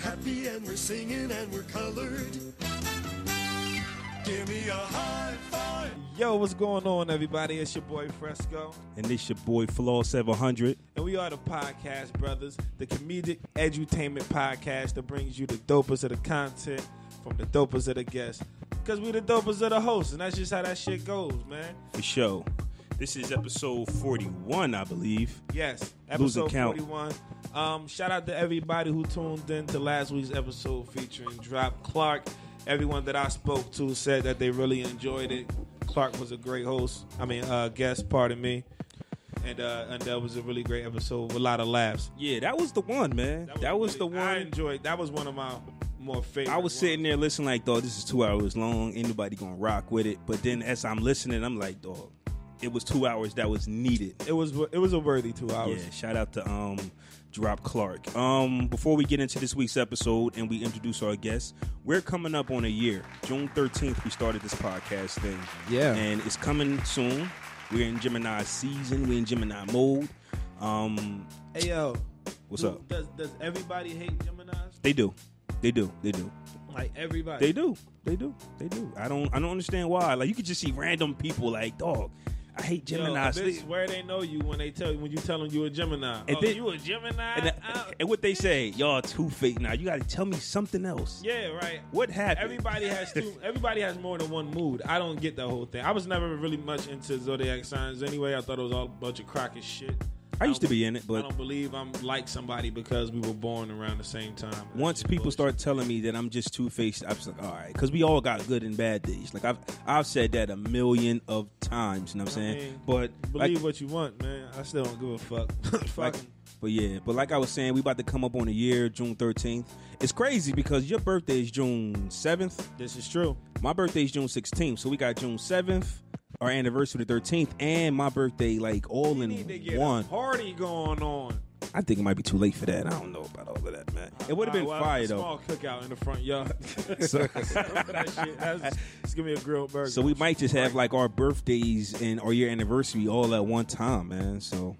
happy and we're singing and we're colored. Give me a high five. Yo, what's going on, everybody? It's your boy Fresco, And this your boy Flaw 700. and we are the Podcast Brothers, the comedic edutainment podcast that brings you the dopest of the content from the dopest of the guests. Because we the dopest of the hosts, and that's just how that shit goes, man. For show. This is episode 41, I believe. Yes, Losing episode count. 41. Um, shout out to everybody who tuned in to last week's episode featuring Drop Clark. Everyone that I spoke to said that they really enjoyed it. Clark was a great host. I mean, uh, guest, pardon me. And uh, and that was a really great episode with a lot of laughs. Yeah, that was the one, man. That was, the really- I one. enjoyed. That was one of my more favorite. I, ones. was sitting there listening like, dog, this is two hours long. Ain't nobody gonna rock with it. But then as I'm listening, I'm like, dog, it was two hours that was needed. It was it was a worthy two hours. Yeah, shout out to um Drop Clark. Um, before we get into this week's episode and we introduce our guests, we're coming up on a year. June thirteenth, we started this podcast thing. Yeah. and it's coming soon. We're in Gemini season. We're in Gemini mode. Um, Hey yo, what's do- up? Does does everybody hate Gemini's? They do, they do, they do. Like everybody. They do. They do. They do. I don't. I don't understand why. Like you could just see random people. Like dog, I hate Gemini. Yo, a bitch swear they know you when they tell when you tell them you a Gemini. And oh, then- you a Gemini? and, uh, I- and what they say, y'all too fake now. You got to tell me something else. yeah, right. What happened? Everybody has two. Everybody has more than one mood. I don't get the whole thing. I was never really much into zodiac signs anyway. I thought it was all a bunch of crockett shit. I used to don't- be in it, I but don't believe I'm like somebody because we were born around the same time. once people start telling me that I'm just two faced, I'm just like, all right, because we all got good and bad days. Like I've I've said that a million of times. You know what I'm I saying? mean, but believe like, what you want, man. I still don't give a fuck. like- fuck. but yeah, but like I was saying, we about to come up on a year, June 13th. It's crazy because your birthday is June 7th. This is true. My birthday is June 16th, so we got June 7th, our anniversary the 13th, and my birthday like all We in need to get one. a party going on. I think it might be too late for that. I don't know about all of that, man. It would have been All right, well, fire a though. Small cookout in the front yard. So- that shit. That's, it's gonna be a grilled burger. So we might just have like our birthdays and our year anniversary all at one time, man. So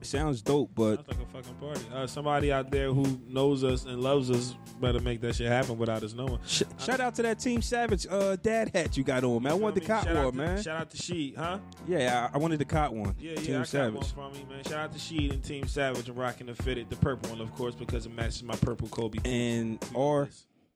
it sounds dope, but Sounds like a fucking party. Uh, somebody out there who knows us and loves us better make that shit happen without us knowing. sh- shout out to that Team Savage uh, dad hat you got on, man. I wanted the You know what I mean? Shout cot out one, to- man. Shout out to Sheed, huh? yeah, I, I wanted the cot one. Yeah, yeah, Team I got Savage. one from me, man. Shout out to Sheed and Team Savage and Rockin' the Fitted, the purple one, of course, because it matches my purple Kobe. And our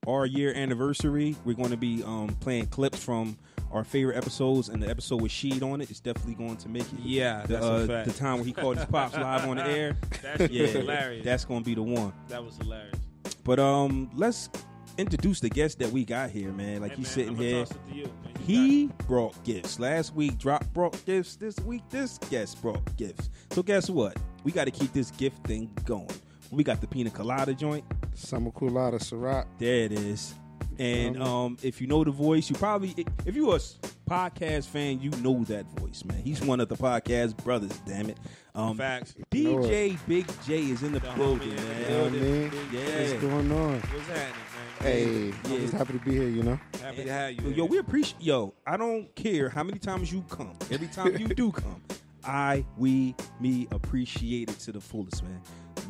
our year anniversary, we're going to be um, playing clips from our favorite episodes, and the episode with Sheed on it is definitely going to make it. yeah, The, that's uh, a fact. the time when he called his pops live on the air. That shit was hilarious. That's going to be the one. that was hilarious. But um, let's introduce the guest that we got here, man. Like Hey, he's man, sitting I'ma here. toss it to you, man. You got it. He brought gifts last week. Drop brought gifts this week. This guest brought gifts. So guess what? We got to keep this gift thing going. We got the pina colada joint. Summer Culotta Syrah. There it is. And um, if you know the voice, you probably if you are a s- podcast fan, you know that voice, man. He's one of the podcast brothers. Damn it. Um, Facts. DJ Big J is in the, The homie building, in the man. You know what I building. mean? Yeah. What's going on? What's happening, man? Hey, Yeah. I'm just happy to be here, you know? Happy to have you. Yo, we appreciate. Yo, I don't care how many times you come. Every time you do come, I, we, me appreciate it to the fullest, man.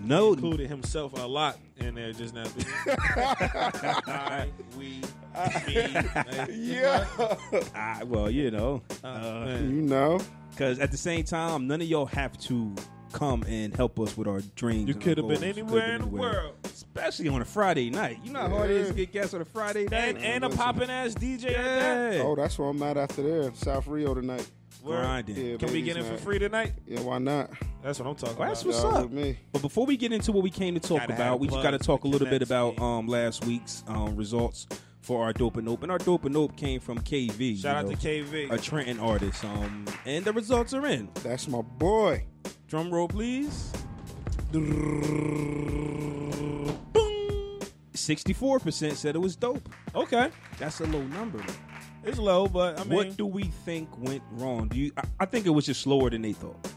No, included himself a lot in there just now. I, we, me. Yeah. I, well, you know, Uh, you man. know? because at the same time, none of y'all have to come and help us with our dreams. You and our could have been goals. You could've anywhere in been the world. especially on a Friday night. You know how hard it is to get guests on a Friday night. And, and a listen. popping ass DJ at that. yeah, Oh, that's where I'm at after there. South Rio tonight. Word. grinding. Yeah, Can we baby's get in for night. free tonight? Yeah, why not? That's what I'm talking about. Well, that's What's Y'all up? With me. But before we get into what we came to talk Gotta have about, we just got plugs to talk a that little bit connects, about man. um, last week's um, results for our dope and nope. And our dope and nope came from KV. Shout out you to know, KV. a Trenton artist. Um, and the results are in. That's my boy. Drum roll, please. Sixty-four percent said it was dope. okay. That's a low number. It's low, but I mean, what do we think went wrong? Do you? I, I think it was just slower than they thought.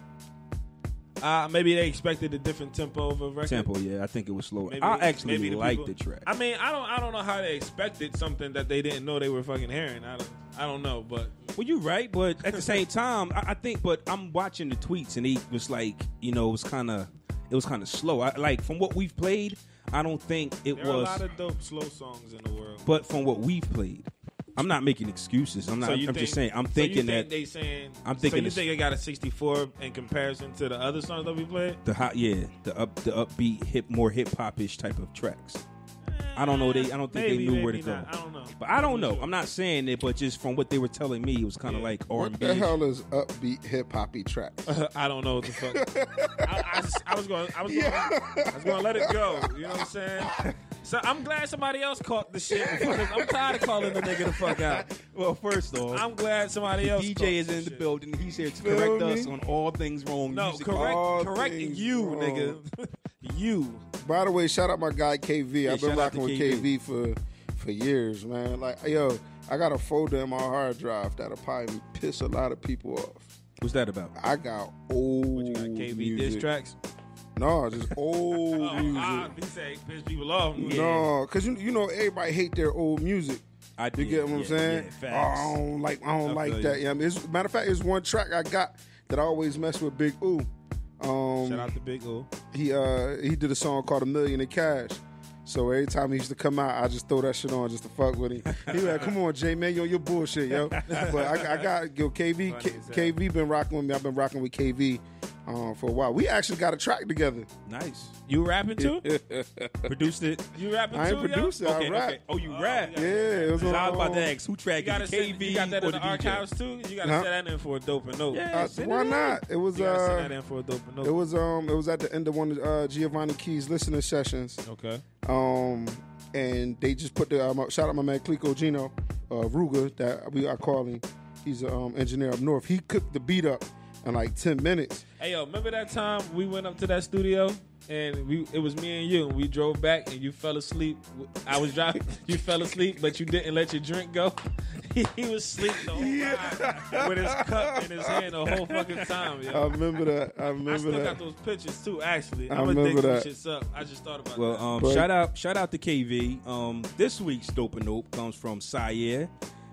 uh, maybe they expected a different tempo of a record. Tempo, yeah, I think it was slower. Maybe- I actually maybe like people- the track. I mean, I don't, I don't know how they expected something that they didn't know they were fucking hearing. I don't, I don't know, but Well, you're right, but at the same time, I, I think. But I'm watching the tweets, and he was like, you know, it was kind of, it was kind of slow. I, like from what we've played, I don't think it There are a was. lot of dope slow songs in the world. but from what we've played, I'm not making excuses. I'm not. So I'm you think- just saying. I'm so you thinking think that they saying. I'm thinking So you it's- think it got a 64 in comparison to the other songs that we played? the hot, yeah, the up, the upbeat, hip, more hip hop ish type of tracks. I don't know. They. I don't think Maybe, they knew where to maybe go. not. I don't know. But I don't know. I'm not saying it, but just from what they were telling me, it was kind of Yeah. like R What and the B. hell is upbeat hip hoppy tracks? I don't know what the fuck. I, I just- I was going. I was going. I was going to let it go. You know what I'm saying? So I'm glad somebody else caught the shit. Because I'm tired of calling the nigga the fuck out. Well, first off, I'm glad somebody the else. DJ caught is in shit. the building. He's here to Feel correct me? us on all things wrong. No, music- all correct, correct things you, wrong. nigga. you. By the way, shout out my guy KV. I've been shout out rocking to with KV. KV. for for years, man. Like, yo, I got a folder in my hard drive that'll probably piss a lot of people off. What's that Ah, about? I got old You got KV music. diss tracks. No, just old Oh, music. ah, he say piss people off. No, cause you you know everybody hate their old music. I You do get what I'm saying? oh, I don't like I don't I like feel that. you. Yeah, I mean, it's, matter of fact, it's one track I got that I always mess with Big Ooh. Um, Shout out to Big O. he uh he did a song called A Million in Cash. So every time he used to come out, I just throw that shit on just to fuck with him. He was like, "Come on, J man, yo, you're bullshit, yo." But I, I got yo Funny KV. as hell. KV been rocking with me. I've been rocking with KV um, for a while. We actually got a track together. Nice. You rapping too? Produced it. You rapping I too? ain't produced it. yo? I rap. Oh, you Oh, rap. yeah. Yeah, it was So on. um, I was about to ask who You track gotta is it, send, KV you got that or in the the DJ? archives too. You gotta Huh? send that in for a dope and dope. Yeah. Uh, send why it in. not? It was You gotta send that uh, in for a dope and dope. it was um, it was at the end of one of uh, Giovanni Key's listening sessions. okay. Um, and they just put the um, shout out my man Clico Gino, uh, Ruger that we are calling. He's an um, engineer up north. He cooked the beat up in like ten minutes. Hey yo, remember that time we went up to that studio and we it was me and you and we drove back and you fell asleep. I was driving, you fell asleep, but you didn't let your drink go. he was asleep the whole time with his cup in his hand the whole fucking time. Yo. I remember that. I I remember still that. got those pictures too. Actually, I I'm gonna dig remember some that. shits up. I just thought about Well, that. um, But- shout out, shout out to KV. Um, this week's dope and dope comes from Sire.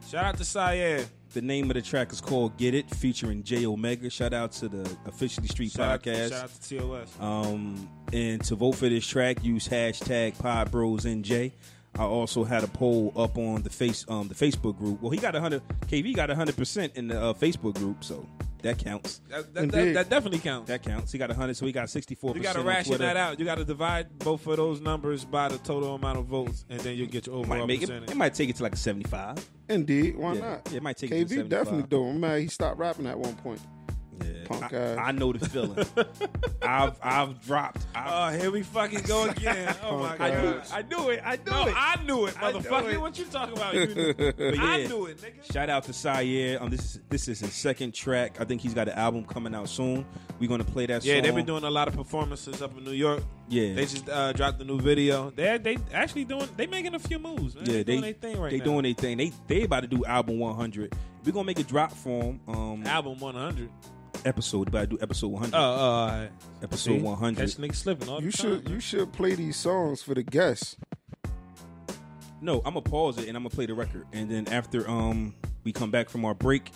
Shout out to Syed. The name of the track is called "Get It," featuring J Omega. Shout out to the Officially Street Shout out, to, podcast. shout out to TOS. Um, and to vote for this track, use hashtag PodBrosNJ. I also had a poll up on the face um the Facebook group. Well, he got hundred. KV got hundred percent in the uh, Facebook group, so that counts. That, that, that, Indeed. that definitely counts. That counts. He got hundred, so he got sixty four. you got to ration that out. You got to divide both of those numbers by the total amount of votes, and then you'll get your overall Might make it, percentage. it might take it to like seventy five. Indeed, why Yeah, not? it might take you to KV 75. definitely do. it. Man, he stopped rapping at one point. Yeah, Punk I, ass. I know the feeling. I've I've dropped. Oh, I've, here we fucking go again. Oh my Punk god. ass. I, knew it. I knew no, I knew it, I know motherfucker. it. What you talking about? You knew- But I yeah. knew it, nigga. Shout out to Sire. Um, this is this is his second track. I think he's got an album coming out soon. We're gonna play that song. Yeah, they've been doing a lot of performances up in New York. Yeah. they just uh, dropped a new video. They they actually doing they making a few moves. Man. Yeah, they doing their thing right they now. doing their thing. They they about to do album 100. We're gonna make a drop for him. Um, album 100. episode. About to do episode 100. Oh, uh, episode 100. That's nigga slipping. All You the time, should man. you should play these songs for the guests. No, I'm gonna pause it and I'm gonna play the record. And then after um we come back from our break,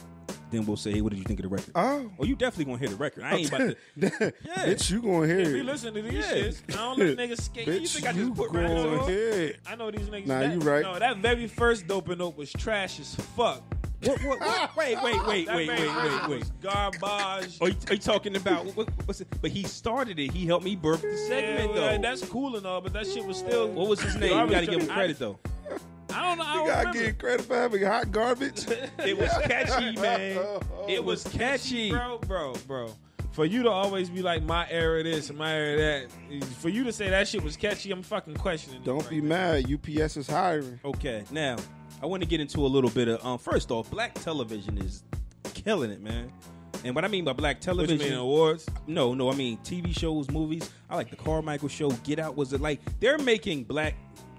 then we'll say, hey, what did you think of the record? Oh. oh, you definitely gonna hear the record. I ain't about to. Bitch, you gonna hear If you it. listen to these Yeah. shits, I don't let niggas skate. you think I Bitch, just you put gonna random hear it. I know these niggas. Nah, that, you right. No, that very first dope and dope was trash as fuck. what, what, what? Wait, wait, wait, That wait, very wait, first wait, wait. was Garbage. Are you, are you talking about what, what's it? But he started it. He helped me birth the segment Yeah, though. That's cool and all, but that shit was still. what was his name? You Garbage gotta give him trash. credit though. I, I don't know. I You don't gotta remember. get credit for having hot garbage. It was catchy, man. It was catchy. bro, bro, bro. For you to always be like my era this and my era that, for you to say that shit was catchy, I'm fucking questioning. it Don't right be now. mad. UPS is hiring. Okay, now I want to get into a little bit of um. First off, black television is killing it, man. And what I mean by black What television, you mean awards? no, no, I mean TV shows, movies. I like the Carmichael Show. Get Out was it like they're making black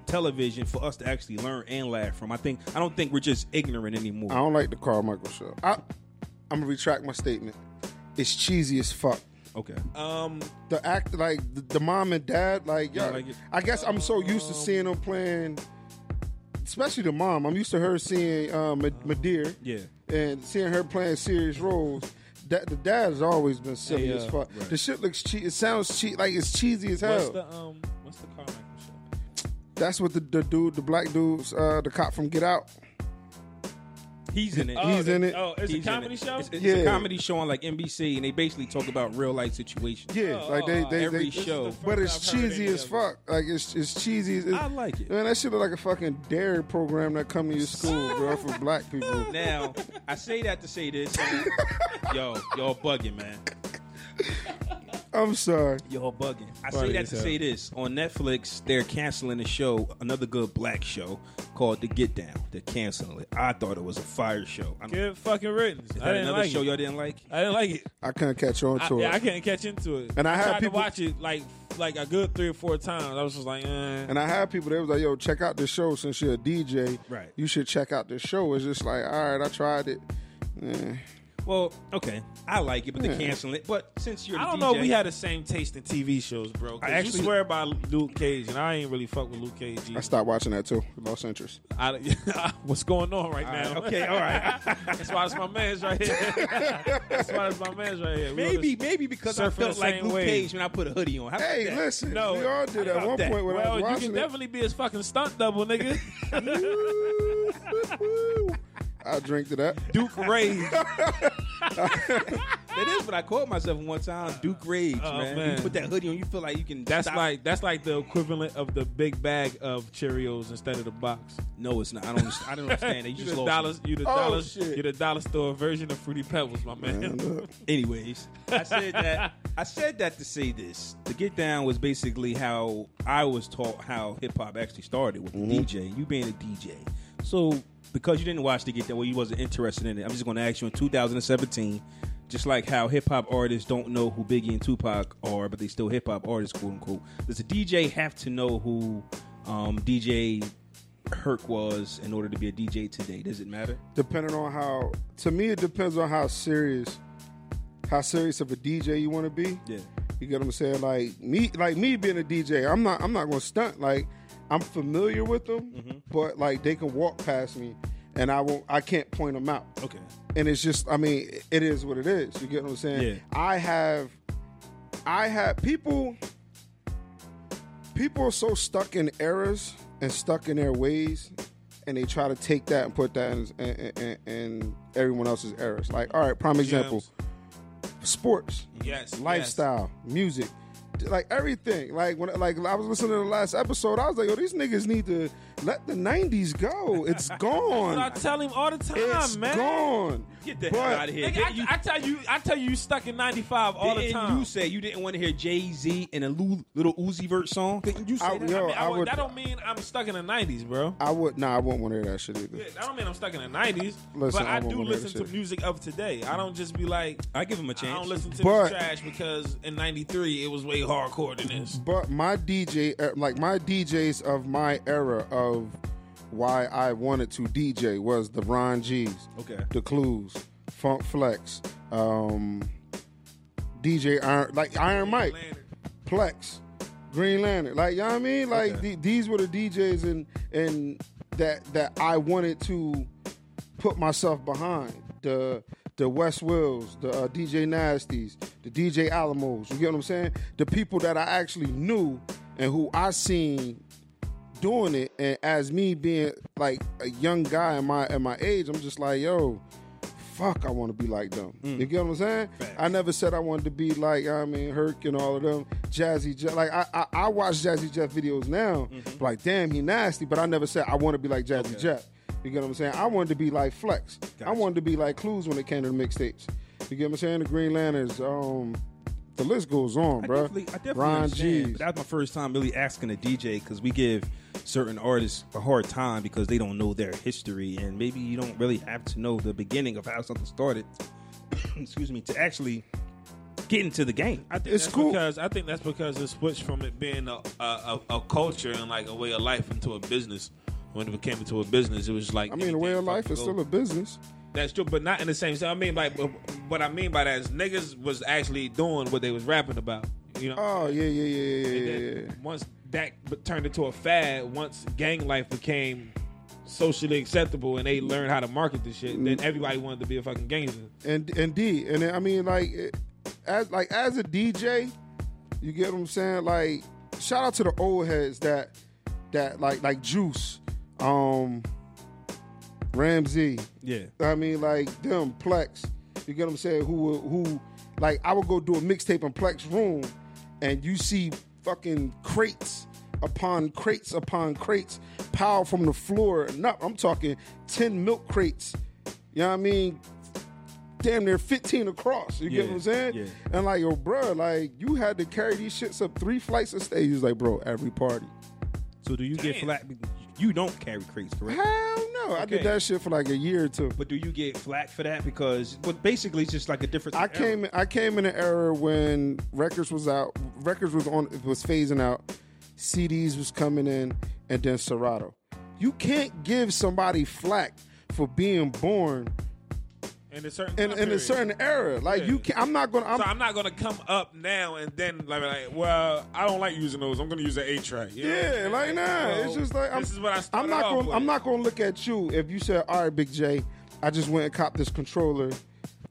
television for us to actually learn and laugh from. I think I don't think we're just ignorant anymore. I don't like the Carmichael show. I, I'm gonna retract my statement. It's cheesy as fuck. Okay, Um, The act, like the, the mom and dad, like Yeah, yeah. like it- I guess I'm so used to Um, seeing them playing, especially the mom. I'm used to her seeing uh, Um, Ma- Madeir, yeah. and seeing her playing serious roles. That the dad has always been silly Hey, as uh, fuck. right. The shit looks cheap. It sounds cheap. Like it's cheesy as what's hell. the um, what's the Carmichael show? That's what the, the dude, the black dude, uh, the cop from Get Out. He's in it. Oh, He's in the- it. Oh, it's He's a in comedy it. show. It's, it's Yeah. a comedy show on like NBC, and they basically talk about real life situations. Yeah, Oh, like they, oh, they, every they show. This is the but first it's I've heard cheesy any as of fuck. Like it's it's cheesy. As, I like it. Man, that shit look like a fucking dairy program that come to your school, bro, for black people. Now, I say that to say this. yo, y'all bugging, man. I'm sorry. Y'all bugging. I Funny say that as to hell. say this. On Netflix, they're canceling a show, another good black show called The Get Down. They're canceling it. I thought it was a fire show. I don't, Good fucking riddance. is I that didn't another like show it. y'all didn't like? I didn't like it. I couldn't catch on I, to yeah, I it. couldn't catch into it. And I had tried people- to watch it like like a good three or four times. I was just like, eh. And I had people that was like, yo, check out this show since you're a DJ. Right. You should check out this show. It's just like, all right, I tried it. Eh. Well, okay. I like it, but they're Yeah. canceling it. But since you're Hmm. I the don't know. DJ We had the same taste in TV shows, bro. I I actually- actually swear by Luke Cage, and I ain't really fuck with Luke Cage. I Either. stopped watching that too. Lost interest. I- what's going on right All right, now? okay, all right. That's why it's my man's right here. That's why it's my man's right here. We on Maybe, this- maybe because I surfing the felt like same Luke wave. Cage when I put a hoodie on. How about Hey, that? listen, No, we all did at about one that. point when I well, was you watching can it. definitely be his fucking stunt double, nigga. I drink to that. Duke Rage. That is what I called myself one time, Duke Rage, Oh, man. man. You put that hoodie on, you feel like you can. That's stop- like that's like the equivalent of the big bag of Cheerios instead of the box. no, it's not. I don't. I don't understand. They You just the lost. dollar, me. you the Oh, dollar, shit. you the dollar store version of Fruity Pebbles, my Man, man. look. Anyways, I said that. I said that to say this. The Get Down was basically how I was taught how hip hop actually started with the DJ. You being a DJ, so because you didn't watch the Get Down, well, you wasn't interested in it. I'm just going to ask you in 2017. Just like how hip hop artists don't know who Biggie and Tupac are, but they still hip hop artists, quote unquote. Does a DJ have to know who um, DJ Herc was in order to be a DJ today? Does it matter? depending on how to me it depends on how serious how serious of a DJ you want to be. Yeah. You get what I'm saying? Like me like me being a DJ, I'm not I'm not going to stunt like I'm familiar with them, but like they can walk past me and I won't I can't point them out. Okay. And it's just I mean, it is what it is. You get what I'm saying? Yeah. I have I have people people are so stuck in errors and stuck in their ways and they try to take that and put that in, in, in, in everyone else's errors like all right prime example sports Yes, lifestyle music like everything like when like i was listening to the last episode i was like yo these niggas need to let the 90s go it's But I gone tell him all the time, It's man. gone Get the But- hell out of here. Nigga, I, I tell you, I tell you, you stuck in '95 all the Didn't time. You say you didn't want to hear Jay Z and a Lu- little Uzi Vert song. Didn't you say I- that? yo, I mean, I I would- would- that don't mean I'm stuck in the '90s, bro. i would nah i wouldn't want to hear that shit either Yeah, I don't mean I'm stuck in the '90s, Listen, but I, I won't do believe listen that to shit. music of today. I don't just be like, I give him a chance. I don't listen to But- this trash because in '93 it was way hardcore than this. But my DJ, uh, like my DJs of my era of why I wanted to DJ was the Ron G's, Okay. the Clues, Funk Flex, um, DJ Iron, like Iron Mike, Plex, Green Lantern. Like you know what I mean? Like the- these were the DJs and and that that I wanted to put myself behind the the West Wills, the uh, DJ Nasties, the DJ Alamos. You get what I'm saying? The people that I actually knew and who I seen doing it, and as me being like a young guy in my at my age, I'm just like, yo, fuck, I want to be like them. Mm. You get what I'm saying? I never said I wanted to be like I mean Herc and all of them, Jazzy Jeff. Like I I, I watch Jazzy Jeff videos now, Mm-hmm. like damn he nasty, but I never said I want to be like Jazzy Jeff. You get what I'm saying? I wanted to be like Flex. I wanted to be like Clues when it came to the mixtapes. You get what I'm saying? The Green Lanterns. Um, the list goes on, I bro. definitely, I definitely Ron understand, G's. but That's my first time really asking a DJ because we give certain artists a hard time because they don't know their history and maybe you don't really have to know the beginning of how something started. excuse me to actually get into the game. I think It's that's cool. because I think that's because it switched from it being a, a, a, a culture and like a way of life into a business. When it became into a business, it was like I mean, the way of life is still a business. that's true, but not in the same. So I mean, like but- what I mean by that is niggas was actually doing what they was rapping about. You know, Oh yeah, yeah, yeah, yeah, And yeah, yeah. then once that b- turned into a fad, once gang life became socially acceptable and they learned how to market this shit, then Mm-hmm. everybody wanted to be a fucking gangster. and indeed, and then, I mean, like, it- as like as a DJ, you get what I'm saying. Like, shout out to the old heads that that like like Juice, um, Ramsey. Yeah. I mean, like them Plex. You get what I'm saying? Who were- who? Like I would go do a mixtape in Plex room, and you see fucking crates upon crates upon crates piled from the floor. And up, I'm talking ten milk crates. You know what I mean? Damn near 15 across. You get Yeah, what I'm saying? yeah. And like, yo, bruh, like you had to carry these shits up three flights of stairs. He's like, bro, every party. So do you get Damn. flat? You don't carry crates, correct? Hell no. I did Okay. that shit for like a year or two. But do you get flack for that? Because but basically, it's just like a different. I era. came I came in an era when records was out, records was on was phasing out, CDs was coming in, and then Serato. You can't give somebody flack for being born in a certain in, time in a period. certain era. Like you can I'm not gonna I'm, So I'm not gonna come up now and then like, be like well, I don't like using those. I'm gonna use the A track. You know what I'm yeah, saying? like nah. So it's just like I'm, this is what I I'm started not off gonna with. I'm not gonna look at you if you said, all right, Big J, I just went and copped this controller.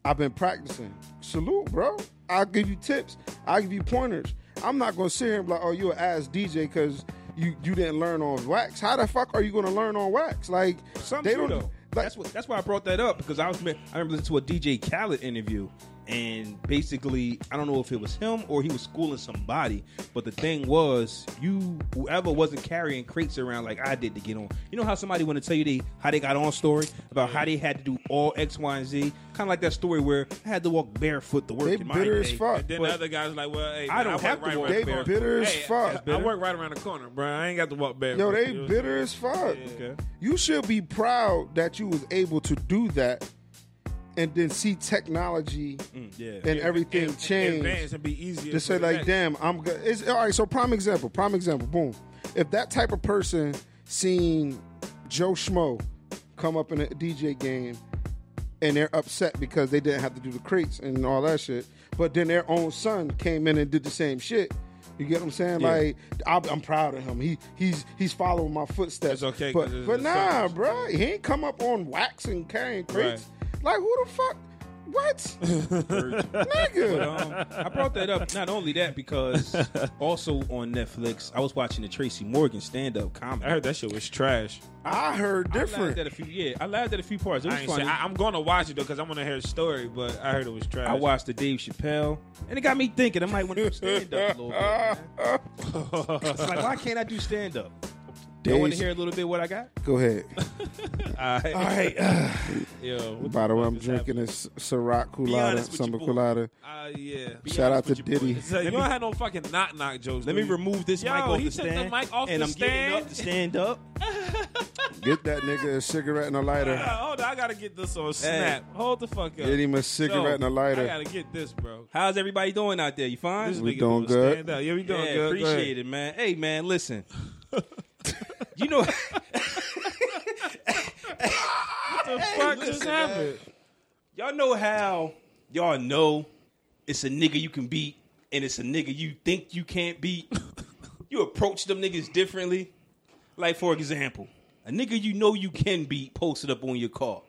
I've been practicing. Salute, bro. I'll give you tips. I'll give you pointers. I'm not gonna sit here and be like, oh, you're an ass DJ because you you didn't learn on wax. How the fuck are you gonna learn on wax? Like Some they do, don't. though. Like, that's what. That's why I brought that up because I was. I remember listening to a DJ Khaled interview, and basically, I don't know if it was him or he was schooling somebody. But the thing was, you whoever wasn't carrying crates around like I did to get on. You know how somebody want to tell you they how they got on story about how they had to do all X, Y, and Z. Kind of like that story where I had to walk barefoot to work. They in my bitter as day. fuck. And then But- the other guys like, well, hey, I man, don't work have to right walk around the They corner. bitter as Hey, fuck. I, I work right around the corner, bro. I ain't got to walk back. Yo, bro. they You know what I'm bitter as fuck. Okay. You should be proud that you was able to do that, and then see technology Mm, yeah. and everything saying? change. Advance and be easier. Just for say the like, next. damn, I'm good. It's all right. So prime example, prime example, boom. If that type of person seen Joe Schmo come up in a DJ game and they're upset because they didn't have to do the crates and all that shit, but then their own son came in and did the same shit. You get what I'm saying? Yeah. Like, I'm, I'm proud of him. He he's he's following my footsteps. It's okay, 'cause but it's- but it's nah, something. bro, he ain't come up on wax and carrying crates. Like, who the fuck? What, nigga? um, I brought that up not only that because also on Netflix I was watching the Tracy Morgan stand up comedy. I heard that shit was trash. I heard I laughed different. at a few. Yeah, I laughed at a few parts. It was I ain't say, funny. I, I, am going to watch it though because I want to hear a story, but I heard it was trash. watched the Dave Chappelle, and it got me thinking. I might want to do stand up a little bit. man. It's like, why can't I do stand up? You want to Dave- hear a little bit what I got? Go ahead. All right. All right. Yo, what the By the way, fuck I'm is drinking this Ciroc Be Culada, honest with Summer your boy. Culada. happening? Uh, yeah. Shout out to honest with your boy. Diddy. So you don't have no fucking knock knock jokes. Let do me you? remove this Yo, mic off he the took the stand, mic off and the I'm getting stand. up to stand up. Get that nigga a cigarette and a Uh, lighter. hold on, I gotta get this on snap. Hold the fuck up. Get him a cigarette Yo, and a lighter. I gotta get this, bro. How's everybody doing out there? You fine? This We nigga doing gonna good. Stand up. Yeah, we doing yeah, good. Go ahead. appreciate it, man. Hey, man, listen. you know, What the fuck just happened? y'all know how y'all know it's a nigga you can beat and it's a nigga you think you can't beat. you approach them niggas differently. Like for example, a nigga you know you can beat posted up on your car.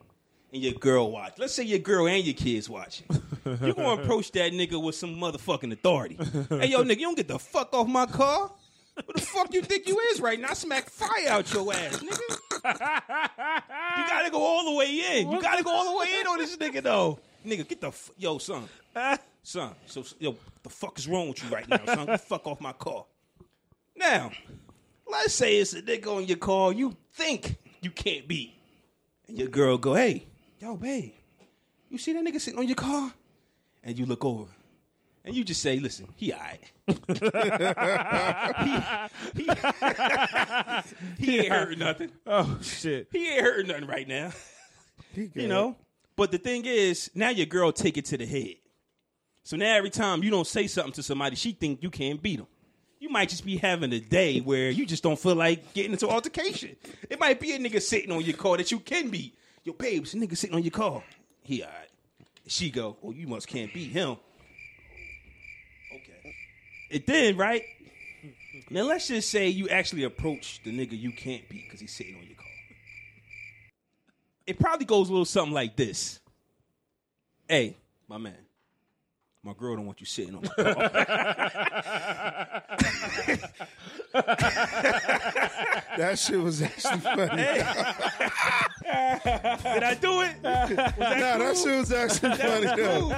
And your girl watch. Let's say your girl and your kids watching. You gonna approach that nigga with some motherfucking authority. Hey yo, nigga, you don't get the fuck off my car. What the fuck you think you is right now? I smack fire out your ass, nigga. You gotta go all the way in. You gotta go all the way in on this nigga though. Nigga, get the f- yo son, son. So yo, the fuck is wrong with you right now, son? Get the fuck off my car. Now, let's say it's a nigga on your car you think you can't beat, and your girl go, hey, yo, babe, you see that nigga sitting on your car, and you look over. And you just say, listen, he all right. he, he- he ain't hurt nothing. Oh shit. He ain't hurting nothing right now. He good. You know? But the thing is, now your girl take it to the head. So now every time you don't say something to somebody, she think you can't beat them. You might just be having a day where you just don't feel like getting into altercation. It might be a nigga sitting on your car that you can beat. Yo, babe, it's a nigga sitting on your car. He all right. She go, oh, you must can't beat him. Okay. And then, right? Now let's just say you actually approach the nigga you can't beat because he's sitting on your car it probably goes a little something like this. Hey, my man, my girl don't want you sitting on my car. that shit was actually funny. Did I do it? nah, that shit was actually funny. though.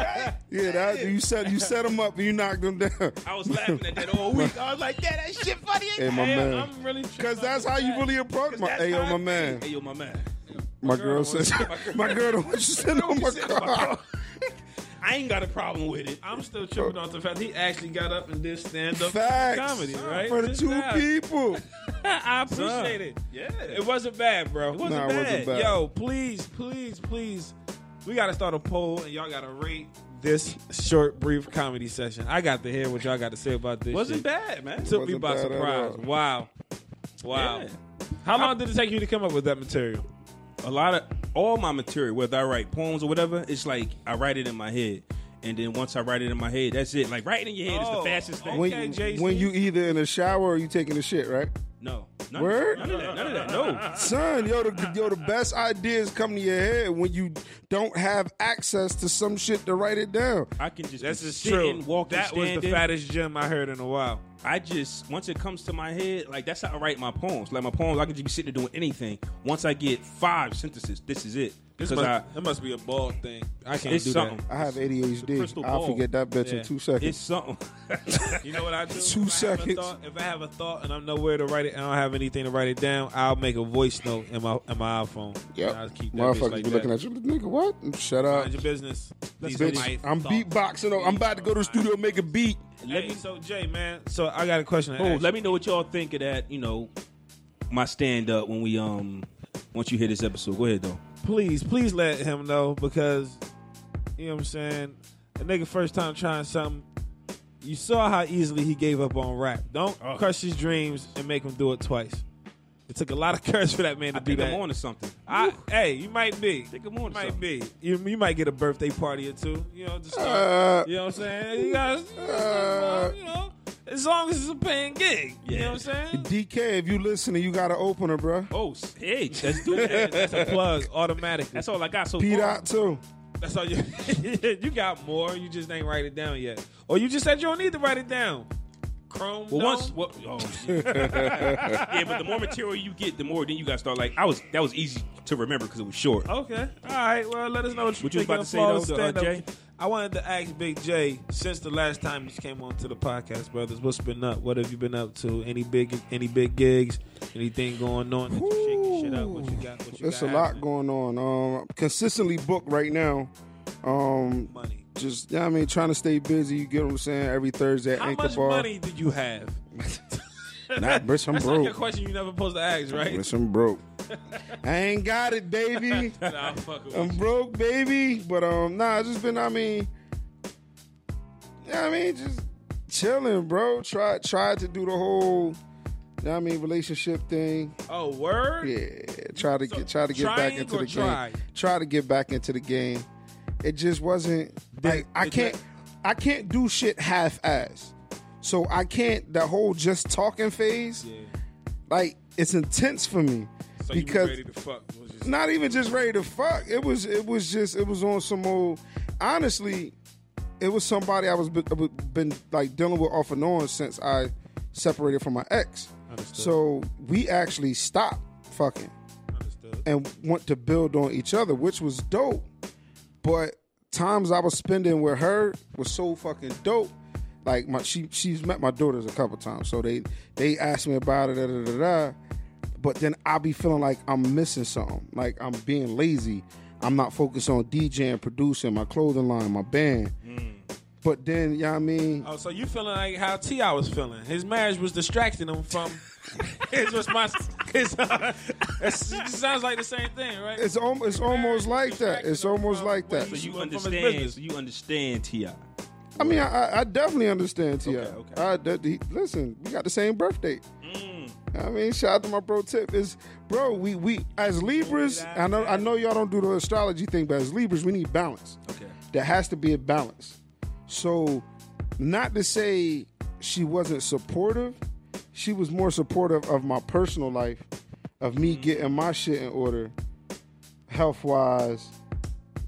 Yeah, that, you set you set them up and you knocked them down. I was laughing at that all week. I was like, "Yeah, that shit funny." Hey, my Damn, man. I'm really tripping Cause that's on how you that. really approach my. That's Hey yo, how I my man. feel. Hey, yo, my man. My girl girl says, my girl don't want you sitting on my car. I ain't got a problem with it. I'm still tripping off the fact he actually got up and did stand up Facts comedy, right? for the Just two now. people. I appreciate it. Yeah. It wasn't bad, bro. It wasn't, Nah, it bad. wasn't bad. Yo, please, please, please. We got to start a poll and y'all got to rate this short, brief comedy session. I got to hear what y'all got to say about this. wasn't shit. bad, man. Took me Wasn't by bad at surprise. all. Wow. Wow. Yeah. How long did it take you to come up with that material? a lot of all my material, whether I write poems or whatever, it's like I write it in my head, and then once I write it in my head, that's it. Like writing in your head is Oh, the fastest thing. okay. When, you- Jay-Z. when you either in the shower or you taking a shit, right? No, none, Word? None of that. None of that. No. Son, yo, the yo, the best ideas come to your head when you don't have access to some shit to write it down. I can just That's be just true. sitting, walking, that was the standing. fattest gym I heard in a while. I just once it comes to my head, like that's how I write my poems. Like my poems, I can just be sitting there doing anything. Once I get five sentences, this is it. This Because must, I, that must be a bald thing. I can't it's do something. I have crystal ADHD. I'll ball. forget that bitch Yeah. in two seconds. It's something. that. You know what I do? if I Two have a seconds. thought- if I have a thought and I'm nowhere to write it, and I don't have anything to write it down. I'll make a voice note in my in my iPhone. yep. And I'll keep that Motherfuckers bitch like be that. looking at you, nigga. What? Shut up, Mind your business. These are my bitch. I'm thoughts. beatboxing. though. I'm about to go to the studio and make a beat. Let Hey, me- so Jay, man. So I got a question. To Oh, ask let me know what y'all think of that. You know, my stand up when we um once you hear this episode. Go ahead though. please, please let him know because you know what I'm saying. A nigga first time trying something. You saw how easily he gave up on rap. Don't Oh. crush his dreams and make him do it twice. It took a lot of courage for that man to I do think that. I'm on to something. I, hey, you might be. think I'm on You to might something. be. You, you might get a birthday party or two. You know, just Uh, you know what I'm saying. You guys, you know, Uh. you know, as long as it's a paying gig. You know Yeah. what I'm saying. DK, if you listening, you got an opener, bro. Oh, s- hey, let's do that. That's a plug automatically. That's all I got so Beat far. out too. That's all you. you got more. You just ain't write it down yet, or you just said you don't need to write it down. Chrome. Dome? Well, once, well, oh, shit. yeah, but the more material you get, the more then you got to start. Like I was, that was easy to remember because it was short. Okay. All right. Well, let us know what you What think you was about of to say, Flawless though, uh, Stand-Up. Jay? I wanted to ask Big J since the last time you came on to the podcast, brothers. What's been up? What have you been up to? Any big, any big gigs? Anything going on? That you shaking shit up. What you got? What you It's a got lot happening? going on. Um, consistently booked right now. Um, Money. just yeah, I mean, trying to stay busy. You get what I'm saying? Every Thursday at How Anchor much Bar. money do you have? Nah, bitch, I'm That's like broke. a question you never supposed to ask, right? Bitch, I'm broke. I ain't got it, baby. nah, I'm fucking with I'm broke, baby. But um, nah, I just been. I mean, yeah, I mean, just chilling, bro. Try tried to do the whole. Yeah, I mean, relationship thing. you. Oh, word. Yeah, try to So, get try to get back trying into or the tried? game. Try to get back into the game. It just wasn't. like, I did can't. that- I can't do shit half ass. So I can't. The whole just talking phase, like it's intense for me So because you were ready to fuck? Was just- not even just ready to fuck. It was it was just it was on some old. Honestly, it was somebody I was be- uh, been like dealing with off and on since I separated from my ex. Understood. So we actually stopped fucking Understood. and want to build on each other, which was dope. But times I was spending with her was so fucking dope. Like my she she's met my daughters a couple times, so they they asked me about it. Da, da, da, da. But then I'll be feeling like I'm missing something. Like I'm being lazy. I'm not focused on DJing, producing, my clothing line, my band. But then, you know what Mm. I mean? Oh, so you feeling like how Ti was feeling? His marriage was distracting him from his response. His, uh, it's- it sounds like the same thing, right? It's almost, it's almost like that. It's almost like that. So you From his understand. business. So you understand Ti. I mean, I, I- I definitely understand Ti. Okay, okay. Mm. I de- he- listen, we got the same birthday. I mean, shout out to my bro Tip. Is bro, we we as Libras, I know I know y'all don't do the astrology thing, but as Libras, we need balance. Okay. There has to be a balance. So, not to say she wasn't supportive, she was more supportive of my personal life, of Mm-hmm. me getting my shit in order, health wise,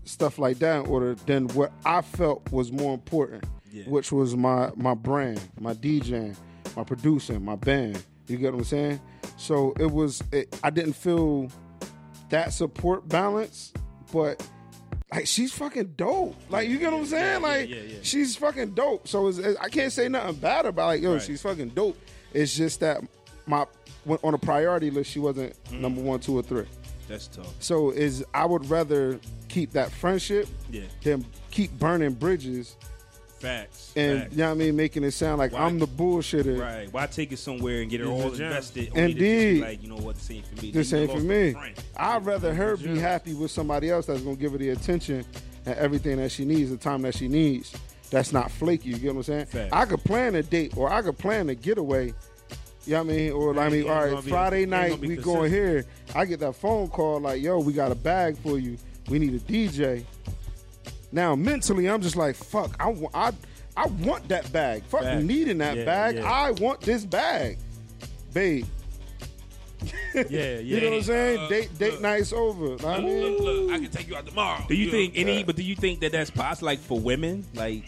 stuff like that in order than what I felt was more important, Yeah. which was my my brand, my DJing, my producing, my band. You get what I'm saying? So it was it, I didn't feel that support balance, but like she's fucking dope. Like you get what I'm saying? like she's fucking dope. So it's, it's- I can't say nothing bad about like yo, she's fucking dope. It's just that my when- on a priority list, she wasn't number one, two, or three. That's tough. So is I would rather keep that friendship Yeah. than keep burning bridges Facts. and Facts. you know what I mean, making it sound like I'm the bullshitter. Right. Why take it somewhere and get it It's a all gem. invested? only to just be Indeed. Like you know what, this ain't for me. This Then you ain't for lost me. a friend. I'd rather her be happy with somebody else that's gonna give her the attention and everything that she needs, the time that she needs. That's not flaky. You get what I'm saying? Facts. I could plan a date or I could plan a getaway. You know what I mean? Or I mean, ain't all gonna right, be- Friday ain't night gonna be we going consistent. here. I get that phone call like, yo, we got a bag for you. We need a DJ. Now mentally, I'm just like, fuck. I wa- I I want that bag. Fuck Facts. needing that Yeah, bag. yeah. I want this bag, babe. Yeah, yeah. You know what I'm saying? Uh, date date look. night's over. Like, I mean, Look, look, I can take you out tomorrow. Do you Yeah. think any? But do you think that that's possible? Like for women, like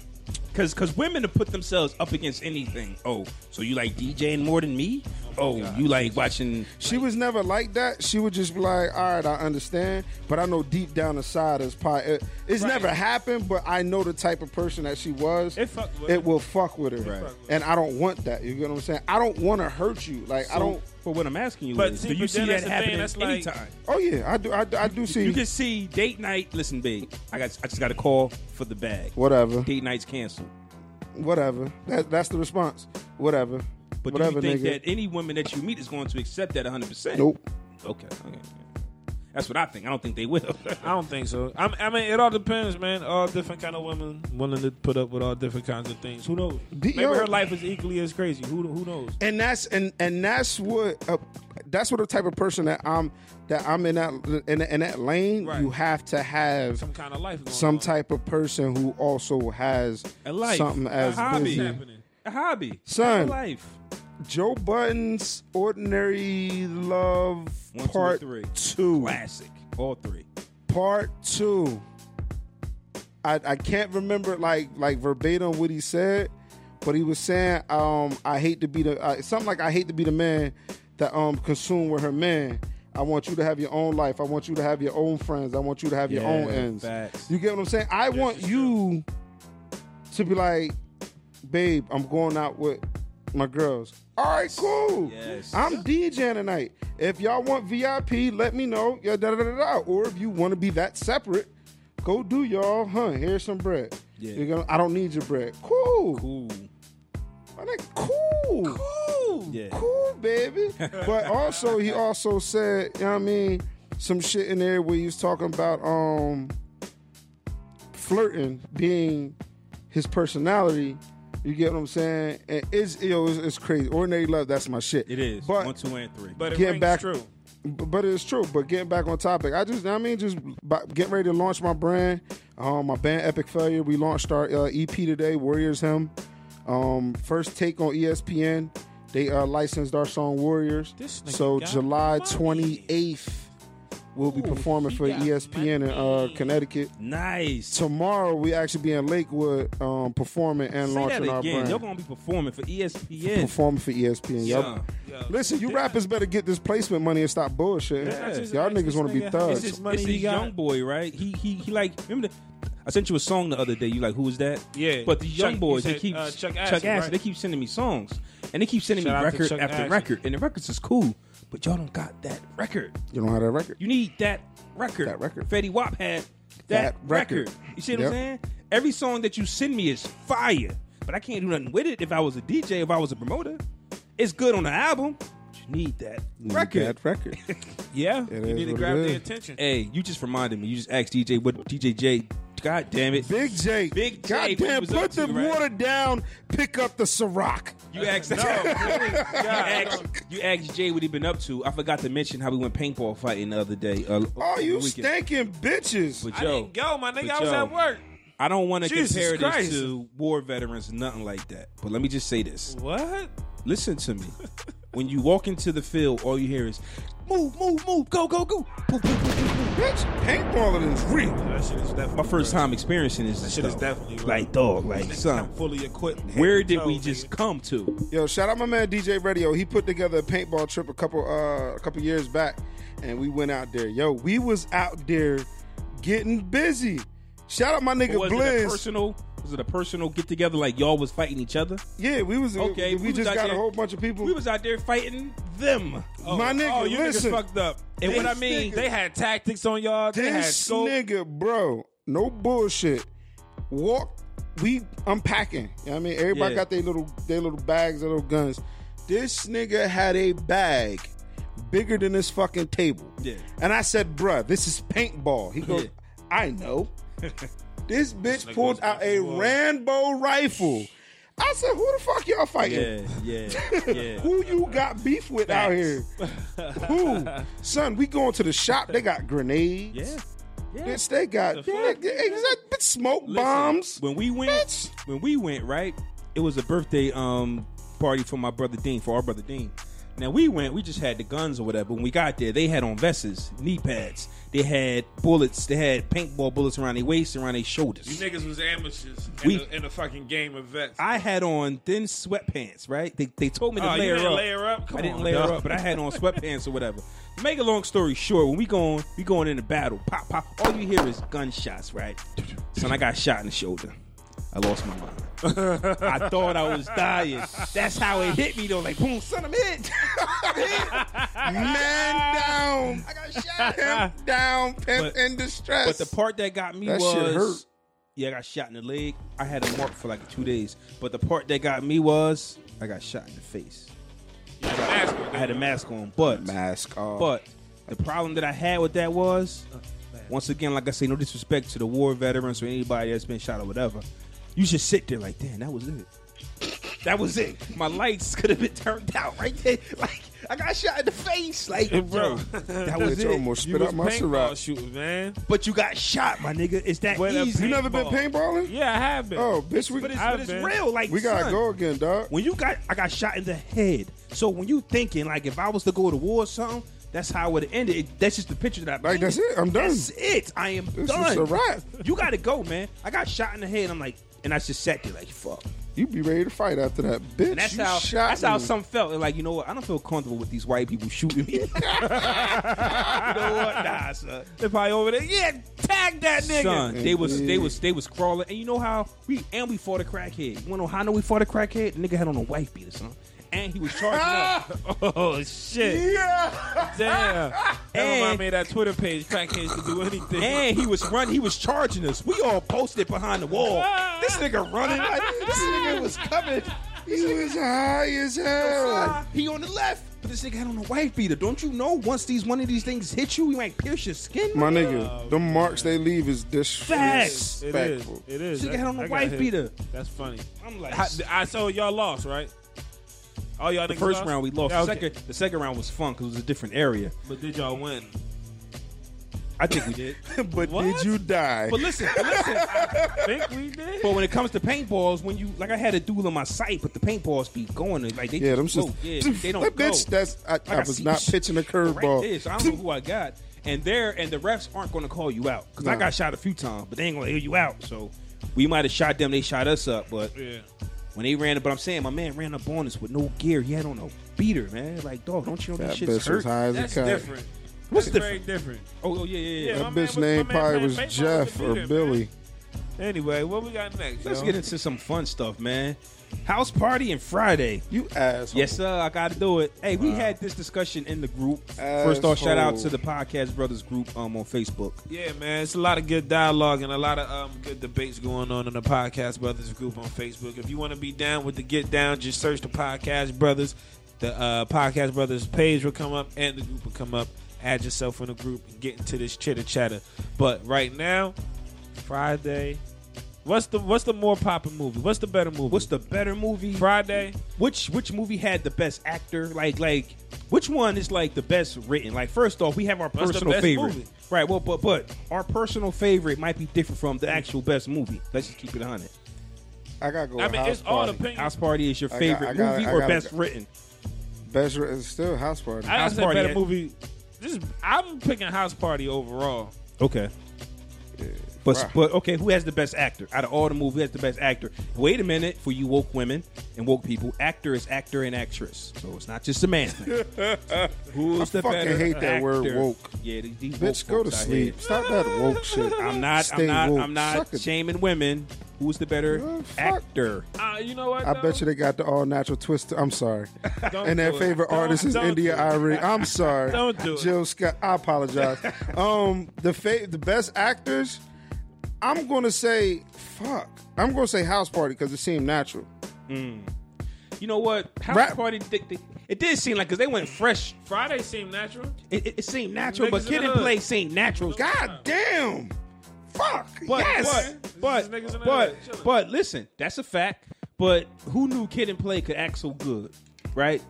because because women to put themselves up against anything. Oh, so you like DJing more than me? Oh, you like watching? she was never like that. She would just be like, "All right, I understand," but I know deep down inside it's probably it- it's never happened. But I know the type of person that she was. It fucked with her. it will fuck with her, Right. and I don't want that. You get what I'm saying? I don't want to hurt you. Like I don't. But what I'm asking you But is, see, do you but see then that that's the thing, happening that's like- anytime? Oh yeah, I do. I, do- I do see. You can see date night. Listen, babe, I got I just got a call for the bag. whatever, Date night's canceled. whatever. That that's the response. Whatever. But whatever, do you think nigga. that any woman that you meet is going to accept that 100? percent nope. Okay. okay. That's what I think. I don't think they will. I don't think so. I'm, I mean, it all depends, man. All different kind of women willing to put up with all different kinds of things. Who knows? D- Maybe yo. her life is equally as crazy. Who who knows? and that's and and that's what uh, that's what the type of person that I'm that I'm in that in, in that lane. Right. You have to have Some kind of life. Going some on. type of person who also has A life, something a as hobby. busy. happening. a hobby, Son. It's a life. Joe Button's Ordinary Love One, two, Part three. Two. Classic. All three. Part Two. I, I can't remember like like verbatim what he said, but he was saying um I hate to be the uh, something like I hate to be the man that um consumed with her man. I want you to have your own life. I want you to have your own friends. I want you to have your own Yeah, ends. facts. You get what I'm saying? I want you to be like, babe, I'm going out with my girls. All right, cool. Yes. I'm DJing tonight. If y'all want VIP, let me know. Yeah, da, da, da, da. Or if you want to be that separate, go do y'all. Huh? Here's some bread. Yeah. You're gonna, I don't need your bread. Cool. Ooh. I'm like, cool. Cool. Yeah. Cool, baby. but also, he also said, you know what I mean, some shit in there where he was talking about um flirting being his personality. You get what I'm saying? And it's, yo, it's, it's crazy. Ordinary love, that's my shit. It is. But One, two, and three. But it Getting rings back- true. B- but it's true. But getting back on topic, I just, I mean, just b- getting ready to launch my brand. Um, my band Epic Failure. We launched our uh, EP today, Warriors Him. Um, first take on ESPN. They uh, licensed our song Warriors. This nigga So got July money. twenty eighth, we'll be performing he for got ESPN in uh, money. Connecticut. nice. Tomorrow we actually be in Lakewood um, performing and Say that launching our again. brand. You're gonna be performing for E ESPN. Performing for E ESPN. Yup. Son. Yo, Listen, you yeah. rappers better get this placement money and stop bullshitting. That's not just Y'all about niggas this want to be nigga. thugs. It's just money It's a he got. young boy, right? He he he. Like remember, the, I sent you a song the other day. You like, who is that? Yeah. But the young Chuck- boys, you they said, keep uh, Chuck Acid, right? They keep sending me songs, and they keep sending Shout me out to record Chuck after Acid. record, and the records is cool. But y'all don't got that record. You don't have that record. You need that record. That record. Fetty Wap had that, That record. record. You see what Yep. I'm saying? Every song that you send me is fire, but I can't do nothing with it. If I was a DJ, if I was a promoter, it's good on the album. but You need that record. That record. Yeah, It you is need to what grab it their is. attention. Hey, you just reminded me. You just asked DJ what DJ J. God damn it. Big J. Big J, what he Goddamn, was put up to, the right? water down, pick up the Ciroc. You asked No, please, God, you, asked, you asked Jay what he been up to. I forgot to mention how we went paintball fighting the other day. Uh, Oh, over you the weekend. stinking bitches. But I yo, didn't go, my nigga. but I was yo, at work. I don't want to Jesus compare Christ. this to war veterans, nothing like that. But let me just say this. What? Listen to me. When you walk into the field, all you hear is move, move, move, go, go, go. Boop, boop, boop, boop, boop. Bitch, paintballing is real. That shit is definitely My first real. time experiencing this. That shit is definitely real. like dog, like son. I'm fully equipped. head Where to did toe, we nigga. just come to? Yo, shout out my man DJ Radio. He put together a paintball trip a couple uh a couple years back, and we went out there. Yo, we was out there getting busy. Shout out my nigga Was it a Blizz. personal? Was it a personal get together? Like y'all was fighting each other? Yeah, we was Okay, okay. We, we was just out got there- a whole bunch of people. We was out there fighting them. Oh, My nigga, oh, you listen. niggas fucked up. And what I mean, nigga- They had tactics on y'all. They had this scope. nigga, bro, no bullshit. Walk, we unpacking. You know what I mean, everybody Yeah. got their little their little bags, their little guns. This nigga had a bag bigger than this fucking table. Yeah. And I said, bruh, this is paintball. He goes, Yeah. I know. this bitch nigga pulled was out a paintball. Rambo rifle. I said, who the fuck y'all fighting? yeah, yeah, yeah. Who you got beef with out here? Who? Son, we going to the shop. They got grenades. Yeah. Yeah. Bitch, they got The yeah, fuck? yeah, exact- bitch, smoke Listen, bombs. When we went, Bitch. when we went, right? It was a birthday um party for my brother Dean, for our brother Dean. Now we went, we just had the guns or whatever. When we got there, they had on vests, knee pads. They had bullets. They had paintball bullets around their waist, around their You shoulders. niggas was amateurs in, We- a, in a fucking game of vets. I had on thin sweatpants, right? They, they told me to Oh, you layer didn't up. layer up? Come I didn't on, layer dog. up, but I had on sweatpants or whatever. To Make a long story short, when we going, we going into battle. Pop, pop. All you hear is gunshots, right? Son, I got shot in the shoulder. I lost my mind. I thought I was dying. That's how it hit me though. Like boom, son, I'm hit. I'm hit. Man down. I got shot him down. Pimp But- in distress. But the part that got me That was shit hurt. yeah, I got shot in the leg. I had a mark for like two days. But the part that got me was I got shot in the face. You had a mask on, I had a nigga. mask on, but mask off. But the problem that I had with that was, once again, like I say, no disrespect to the war veterans or anybody that's been shot or whatever. You should sit there like, damn, that was it. That was it. My lights could have been turned out right there. Like I got shot in the face. Like, bro, bro. that Bitch, was I it. almost You spit was out my paintball syrup. shooting, man. But you got shot, my nigga. It's that With a easy. You never been paintball. paintballing? Yeah, I have been. Oh, bitch, we, but it's, I've but it's been. real. Like, we gotta son, go again, dog. When you got, I got shot in the head. So when you thinking like, if I was to go to war or something, that's how it would have ended. It- that's just the picture that I. Like, that's painted. it. I'm done. That's it. I am This done. is a wrap. You gotta go, man. I got shot in the head. I'm like, and I just sat there like, fuck. You be ready to fight after that, bitch. And that's you how shot that's how me. some felt. They're like, you know what? I don't feel comfortable with these white people shooting me. you know what? Nah, son. They probably over there. Yeah, tag that nigga. Son, they was they was they was crawling, and you know how we and we fought a crackhead. You wanna know how I know we fought a crackhead? The nigga had on a wife beater, son, and he was charging up. Oh shit! Yeah. Damn. That And- remind me of that Twitter page. Crackheads to do anything. And he was running, he was charging us. We all posted behind the wall. This nigga running like this nigga was coming. He was high as hell. He on the left. But this nigga had on a wife beater. Don't you know once these one of these things hit you, you might pierce your skin? My nigga, the marks they leave is Facts. it is. disrespectful. It is. She That- got on a I got wife hit. beater. That's funny. I'm like I, I so y'all lost, right? Oh, y'all the niggas first lost? round we lost. Yeah, The okay. second the second round was fun because it was a different area. But did y'all win? I think we did. but What? did you die? But listen, but listen. think we did. but when it comes to paintballs, when you like, I had a duel in my sight, but the paintballs be going like they Yeah, them just just float. oh, yeah, they don't that bitch. go. That's I, I Like, was see not shit pitching a curveball. Right there, so I don't know who I got. And there and the refs aren't going to call you out because I Nah. got shot a few times, but they ain't going to hear you out. So we might have shot them, they shot us up. But Yeah. when they ran, but I'm saying my man ran up on us with no gear. He had on a beater, man. Like dog, don't you know that that bitch shit's was hurt? high as That's a cat. different. What's That's very different? Oh, oh yeah, yeah, yeah. Yeah. That My man bitch was- my name man probably played was baseball with Jeff the or beater, Billy. Anyway, what we got next? Let's yo? get into some fun stuff, man. House party and Friday. You asshole. Yes, sir. I got to do it. Hey, we had this discussion in the group. First off, shout out to the Podcast Brothers group um, on Facebook. Yeah, man, it's a lot of good dialogue and a lot of um, good debates going on in the Podcast Brothers group on Facebook. If you want to be down with the Get Down, just search the Podcast Brothers. The uh, Podcast Brothers page will come up and the group will come up. Add yourself in the group and get into this chitter chatter. But right now, Friday, what's the what's the more popping movie? What's the better movie? What's the better movie? Friday? which which movie had the best actor? Like like which one is like the best written? Like first off, we have our What's the personal best favorite. movie? Right, well but but our personal favorite might be different from the actual best movie. Let's just keep it on it. I gotta go. I mean, house it's all party. opinion. House Party is your I got- favorite I gotta- movie I or gotta best go. written? Best re- it's still house party. I gotta House say Party better had- movie. This is, I'm picking House Party overall. Okay. But Bruh. but okay, who has the best actor out of all the movies? Who has the best actor? Wait a minute, for you woke women and woke people, actor is actor and actress, so it's not just a man. thing. Who's the fucking better hate that word actor? woke. Yeah, these, these woke Bitch, go to folks out sleep. here. Stop that woke shit. I'm not. Stay I'm not. woke. I'm not Suck it. shaming women. Who's the better Well, fuck. actor? Uh, you know what? I though? bet you they got the all natural twist. I'm sorry. Don't and their do it. favorite Don't- artist is don't India do it. Irie. I'm sorry. Don't do it. Jill Scott. I apologize. um, the fa- the best actors. I'm gonna say fuck. I'm gonna say House Party because it seemed natural. You know what? House Rap- party. They, they, it did seem like because they went fresh. Friday seemed natural. It, it, it seemed natural, Niggas but in Kid the and Hood. Play seemed natural. God damn. Fuck. But, yes. These but, niggas in but, the but, hood chilling. but listen, that's a fact. But who knew Kid and Play could act so good, right?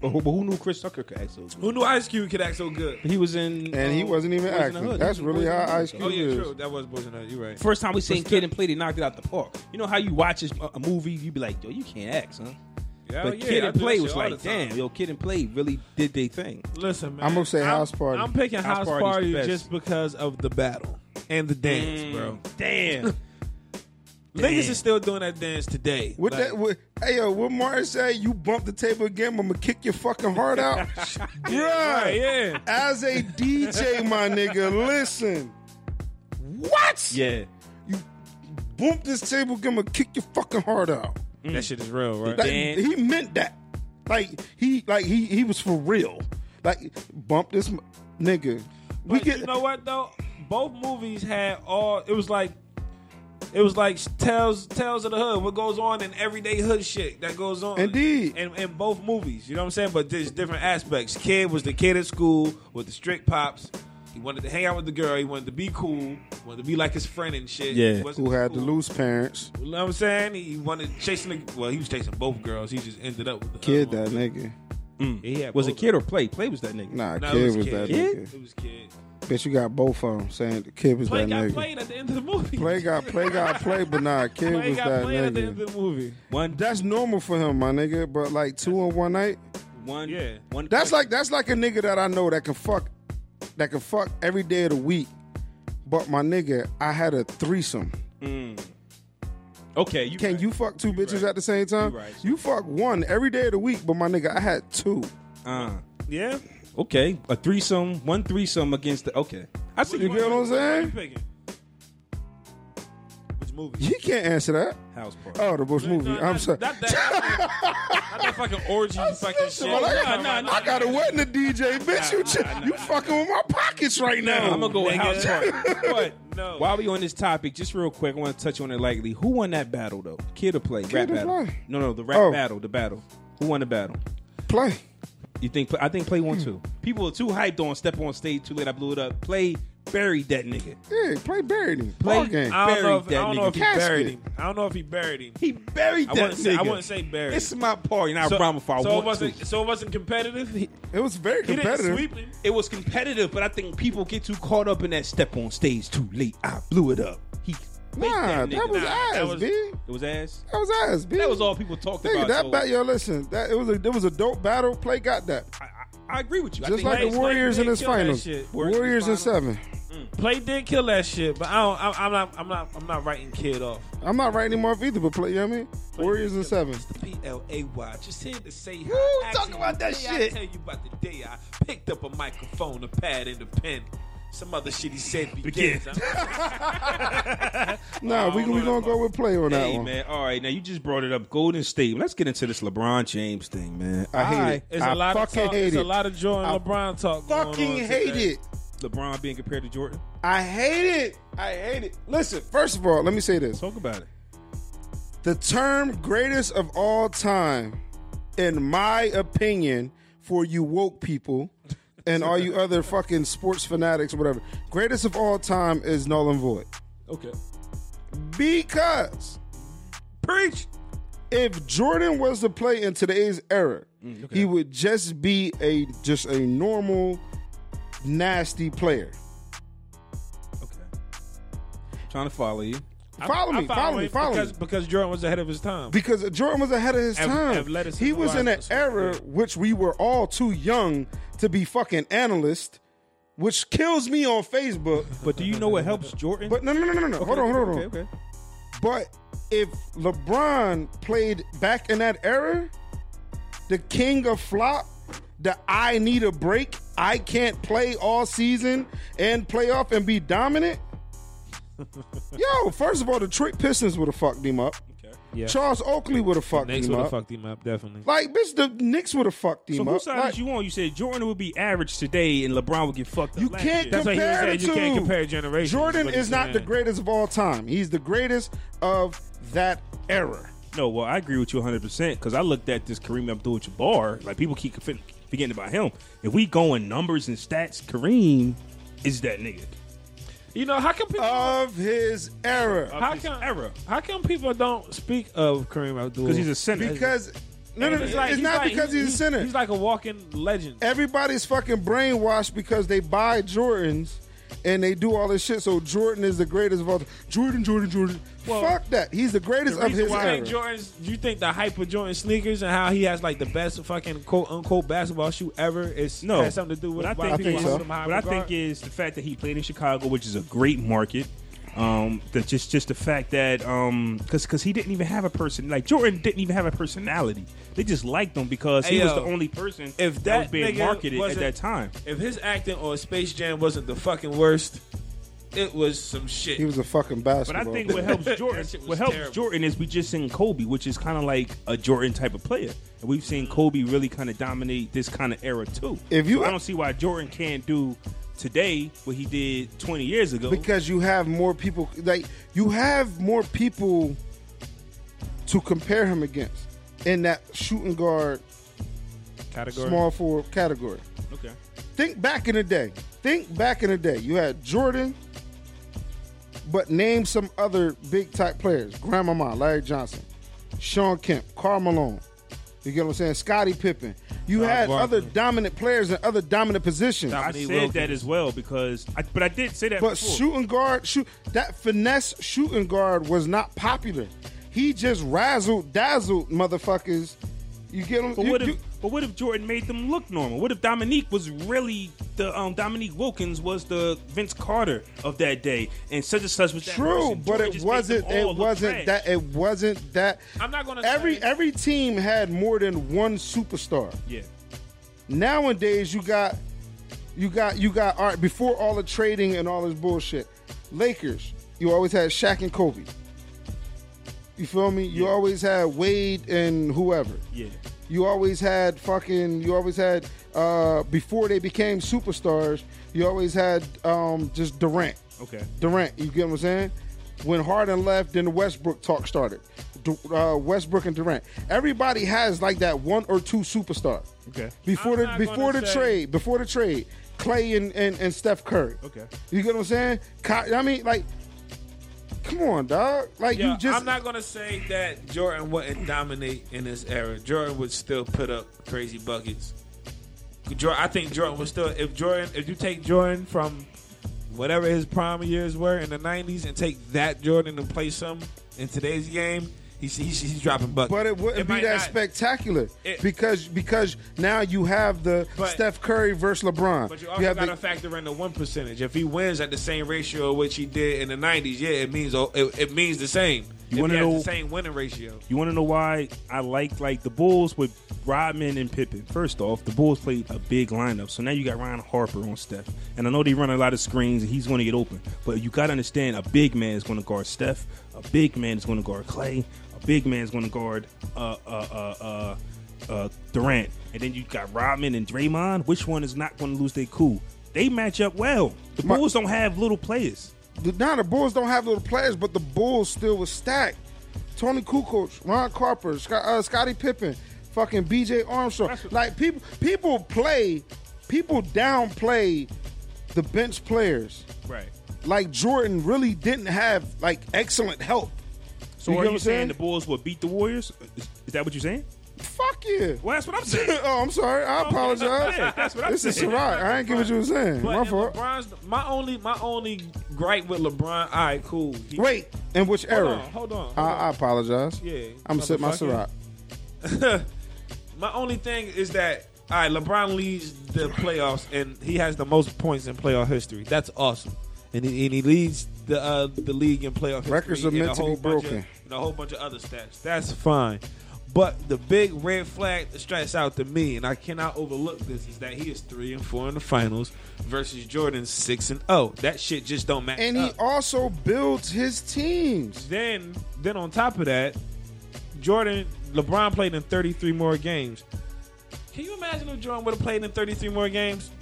But who, but who knew Chris Tucker could act so good? Who knew Ice Cube could act so good? He was in, And he um, wasn't even Boys in the acting. Hood. That's He was really in how Boys in the Ice Hood. Oh yeah, is. true. That was Boys in the Hood. You're right. First time we seen Kid and Play, they knocked it out the park. You know how you watch a, a movie, you be like, yo, you can't act, son. Yeah, but yeah, Kid I and do Play that was shit all like, the time. damn, yo, Kid and Play really did their thing. Listen, man. I'm gonna say House Party. I'm picking House House, Party's Party the best. just because of the battle and the dance, bro. Damn. Niggas is still doing that Mm. dance today. What Like, that? What, hey yo, what Martin say? You bump the table again, I'm gonna kick your fucking heart out, bruh. Right, yeah. As a DJ, my nigga, listen. What? yeah. You bump this table again, I'm gonna kick your fucking heart out. That shit is real, right? Like, Dan. he meant that. Like he, like he, he was for real. Like bump this m- nigga. We But you know what though? Both movies had all. It was like, it was like tales tales of the hood. What goes on in everyday hood shit that goes on. Indeed. in, in both movies, you know what I'm saying. But there's different aspects. Kid was the kid at school with the strict pops. He wanted to hang out with the girl. He wanted to be cool. Wanted to be like his friend and shit. Yeah. He wasn't who had the cool. loose parents? You know what I'm saying? He wanted chasing. The, well, he was chasing both girls. He just ended up with the Kid other that nigga. one. He had Was it both Kid or Play? Play was that nigga. Nah, of them. No, kid it was, was that Kid. nigga. It was kid. Bitch, you got both of them saying the kid was Play that got nigga. played at the end of the movie. Play got play got play, but nah, kid Play was got that played at the end nigga. of the movie. One, That's normal for him, my nigga. But like two in one night, one, Yeah. one. that's like that's like a nigga that I know that can fuck, that can fuck every day of the week. But my nigga, I had a threesome. okay. You Can you fuck two bitches at the same time? You right. You fuck one every day of the week, but my nigga, I had two. Uh, Yeah. okay, a threesome, one threesome against the. Okay, I see You get what I'm You saying? picking? Which movie? He can't answer that. house party. Oh, the Bush movie. No, I'm not- sorry. Not that, not that fucking orgy fucking shit. Listen, well, I, got, Nah, nah, I got a wedding to DJ, bitch. you you fucking with my pockets right now. I'm gonna go with house party. But No. while we on this topic, just real quick, I want to touch on it lightly. Who won that battle though? Kid or play? rap or battle? Play? No, no, the rap Oh. battle, the battle. Who won the battle? play. You think? I think play Hmm. won too. People are too hyped on step on stage too late. I blew it up. Play buried that nigga. Yeah, play buried him. Play- Ball game. I don't know if, I Buried that don't know if he nigga. buried Casket. him. I don't know if he buried him. He buried I that wouldn't say- nigga. I wouldn't say buried. It's my party, and I rhyme if I so it want to. wasn't so it wasn't competitive. He, It was very he didn't competitive. sweep him. It was competitive, but I think people get too caught up in that step on stage too late. I blew it up. He faked Nah, that, nigga. that was Nah, ass, that was- B. it was ass. That was ass, B. That was all people talked Nigga, about. that so bat, yo, listen, that it was a it was a dope battle. Play got that. I, I, I agree with you. I Just think like Play- the Play Warriors did in this kill that finals. shit. Warriors Warriors in in finals. seven. Play did kill that shit, but I don't. I, I'm not. I'm not. I'm not writing kid off. I'm not writing him off either, but play. You know what I mean? Warriors in seven. P L A Y. Just here to say hi. Woo, Actually, talk about that today shit. I tell you about the day I picked up a microphone, a pad, and a pen. Some other shit he said begins. Nah, we we gonna go with play on that Hey one. man, all right. Now you just brought it up, Golden State. Let's get into this LeBron James thing, man. I hate it. It's I a lot of fucking talk. hate It's a it. lot of Jordan I LeBron talk. going Fucking on hate today. it. LeBron being compared to Jordan. I hate it. I hate it. Listen, first of all, let me say this. Talk about it. The term greatest of all time, in my opinion, for you woke people and all you other fucking sports fanatics or whatever, greatest of all time is null and void. Okay. Because Preach. if Jordan was to play in today's era, he would just be a just a normal nasty player. Okay. Trying to follow you. I- Follow I me, follow me, follow because, me. Because Jordan was ahead of his time. Because Jordan was ahead of his Ath- time. athleticism He was in an wise, era yeah. which we were all too young to be fucking analysts, which kills me on Facebook. But do you know what helps Jordan? But no, no, no, no, no. hold on, hold on, hold on. Okay, okay. But if LeBron played back in that era, the king of flop, the I need a break, I can't play all season and playoff and be dominant. Yo, first of all, the Detroit Pistons would have fucked him up. Yeah. Charles Oakley would have fucked Knicks him would up. have fucked him up, definitely. Like, bitch, the Knicks would have fucked him So up. whose side Like, is you on? You said Jordan would be average today, and LeBron would get fucked up. You last can't year. That's what he was compare saying. the You can't two. compare generations. Jordan what he's is not the saying. greatest of all time. He's the greatest of that era. No, well, I agree with you 100 percent because I looked at this Kareem Abdul-Jabbar. Like people keep forget- forgetting about him. If we go in numbers and stats, Kareem is that nigga. You know how come people? Of his era. how his come era. How come people don't speak of Kareem Abdul? Because he's a center. Because no, no, And it's, like- he's not like- because he- he's, a sinner. He's like a walking legend. Everybody's fucking brainwashed because they buy Jordans and they do all this shit. So Jordan is the greatest of all. time. Jordan, Jordan, Jordan. Well, Fuck that. He's the greatest The of reason his why I era. think Jordan's, you think the hype of Jordan sneakers and how he has like the best fucking quote unquote basketball shoe ever is No, has something to do with what I why think, people I is, think so. hold him high what I regard? think is the fact that he played in Chicago, which is a great market. Um, that just just the fact that um, because because he didn't even have a person like Jordan didn't even have a personality. They just liked him because he Hey, was yo, the only person if that, that was being nigga marketed at wasn't- that time. if his acting on Space Jam wasn't the fucking worst, it was some shit. He was a fucking But I basketball. think what player. helps That Jordan, shit was what helps terrible. Jordan is we just seen Kobe, which is kind of like a Jordan type of player, and we've seen Kobe really kind of dominate this kind of era too. If you- So I don't see why Jordan can't do today what he did 20 years ago. because you have more people. Like you have more people to compare him against in that shooting guard, category. small forward category. okay, Think back in the day. Think back in the day. You had Jordan, but name some other big type players. Grandmama, Larry Johnson, Sean Kemp, Carl Malone. You get what I'm saying? Scottie Pippen. You had Barkley. other dominant players in other dominant positions. I Dominique said Wilkins. that as well because, I, but I did say that. But before. shooting guard, shoot that finesse shooting guard was not popular. He just razzled dazzled motherfuckers. You get him? But what if? But what if Jordan made them look normal? What if Dominique was really the um, Dominique Wilkins was the Vince Carter of that day, and such and such was that True, person? but Jordan it just made wasn't. them all It look wasn't trash. that. It wasn't that. I'm not gonna Every say- every team had more than one superstar. Yeah, Nowadays, you got, you got, you got. All right, before all the trading and all this bullshit, Lakers. You always had Shaq and Kobe. You feel me? You always had Wade and whoever. yeah. You always had fucking. You always had uh, before they became superstars. You always had um, just Durant. Okay. Durant. You get what I'm saying? When Harden left, then the Westbrook talk started. Du- uh, Westbrook and Durant. Everybody has like that one or two superstar. Okay. Before I'm the not before gonna the say- trade, before the trade, Clay and, and, and Steph Curry. Okay. You get what I'm saying? Ky- I mean, like, come on, dog. Like Yeah, you just I'm not gonna say that Jordan wouldn't dominate in this era. Jordan would still put up crazy buckets. Jordan, I think Jordan would still if Jordan if you take Jordan from whatever his prime years were in the '90s and take that Jordan and play some in today's game, he's he's, he's dropping buckets. But it wouldn't be might that not- spectacular It- because because now you have the But- Steph Curry versus LeBron. But you also have got to the, factor in the win percentage. If he wins at the same ratio of which he did in the '90s, yeah, it means it, it means the same. You If wanna he has know- the same winning ratio? You want to know why I like like the Bulls with Rodman and Pippen? First off, the Bulls played a big lineup, so now you got Ryan Harper on Steph, and I know they run a lot of screens, and he's going to get open. But you got to understand, a big man is going to guard Steph, a big man is going to guard Clay, a big man is going to guard uh uh uh uh, uh Durant, and then you got Rodman and Draymond. Which one is not going to lose their cool? They match up well. The My- Bulls don't have little players. the, now the Bulls don't have little players, but the Bulls still was stacked. Tony Kukoc, Ron Carper, Scott, uh, Scottie Pippen, fucking B.J. Armstrong. like people, people play, people downplay the bench players. Right. Like Jordan really didn't have like excellent help. So are You get what you I'm saying saying? the Bulls will beat the Warriors? Is, is that what you're saying? Fuck Fuck yeah. Well, that's what I'm saying. oh, I'm sorry. I apologize. Yeah, that's what I'm this is saying. Ciroc. I ain't get what you were saying. But My if fault. LeBron's my only my only gripe with LeBron. All right, cool. He- Wait, in which hold era? on, hold on. hold I, on. I apologize. Yeah, I'm gonna sip my Ciroc. motherfucker. my only thing is that all right, LeBron leads the playoffs and he has the most points in playoff history. That's awesome, and he, and he leads the uh, the league in playoff Records history are and meant to a be whole bunch broken. Of, and a whole bunch of other stats. That's fine. But the big red flag that strikes out to me, and I cannot overlook this, is that he is three and four in the finals versus Jordan's six and oh. That shit just don't match. And he up. also builds his teams. Then, then on top of that, Jordan, LeBron played in 33 more games. Can you imagine if Jordan would have played in 33 more games?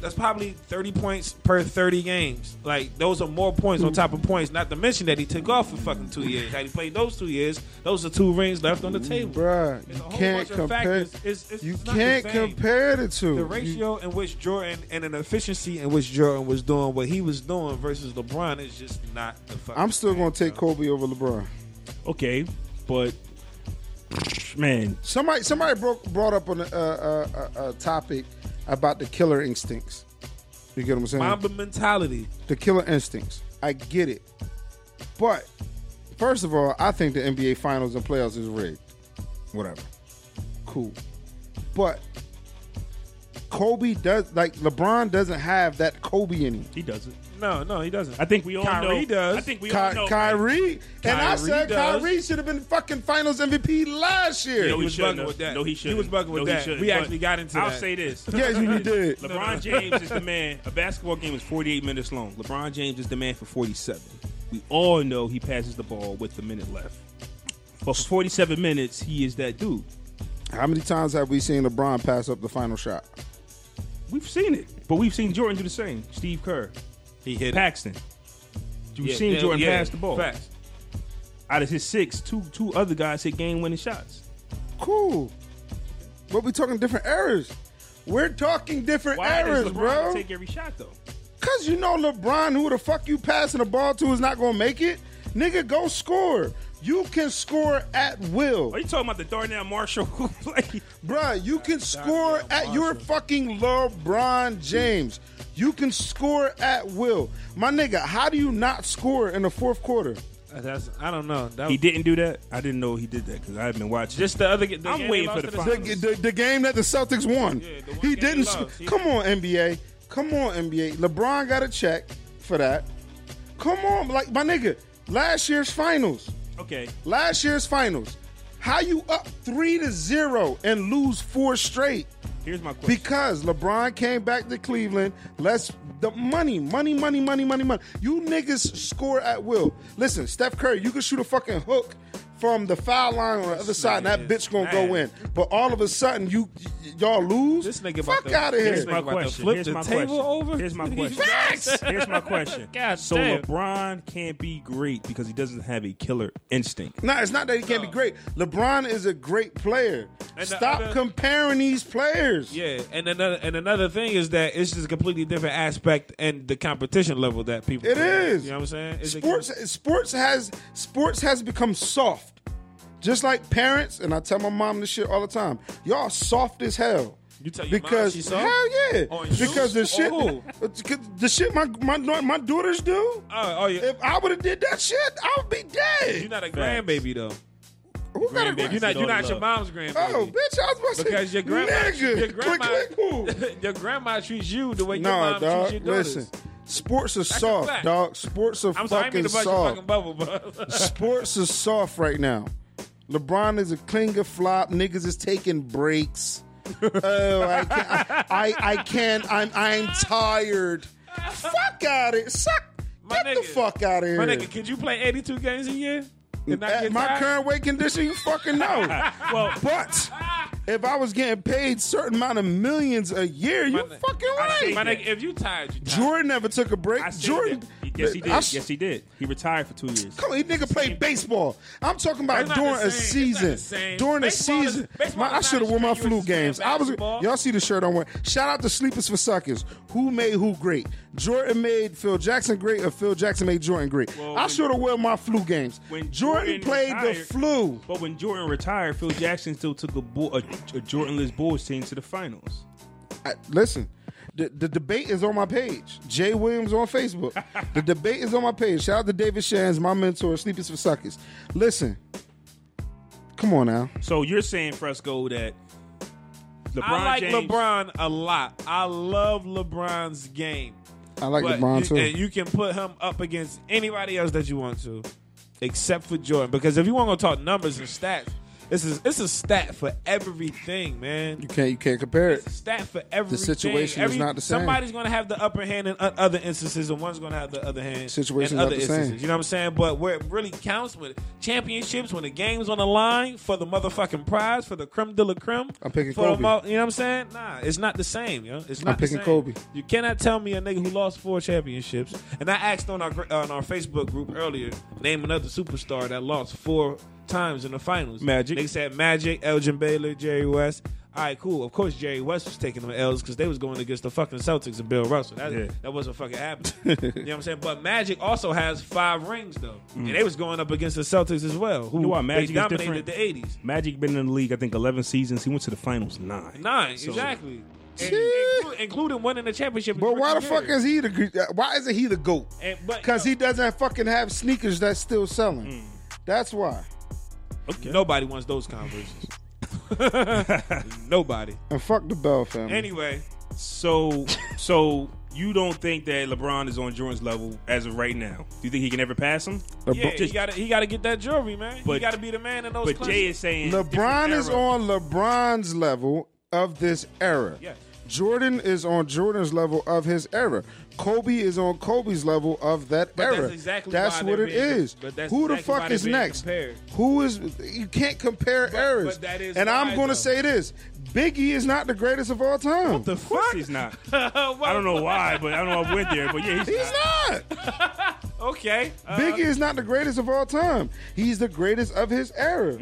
That's probably 30 points per 30 games. Like those are more points on top of points. Not to mention that he took off for fucking two years. Had he played those two years, those are two rings left on the table. Bruh, There's a you whole can't bunch of compare. factors. It's- it's you not the can't same. compare the two. The You- ratio in which Jordan and an efficiency in which Jordan was doing what he was doing versus LeBron is just not the fucking. I'm still gonna same, take bro. Kobe over LeBron. Okay, but man, Somebody, somebody broke, brought up on a, uh uh a topic about the killer instincts. You get what I'm saying? Mamba mentality. the killer instincts. I get it. But first of all, I think the NBA finals and playoffs is rigged. Whatever. Cool. But Kobe does like LeBron doesn't have that Kobe in him. He does it. No, no, he doesn't. I think we all Kyrie know. does. I think we all Ky- know. Kyrie. and I Kyrie said does. Kyrie should have been fucking finals MVP last year. No, He he was shouldn't bugging have. with that. No, He he should. was bugging with no, that. He shouldn't. We actually got into I'll that. say this. Yes, you did. no, no. LeBron James is the man. A basketball game is 48 minutes long. LeBron James is the man for 47. We all know he passes the ball with a minute left. But for 47 minutes, he is that dude. How many times have we seen LeBron pass up the final shot? We've seen it, but we've seen Jordan do the same. Steve Kerr, he hit Paxton. You've Yeah, seen yeah, Jordan yeah. pass the ball. Facts. Out of his six, two two other guys hit game winning shots. Cool. But we talking different errors. We're talking different Why errors, does LeBron bro. take every shot though? Cause you know LeBron, who the fuck you passing the ball to is not gonna make it. Nigga, go score. You can score at will. Are you talking about the Darnell Marshall who played? Bruh, you can score at your fucking LeBron James. You can score at will. My nigga, how do you not score in the fourth quarter? That's, I don't know. That He was didn't do that. I didn't know he did that because I've been watching. just the other. The I'm game waiting they for lost the to The, the, the game that the Celtics won. Yeah, the one he game didn't they sc- lost. He- Come on, NBA. Come on, NBA. LeBron got a check for that. Come on, like my nigga. Last year's finals. okay. last year's finals. How you up three to zero and lose four straight? Here's my question. Because LeBron came back to Cleveland. Let's the money, money, money, money, money, money. You niggas score at will. Listen, Steph Curry, you can shoot a fucking hook from the foul line on the other side, and that bitch gonna go in. But all of a sudden, you y- y'all lose. This nigga about fuck to- out of this here. Here's my Think about the question. flip Here's the my table question. over? Here's my Nigga, question. facts! Here's my question. God so damn. LeBron can't be great because he doesn't have a killer instinct. No, it's not that he can't be great. LeBron is a great player. And the Stop other- comparing these players. Yeah, and another and another thing is that it's just a completely different aspect and the competition level that people. It play at. is. You know what I'm saying? It's a- sports sports has sports has become soft. Just like parents, and I tell my mom this shit all the time. Y'all soft as hell. You tell your mom because she soft? hell yeah, On because the shoes? shit, Oh. the shit my my my daughters do. Oh, oh, yeah. If I would have did that shit, I would be dead. you're not a grandbaby though. Who got a grandbaby. You're not. You're not your Love. mom's grandbaby. Oh, bitch! I was about to Because say, your grandma, nigga, your grandma, click, click, boom. your grandma treats you the way your No, mom dog. treats your daughters. Listen, sports are a soft, fact. dog. Sports are I'm fucking sorry, I didn't mean to bust your soft. fucking bubble, but Sports is soft right now. LeBron is a clinger flop. Niggas is taking breaks. oh, I can't. I, I, I can't. I'm I'm tired. Fuck out it. Suck. My Get nigga. the fuck out of here. my nigga, could you play 82 games a year? And not At get my tired? current weight condition, you fucking know. Well, but if I was getting paid certain amount of millions a year, you ni- fucking I say right. My that. nigga, if you tired, you tired. Jordan never took a break. I say Jordan that. He Yes, he did. I s- yes, he did. He retired for two years. Come on, he nigga played baseball. I'm talking about It's not during the a same. It's not the season. same. During a Baseball is- season. baseball My- I is should not have worn my as strenuous flu as games. I was basketball. y'all see the shirt I wearing. Shout out to Sleepers for Suckers. Who made who great? Jordan made Phil Jackson great, or Phil Jackson made Jordan great. Well, I when- should have worn my flu games. when Jordan, Jordan played the retired- flu. But when Jordan retired, Phil Jackson still took a, bull, a, a Jordanless Bulls team to the finals. I- listen, the, the debate is on my page. Jay Williams on Facebook. the debate is on my page. Shout out to David Shans, my mentor, Sleepers for Suckers. Listen, come on now. So you're saying Fresco that LeBron I like James, LeBron a lot. I love LeBron's game. I like But LeBron you, too. and you can put him up against anybody else that you want to, except for Jordan. Because if you want to talk numbers and stats, this is it's a stat for everything, man. You can't you can't compare it. It's a stat for everything. situation is not the same. Somebody's going to have the upper hand in o- other instances, and one's going to have the other hand Situation's in not other the same. instances. You know what I'm saying? But where it really counts with championships, when the game's on the line for the motherfucking prize, for the creme de la creme. I'm picking for the Kobe. mo- you know what I'm saying? Nah, it's not the same, yo. It's not the picking same. Kobe. You cannot tell me a nigga who lost four championships. And I asked on our gr- on our Facebook group earlier, name another superstar that lost four times in the finals. Magic. They said Magic, Elgin Baylor, Jerry West. All right, cool. Of course, Jerry West was taking them L's because they was going against the fucking Celtics and Bill Russell. That, Yeah. that wasn't fucking happening. you know what I'm saying? But Magic also has five rings though, and they was going up against the Celtics as well, who Mm. You know why Magic they is dominated different? the '80s. Magic been in the league I think 11 seasons. He went to the finals nine. Nine, So- exactly. And, Shit. inclu- including winning the championship. But why the his rookie fuck year. is he the gr- uh, why isn't he the goat? And- but- Because he doesn't fucking have sneakers that's still selling. Mm. That's why. Nobody wants those conversations. Nobody. And fuck the Bell family. Anyway, So so you don't think that LeBron is on Jordan's level as of right now? Do you think he can ever pass him? LeBron, yeah, he got to he got to get that jewelry, man. he But- got to be the man in those. But classes. Jay is saying LeBron different is era. on LeBron's level of this era. Yes. Jordan is on Jordan's level of his era. Kobe is on Kobe's level of that But that's era. exactly That's why what they're it being- is. but that's Who the exactly why fuck they're is being next? compared. Who is? You can't compare eras. but that is and why, I'm going though. to say this: Biggie is not the greatest of all time. The fuck? He's not. I don't know why, but I don't know I went there. But yeah, he's, He's not. Okay. Uh, Biggie is not the greatest of all time. He's the greatest of his era.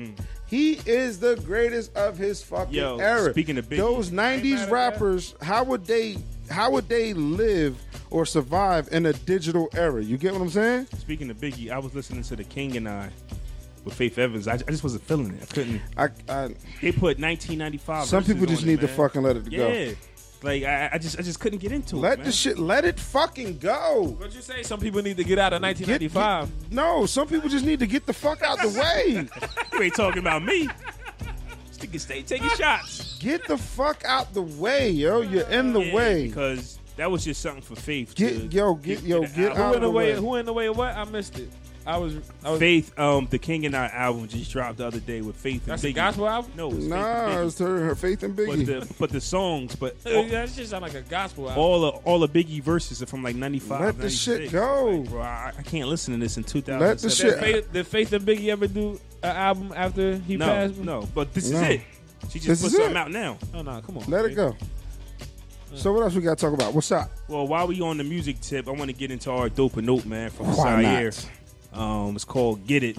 He is the greatest of his fucking Mm. Yo, era. speaking of Biggie, those mad at '90s that. rappers, how would they, how would they live or survive in a digital era? You get what I'm saying? Speaking of Biggie, I was listening to The King and I with Faith Evans. I, I just wasn't feeling it. I couldn't. I, I They put 1995. some verses people just on it, need to man. fucking let it Yeah. go. Like I, I just I just couldn't get into it. Let man. the shit, let it fucking go. What'd you say? Some people need to get out of Get- 1995. get- no, some people just need to get the fuck out the way. You ain't talking about me. This nigga stay Ah! taking shots. get the fuck out the way, yo. You're in the Yeah, way. Because that was just something for Faith. to Get yo, get yo, to the get out album. who in of the way. Who in the way? of What? I missed it. I was. I Oh. was Faith, um, the King and I album just dropped the other day with Faith and that's Biggie. a gospel album. No, it's Faith Nah, and it's her, her faith in Biggie. Biggie. But the but the songs, but Uh, yeah, that shit sound like a gospel album. all of, all the Biggie verses are from like '95. Let the shit 96. go. Like, bro, I, I can't listen to this in 2000. Let the did, shit- Faith, did Faith and Biggie ever do an album after he No, passed? no. But this No. is it. She This just put is something it. out now. no, no. Come on. Let it man. go. So what else we got to talk about? What's up? Well, while we on the music tip, I want to get into our dope and note, man, from Why Zaire. not? Um, it's called Get It.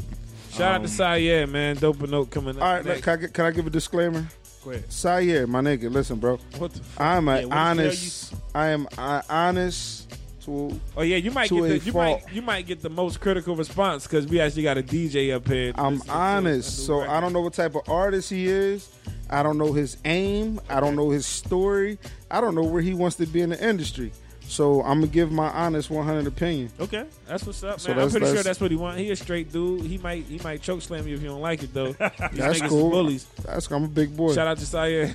Shout out Um, to Sayed, man. Dope and Note coming up. All right, look, next. can I, get, can I give a disclaimer? Go ahead. Sayer, my nigga, listen, bro. What the f- I'm Yeah, what an the hell honest. I am uh, honest to. Oh yeah, you might To get a the, you fault. might you might get the most critical response because we actually got a DJ up here. I'm listening to a honest, new so I record. don't know what type of artist he is. I don't know his aim. I don't know his story. I don't know where he wants to be in the industry. So I'm gonna give my honest 100 opinion. Okay. That's what's up, So man. I'm that's- pretty sure that's- that's what he want. He a straight dude. He might he might choke slam you if you don't like it though. These That's niggas cool. Bullies. That's I'm a big boy. Shout out to Saya.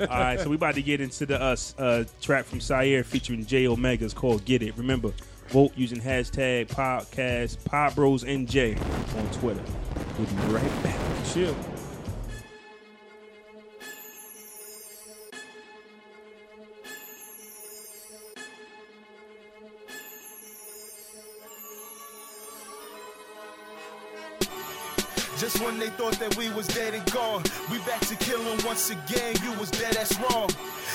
All right, so we about to get into the uh, s- uh, track from Sire featuring J Omega. It's called Get It. Remember, vote using hashtag podcast PodBrosNJ on Twitter. We'll be right back. Chill. Just when they thought that we was dead and gone, we back to killing once again. You was dead, that's wrong.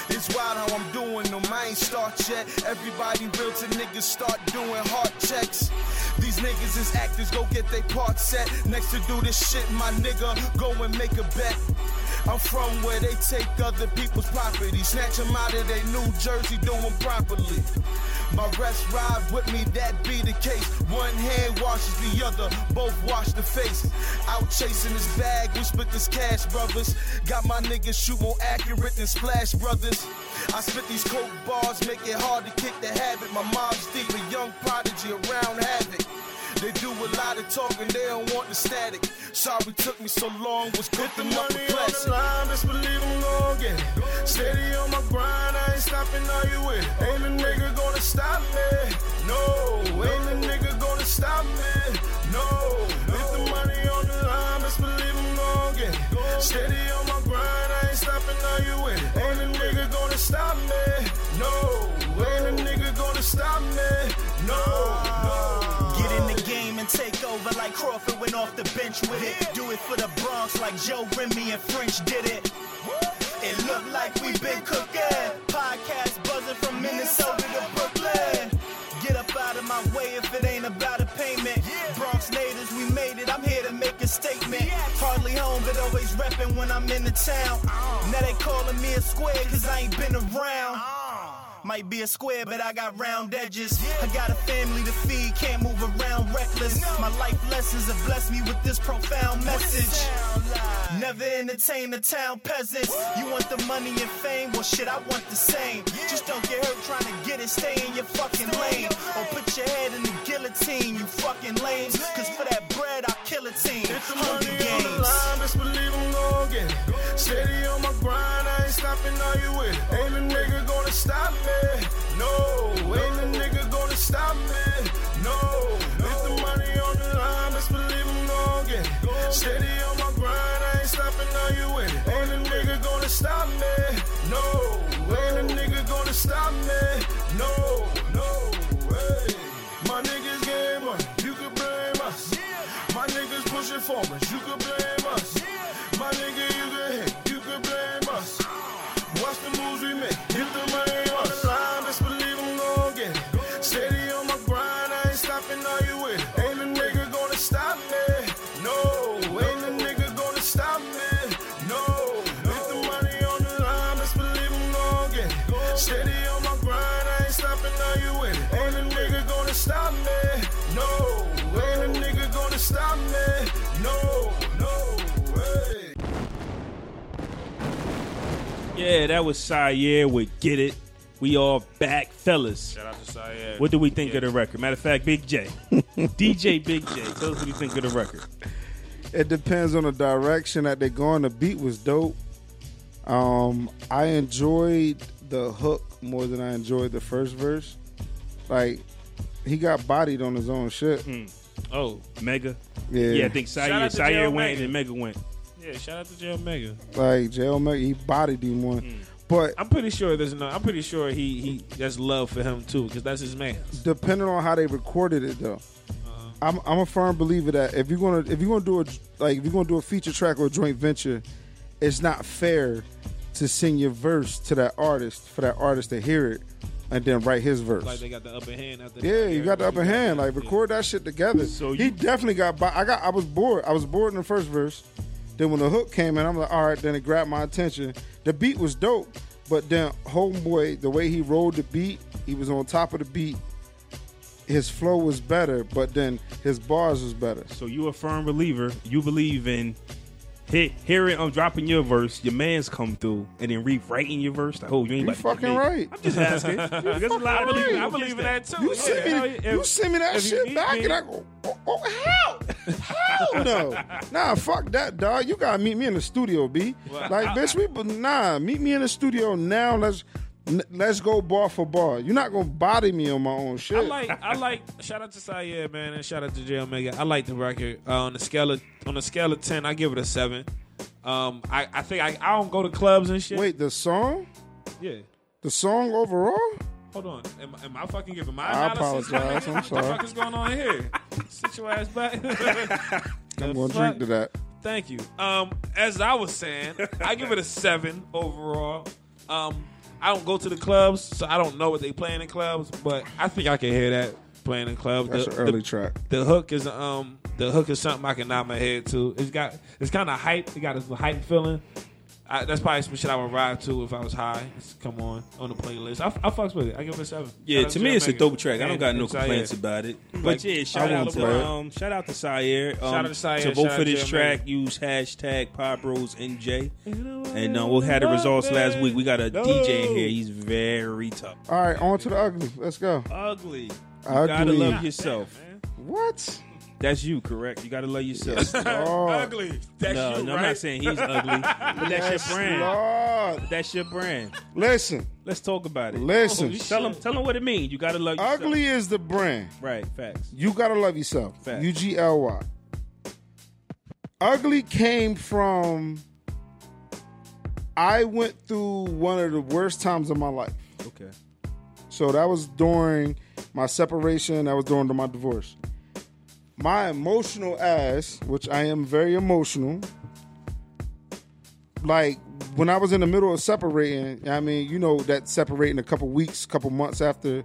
It's wild how I'm doing them. I ain't start yet. Everybody real to niggas start doing heart checks. These niggas is actors, go get they part set. Next to do this shit, my nigga, go and make a bet. I'm from where they take other people's property, snatch 'em out of their New Jersey, do 'em properly. My rest ride with me, that be the case. One hand washes the other, both wash the face. Out chasing this bag, we split this cash, brothers. Got my niggas shoot more accurate than Splash Brothers. I spit these coke bars, make it hard to kick the habit. My mom's deep, a young prodigy around havoc. They do a lot of talking, they don't want the static. Sorry took me so long, was cooking up a plastic. line, best believe I'm gon' get it. Steady on my grind, I ain't stopping, are you with it? Ain't a nigga gonna stop me, no. Ain't a nigga gonna stop me, no. If the money on the line, best believe I'm gon' get it. Steady on my grind, I ain't stopping, are you with it? Ain't a nigga gonna stop me, no. Ain't a nigga gonna stop me, no. no. Get in the game and take over like Crawford went off the bench with it. Do it for the Bronx like Joe Remy and French did it. It looked like we been cooking. Podcast buzzing from Minnesota to Brooklyn. Get up out of my way if it ain't about a payment. Bronx natives, we made it. I'm here to make a statement. Hardly home, but always reppin' when I'm in the town. Now they calling me a square, cause I ain't been around. Might be a square, but I got round edges. I got a family to feed, can't move around reckless. My life lessons have blessed me with this profound message. Never entertain the town peasants. You want the money and fame? Well, shit, I want the same. Just don't get hurt trying to get it. Stay in your fucking lane. Or put your head in the guillotine, you fucking lames. Cause for that bread, I kill a team. If the Hunger money on the Games. line, best believe I'm gon' get it. Steady on my grind, I ain't stopping, are you with it? Ain't a nigga gonna stop me, no. Ain't a nigga gonna stop me, no. If the money on the line, best believe I'm gon' get it. Steady on my grind, I ain't stopping, are you with it? Ain't a nigga gonna stop me, no. Ain't a nigga gonna stop me, no, no. Hey. My niggas game money, you can blame us. My niggas pushing forward, you can blame us. My nigga, you can hit, you can blame us. Watch the moves we make, hit the money on the line, best believe I'm gon' get it. Steady on my grind, I ain't stopping, are you with it? Ain't a nigga gonna stop me, no. Ain't a nigga gonna stop me, no. If the money on the line, best believe I'm gon' get it. Steady on my grind, I ain't stopping, are you with it? Ain't a nigga gonna stop me, no. Ain't a nigga gonna stop me, no, no, hey. Yeah, that was Sire with Get It. We are back, fellas. Shout out to Syed. What do we think of the record? Matter of fact, Big J. DJ Big J. Tell us what you think of the record. It depends on the direction that they're going. The beat was dope. Um, I enjoyed the hook more than I enjoyed the first verse. Like he got bodied on his own shit. Oh, Mega. Yeah. Yeah, I think Shout Sire, out to J.O. Sire went Mega. and then Mega went. yeah. Shout out to Jail Mega. Like JL Mack, he bodied him one. Hmm. But I'm pretty sure there's no. I'm pretty sure he he that's love for him too because that's his man. depending on how they recorded it though. I'm, I'm a firm believer that if you're gonna if you're gonna do a like if you're gonna do a feature track or a joint venture, it's not fair to sing your verse to that artist for that artist to hear it and then write his verse. Like they got the upper hand after. yeah, you got the upper hand. Like record that shit together. So So you- he definitely got. By, I got. I was bored. I was bored in the first verse. Then when the hook came in, I'm like, all right. Then it grabbed my attention. The beat was dope, but then homeboy, the way he rolled the beat, he was on top of the beat. His flow was better, but then his bars was better. So you a firm believer. You believe in hit hearing I'm dropping your verse, your man's come through, and then rewriting your verse. Like, oh, you ain't You about to get fucking me. right. I'm just asking. Because a lot of believe, I believe in that. too. You send me, hell, you if- send me that if you shit need back, me- and I go, oh, oh, hell, hell no, nah, fuck that, dog. You gotta meet me in the studio, b. like, bitch, we, but nah, meet me in the studio now. Let's n- let's go bar for bar. You're not gonna body me on my own shit. I like I like shout out to Syed man and shout out to J Omega. I like the record. Uh, on the scale of on a scale of ten, I give it a seven. Um, I, I think I, I don't go to clubs and shit. Wait, the song, yeah. the song overall. Hold on. Am, am I fucking giving my I analysis? apologize. I'm What the sorry. fuck is going on here? Sit your ass back. I'm The gonna drink fuck? to that. Thank you. Um, as I was saying, I give it a seven overall. Um, I don't go to the clubs, so I don't know what they playing in clubs, but I think I can hear that playing in clubs. That's the, an early the- track. The hook is um, the hook is something I can nod my head to. It's got it's kind of hype. It got this hype feeling. I, that's probably some shit I would ride to if I was high. It's come on on the playlist. I, I fucks with it. I give it a seven. Yeah, Shout out to me it's a Jamaica. dope track. I don't And- got no and Zaire. complaints about it. But Like, yeah, I shout won't out play it. to um, shout out to Sire. Um, Shout out to Sire, To shout vote out for to this Jermaine. track, use hashtag Podbros NJ. know And I uh, we'll had the love results last it. week. We got a No. DJ in here. He's very tough. All right, on to the ugly. Let's go. Uh, Ugly. You gotta Ugly. love yourself. What? That's you, correct? You gotta love yourself. Lord. Ugly. That's no, you, no, right? I'm not saying he's ugly, but that's Yes, your brand. Lord. That's your brand. Listen, Let's talk about it. Oh, listen. Tell him, tell him what it means. You gotta love yourself. Ugly is the brand. Right? Facts. You gotta love yourself. Facts. U G L Y. Ugly came from. I went through one of the worst times of my life. Okay. So that was during my separation. That was during my divorce. My emotional ass, which I am very emotional. Like when I was in the middle of separating, I mean, you know that separating a couple weeks, couple months after,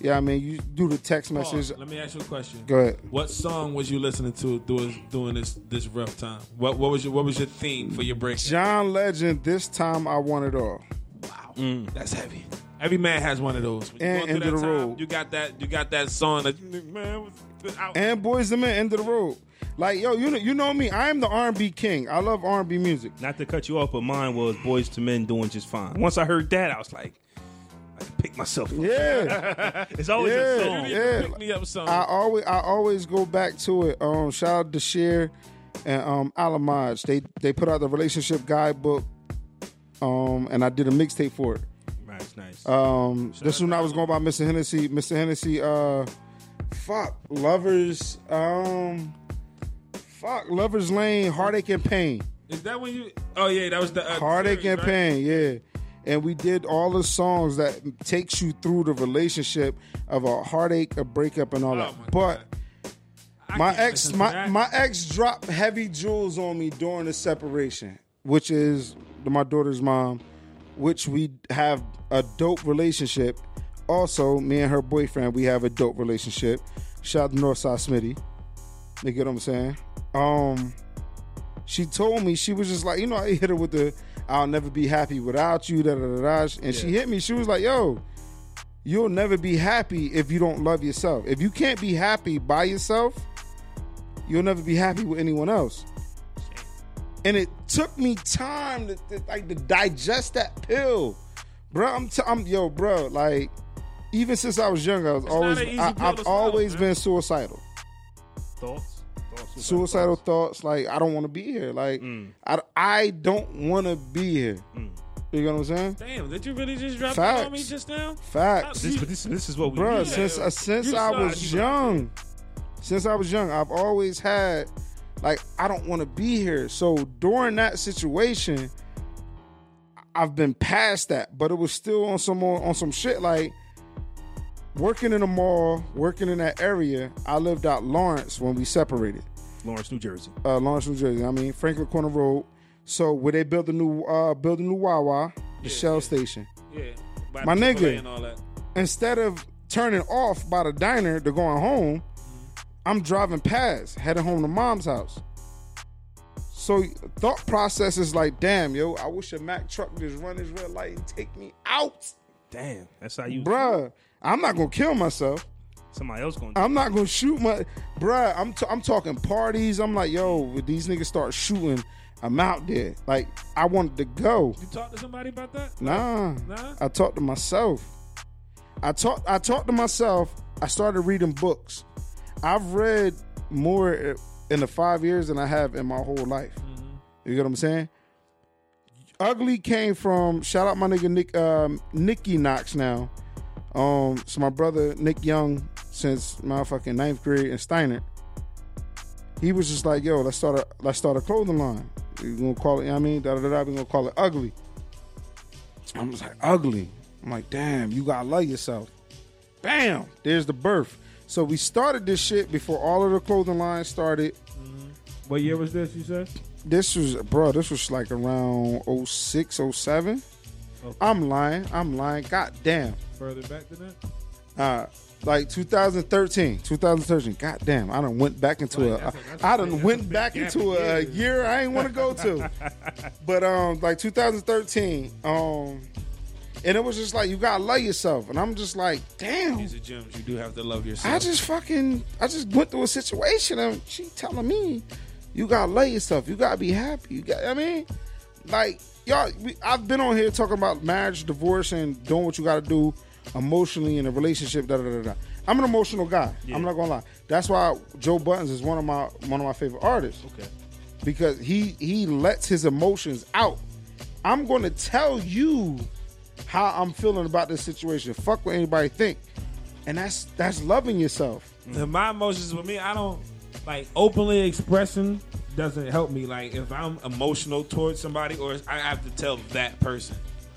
yeah, I mean, you do the text message. Pause. Let me ask you a question. Go ahead. What song was you listening to during, during this this rough time? What what was your what was your theme for your break? John Legend, this time I want it all. Wow, that's heavy. Every man has one of those. When you And going through End that of the time, Road. You got that. You got that song that man was was out. And Boys the Men, End of the Road. Like yo, you know, you know me. I am the R&B king. I love R&B music. Not to cut you off, but mine was Boys to Men doing just fine. Once I heard that, I was like, I can pick myself up. Yeah, It's always Yeah. a You song. need yeah. to pick me up song. I always I always go back to it. Um, shout out to Cher and um Alamaj. They they put out the relationship guidebook. Um, and I did a mixtape for it. Nice, nice. Um, this one I was going by Mr. Hennessy. Mr. Hennessy, uh, fuck lovers. Um, fuck lovers lane, heartache and pain. Is that when you? Oh yeah, that was the uh, Heartache series, and right? pain, yeah. And we did all the songs that takes you through the relationship of a heartache, a breakup, and all that. Oh my but I my can't ex, listen to my, that. my ex dropped heavy jewels on me during the separation, which is my daughter's mom, which we have a dope relationship. Also, me and her boyfriend, we have a dope relationship. Shout out to Northside Smitty. You get what I'm saying? Um, she told me she was just like, you know, I hit her with the "I'll never be happy without you." Da da da. da. And she hit me. She was like, "Yo, you'll never be happy if you don't love yourself. If you can't be happy by yourself, you'll never be happy with anyone else." And it took me time to, to, like to digest that pill, bro. I'm, t- I'm yo, bro. Like even since I was younger, I was always an easy I, pill to I've swallow, always man. been suicidal thoughts? thoughts suicidal thoughts like i don't want to be here like Mm. I, I don't want to be here you know what i'm saying Damn, did you really just drop Facts. it on me just now? facts This, but this, this is what we bro need. since uh, since You i decide was you young since i was young i've always had like i don't want to be here so during that situation i've been past that but it was still on some more on some shit like working in a mall working in that area i lived out lawrence when we separated Lawrence, New Jersey. uh, Lawrence, New Jersey. I mean Franklin Corner Road. So where they built the new uh build a new Wawa, the Shell station. Yeah, by My Chick-fil-A nigga. and all that. Instead of turning off by the diner to going home, I'm driving past, heading home to mom's house. So thought process is like, damn, yo, I wish a Mack truck just run his red light and take me out. Damn, that's how you. Bruh, I'm not gonna kill myself. Somebody else going. to I'm not gonna shoot my bruh. I'm t- I'm talking parties. I'm like, yo, if these niggas start shooting, I'm out there. Like I wanted to go. You talk to somebody about that? Nah, Nah? I talked to myself. I talked I talked to myself. I started reading books. I've read more in the five years than I have in my whole life. Mm-hmm. You get what I'm saying? Ugly came from shout out my nigga Nick um, Nicky Knox now. Um, so my brother Nick Young since my fucking ninth grade in Steiner. He was just like, yo, let's start a let's start a clothing line. We're gonna call it, you know what I mean, da da da, da we're gonna call it ugly. I'm just like, ugly. I'm like, damn, you gotta love yourself. Bam! There's the birth. So we started this shit before all of the clothing lines started. What year was this? You said This was, bro, this was like around 06, 07. I'm lying. I'm lying. God damn. further back than that. Uh, like 2013, 2013. God damn, I done went back into a, I done went back into a year I ain't want to go to. but um, like 2013, um, and it was just like you gotta love yourself, and I'm just like, damn, These are gems. You do have to love yourself. I just fucking, I just went through a situation, and she telling me, you gotta love yourself, you gotta be happy, you got, I mean, like y'all, we, I've been on here talking about marriage, divorce, and doing what you gotta do emotionally in a relationship. Da da da da. I'm an emotional guy. I'm not gonna lie. That's why Joe Buttons is one of my one of my favorite artists. Okay. Because he he lets his emotions out. I'm going to tell you how I'm feeling about this situation. Fuck what anybody think. And that's that's loving yourself. The- my emotions with me, I don't like openly expressing doesn't help me. Like if I'm emotional towards somebody, or I have to tell that person,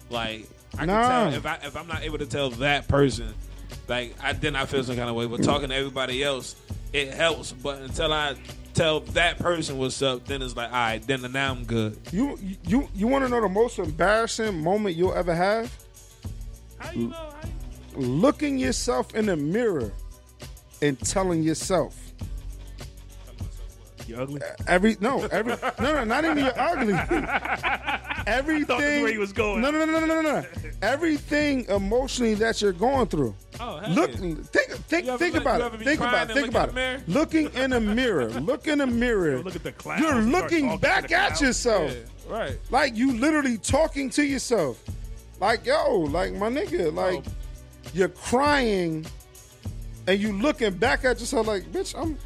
like I Nah. can tell if I if I'm not able to tell that person, like I then I feel some kind of way. But talking to everybody else, it helps. But until I tell that person what's up, then it's like all right, then now I'm good. You you you want to know the most embarrassing moment you'll ever have? How you know? Looking yourself in the mirror and telling yourself You ugly? every no every no no not even you're ugly. Everything. where he was going. No no no no no no. no. Everything emotionally that you're going through. Oh, hell Look, yeah. think, think, You ever think look- about you it. ever be Think crying about it. and Think look about in it. the Looking in a mirror. Look in a mirror. Look at the clouds. You're You start looking talking back to the at clouds. yourself. right. Like you literally talking to yourself. Like yo, like my nigga, like you're crying, and you looking back at yourself. Like bitch, I'm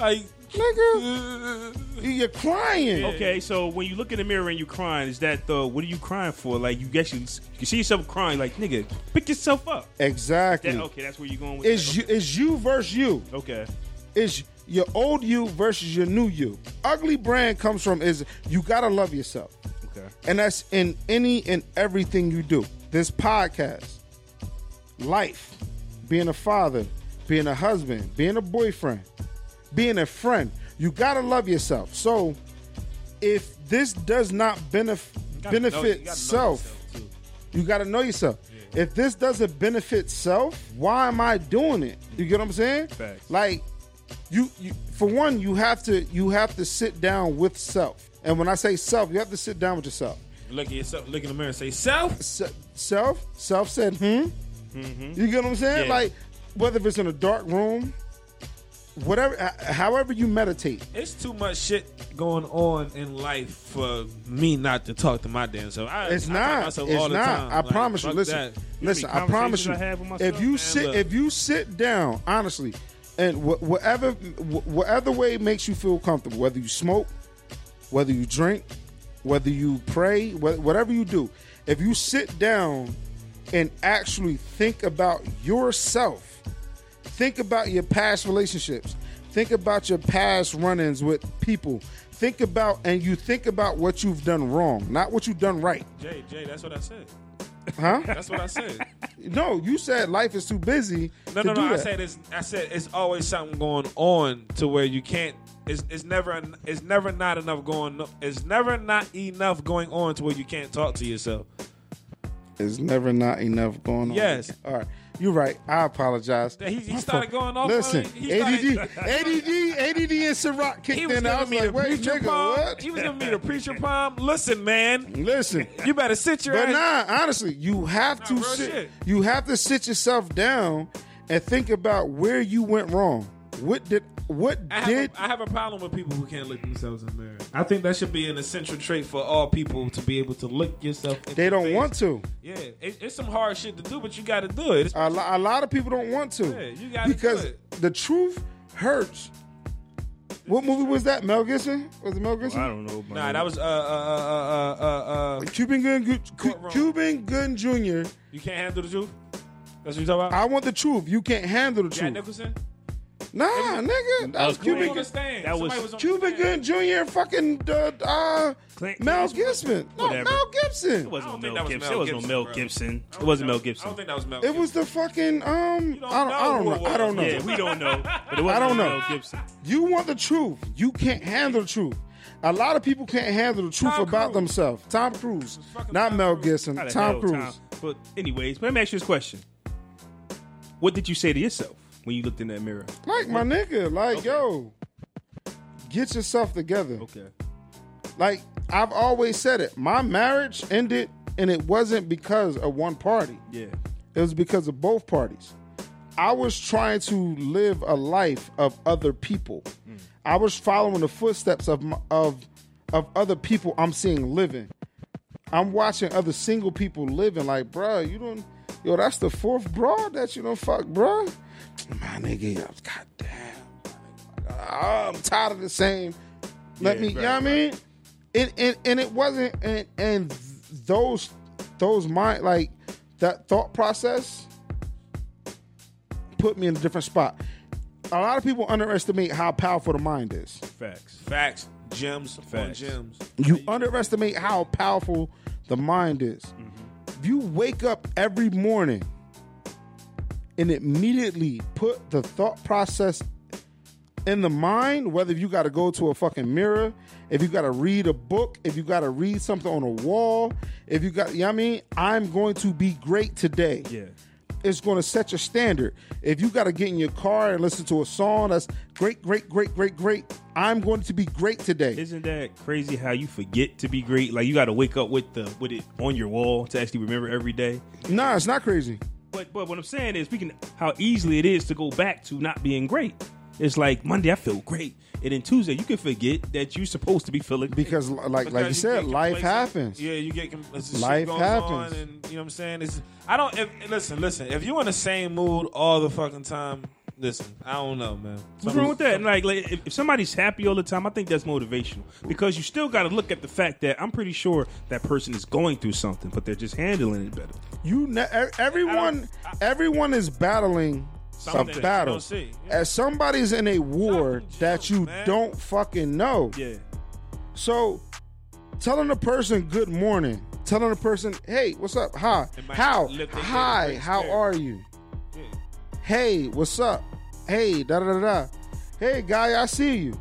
Like nigga. You're crying. Okay, so when you look in the mirror and you crying, is that the what are you crying for? Like you actually you can see yourself crying, like nigga, pick yourself up. Exactly. That, okay, that's where you're going with. Is that. you is you versus you. okay? Is your old you versus your new you. Ugly brand comes from is you gotta love yourself. Okay. And that's in any and everything you do. This podcast, life, being a father, being a husband, being a boyfriend, being a friend. You gotta love yourself. So if this does not benef- benefit self, you gotta know yourself. If this doesn't benefit self, why am I doing it? You get what I'm saying? Facts. Like you, you for one, you have to you have to sit down with self. And when I say self, you have to sit down with yourself. look at yourself. Look in the mirror and say self. Se- self, self said, hmm. You get what I'm saying? Yeah. Like whether if it's in a dark room, whatever, h- however you meditate. It's too much shit going on in life for me not to talk to my damn self. I, It's I talk to not. It's myself not. all the time. I Like, promise you. fuck Listen, that. listen. many I promise you. conversations I have with myself, if you man? sit, Look. if you sit down, honestly, and wh- whatever, wh- whatever way makes you feel comfortable, whether you smoke, whether you drink, whether you pray, wh- whatever you do, if you sit down and actually think about yourself, think about your past relationships, think about your past run-ins with people. Think about and you think about what you've done wrong, not what you've done right. Jay, Jay, that's what I said. Huh? That's what I said. No, you said life is too busy. No, to no, do no. I that. said it's. I said it's always something going on to where you can't. It's, it's never. en- It's never not enough going. It's never not enough going on to where you can't talk to yourself. It's never not enough going on. Yes. All right. You're right. I apologize. He- he My started fault. going off Listen, on it. He ADD, ADD, ADD, and Ciroc kicked He was in. I giving was me the like, wait, preacher nigga, palm. what? He was giving me the preacher palm. Listen, man, Listen, you better sit your but ass. nah, honestly, you have to real sit. shit. You have to sit yourself down and think about where you went wrong. What did? What I have, did? a, I have a problem with people who can't look themselves in the mirror. I think that should be an essential trait for all people to be able to look yourself. In they the don't face. want to. Yeah, it, it's some hard shit to do, but you got to do it. It's- A, lo- a lot of people don't want to. Yeah, you gotta because do it. the truth hurts. What movie was that? Mel Gibson? Was it Mel Gibson? I don't know. man. nah, that was uh uh uh uh uh. uh Cuban Gun Cu- Courtroom. Cuban Gun Jr. you can't handle the truth. That's what you talking about. I want the truth. You can't handle the Jack truth. Nicholson. Nah, nigga, that was You Cuban. understand? That was- Somebody on the Cuban stand. Gooding Jr. and fucking uh, uh, Clint- Mel Gibson. No, Whatever. Mel It Gibson. I don't wasn't no think Mel that was Mel Gibson. It wasn't no Gibson, Mel bro. Gibson. It wasn't Mel I don't Gibson. think that was Mel. It was the fucking um. don't I don't, I know don't who it know. I don't know. Yeah, we don't know. But it wasn't I don't no know. Mel Gibson. You want the truth. You can't handle the truth. A lot of people can't handle the truth Tom about Cruise. themselves. Tom Cruise, fucking not Tom Mel Cruise. Gibson. How the Tom hell, Cruise. But anyways, let me ask you this question: What did you say to yourself when you looked in that mirror? Like my nigga. Like yo, get yourself together. Okay. Like I've always said it. My marriage ended, and it wasn't because of one party. Yeah. It was because of both parties. I was trying to live a life of other people. I was following the footsteps of my, of of other people I'm seeing living. I'm watching other single people living. Like, bruh, you don't. Yo, that's the fourth broad that you don't fuck, bruh. My nigga, I'm- goddamn. I'm tired of the same. Let me, you know what I mean? And, and and it wasn't and and those those mind like that thought process put me in a different spot. A lot of people underestimate how powerful the mind is. Facts. facts, gems upon Facts. gems. You underestimate how powerful the mind is. You wake up every morning and immediately put the thought process in the mind, whether you got to go to a fucking mirror, if you got to read a book, if you got to read something on a wall, if you got, you know what I mean? I'm going to be great today. Yeah. It's going to set your standard. If you got to get in your car and listen to a song that's great, great, great, great, great, I'm going to be great today. Isn't that crazy how you forget to be great? Like you got to wake up with the with it on your wall to actually remember every day. nah, it's not crazy. But but what I'm saying is, we can how easily it is to go back to not being great. It's like Monday I feel great, and then Tuesday you can forget that you're supposed to be feeling great. because li- like Because like you said, get life complacent. happens. Yeah, you get com- it's just Life shit goes happens. On and you know what I'm saying? It's, I don't if, listen. Listen, if you're in the same mood all the fucking time, listen. I don't know, man. What's wrong with that? And like, like if, if somebody's happy all the time, I think that's motivational because you still got to look at the fact that I'm pretty sure that person is going through something, but they're just handling it better. You ne- e- everyone everyone is battling Something that a you battle. don't see. As somebody's in a war Something that juice, you man. don't fucking know. Yeah, So telling a person good morning, telling a person, "Hey, what's up? Hi. It might How? lift their Hi. spirits. How are you? Hey, what's up? Hey, da da da da. Hey, guy, I see you."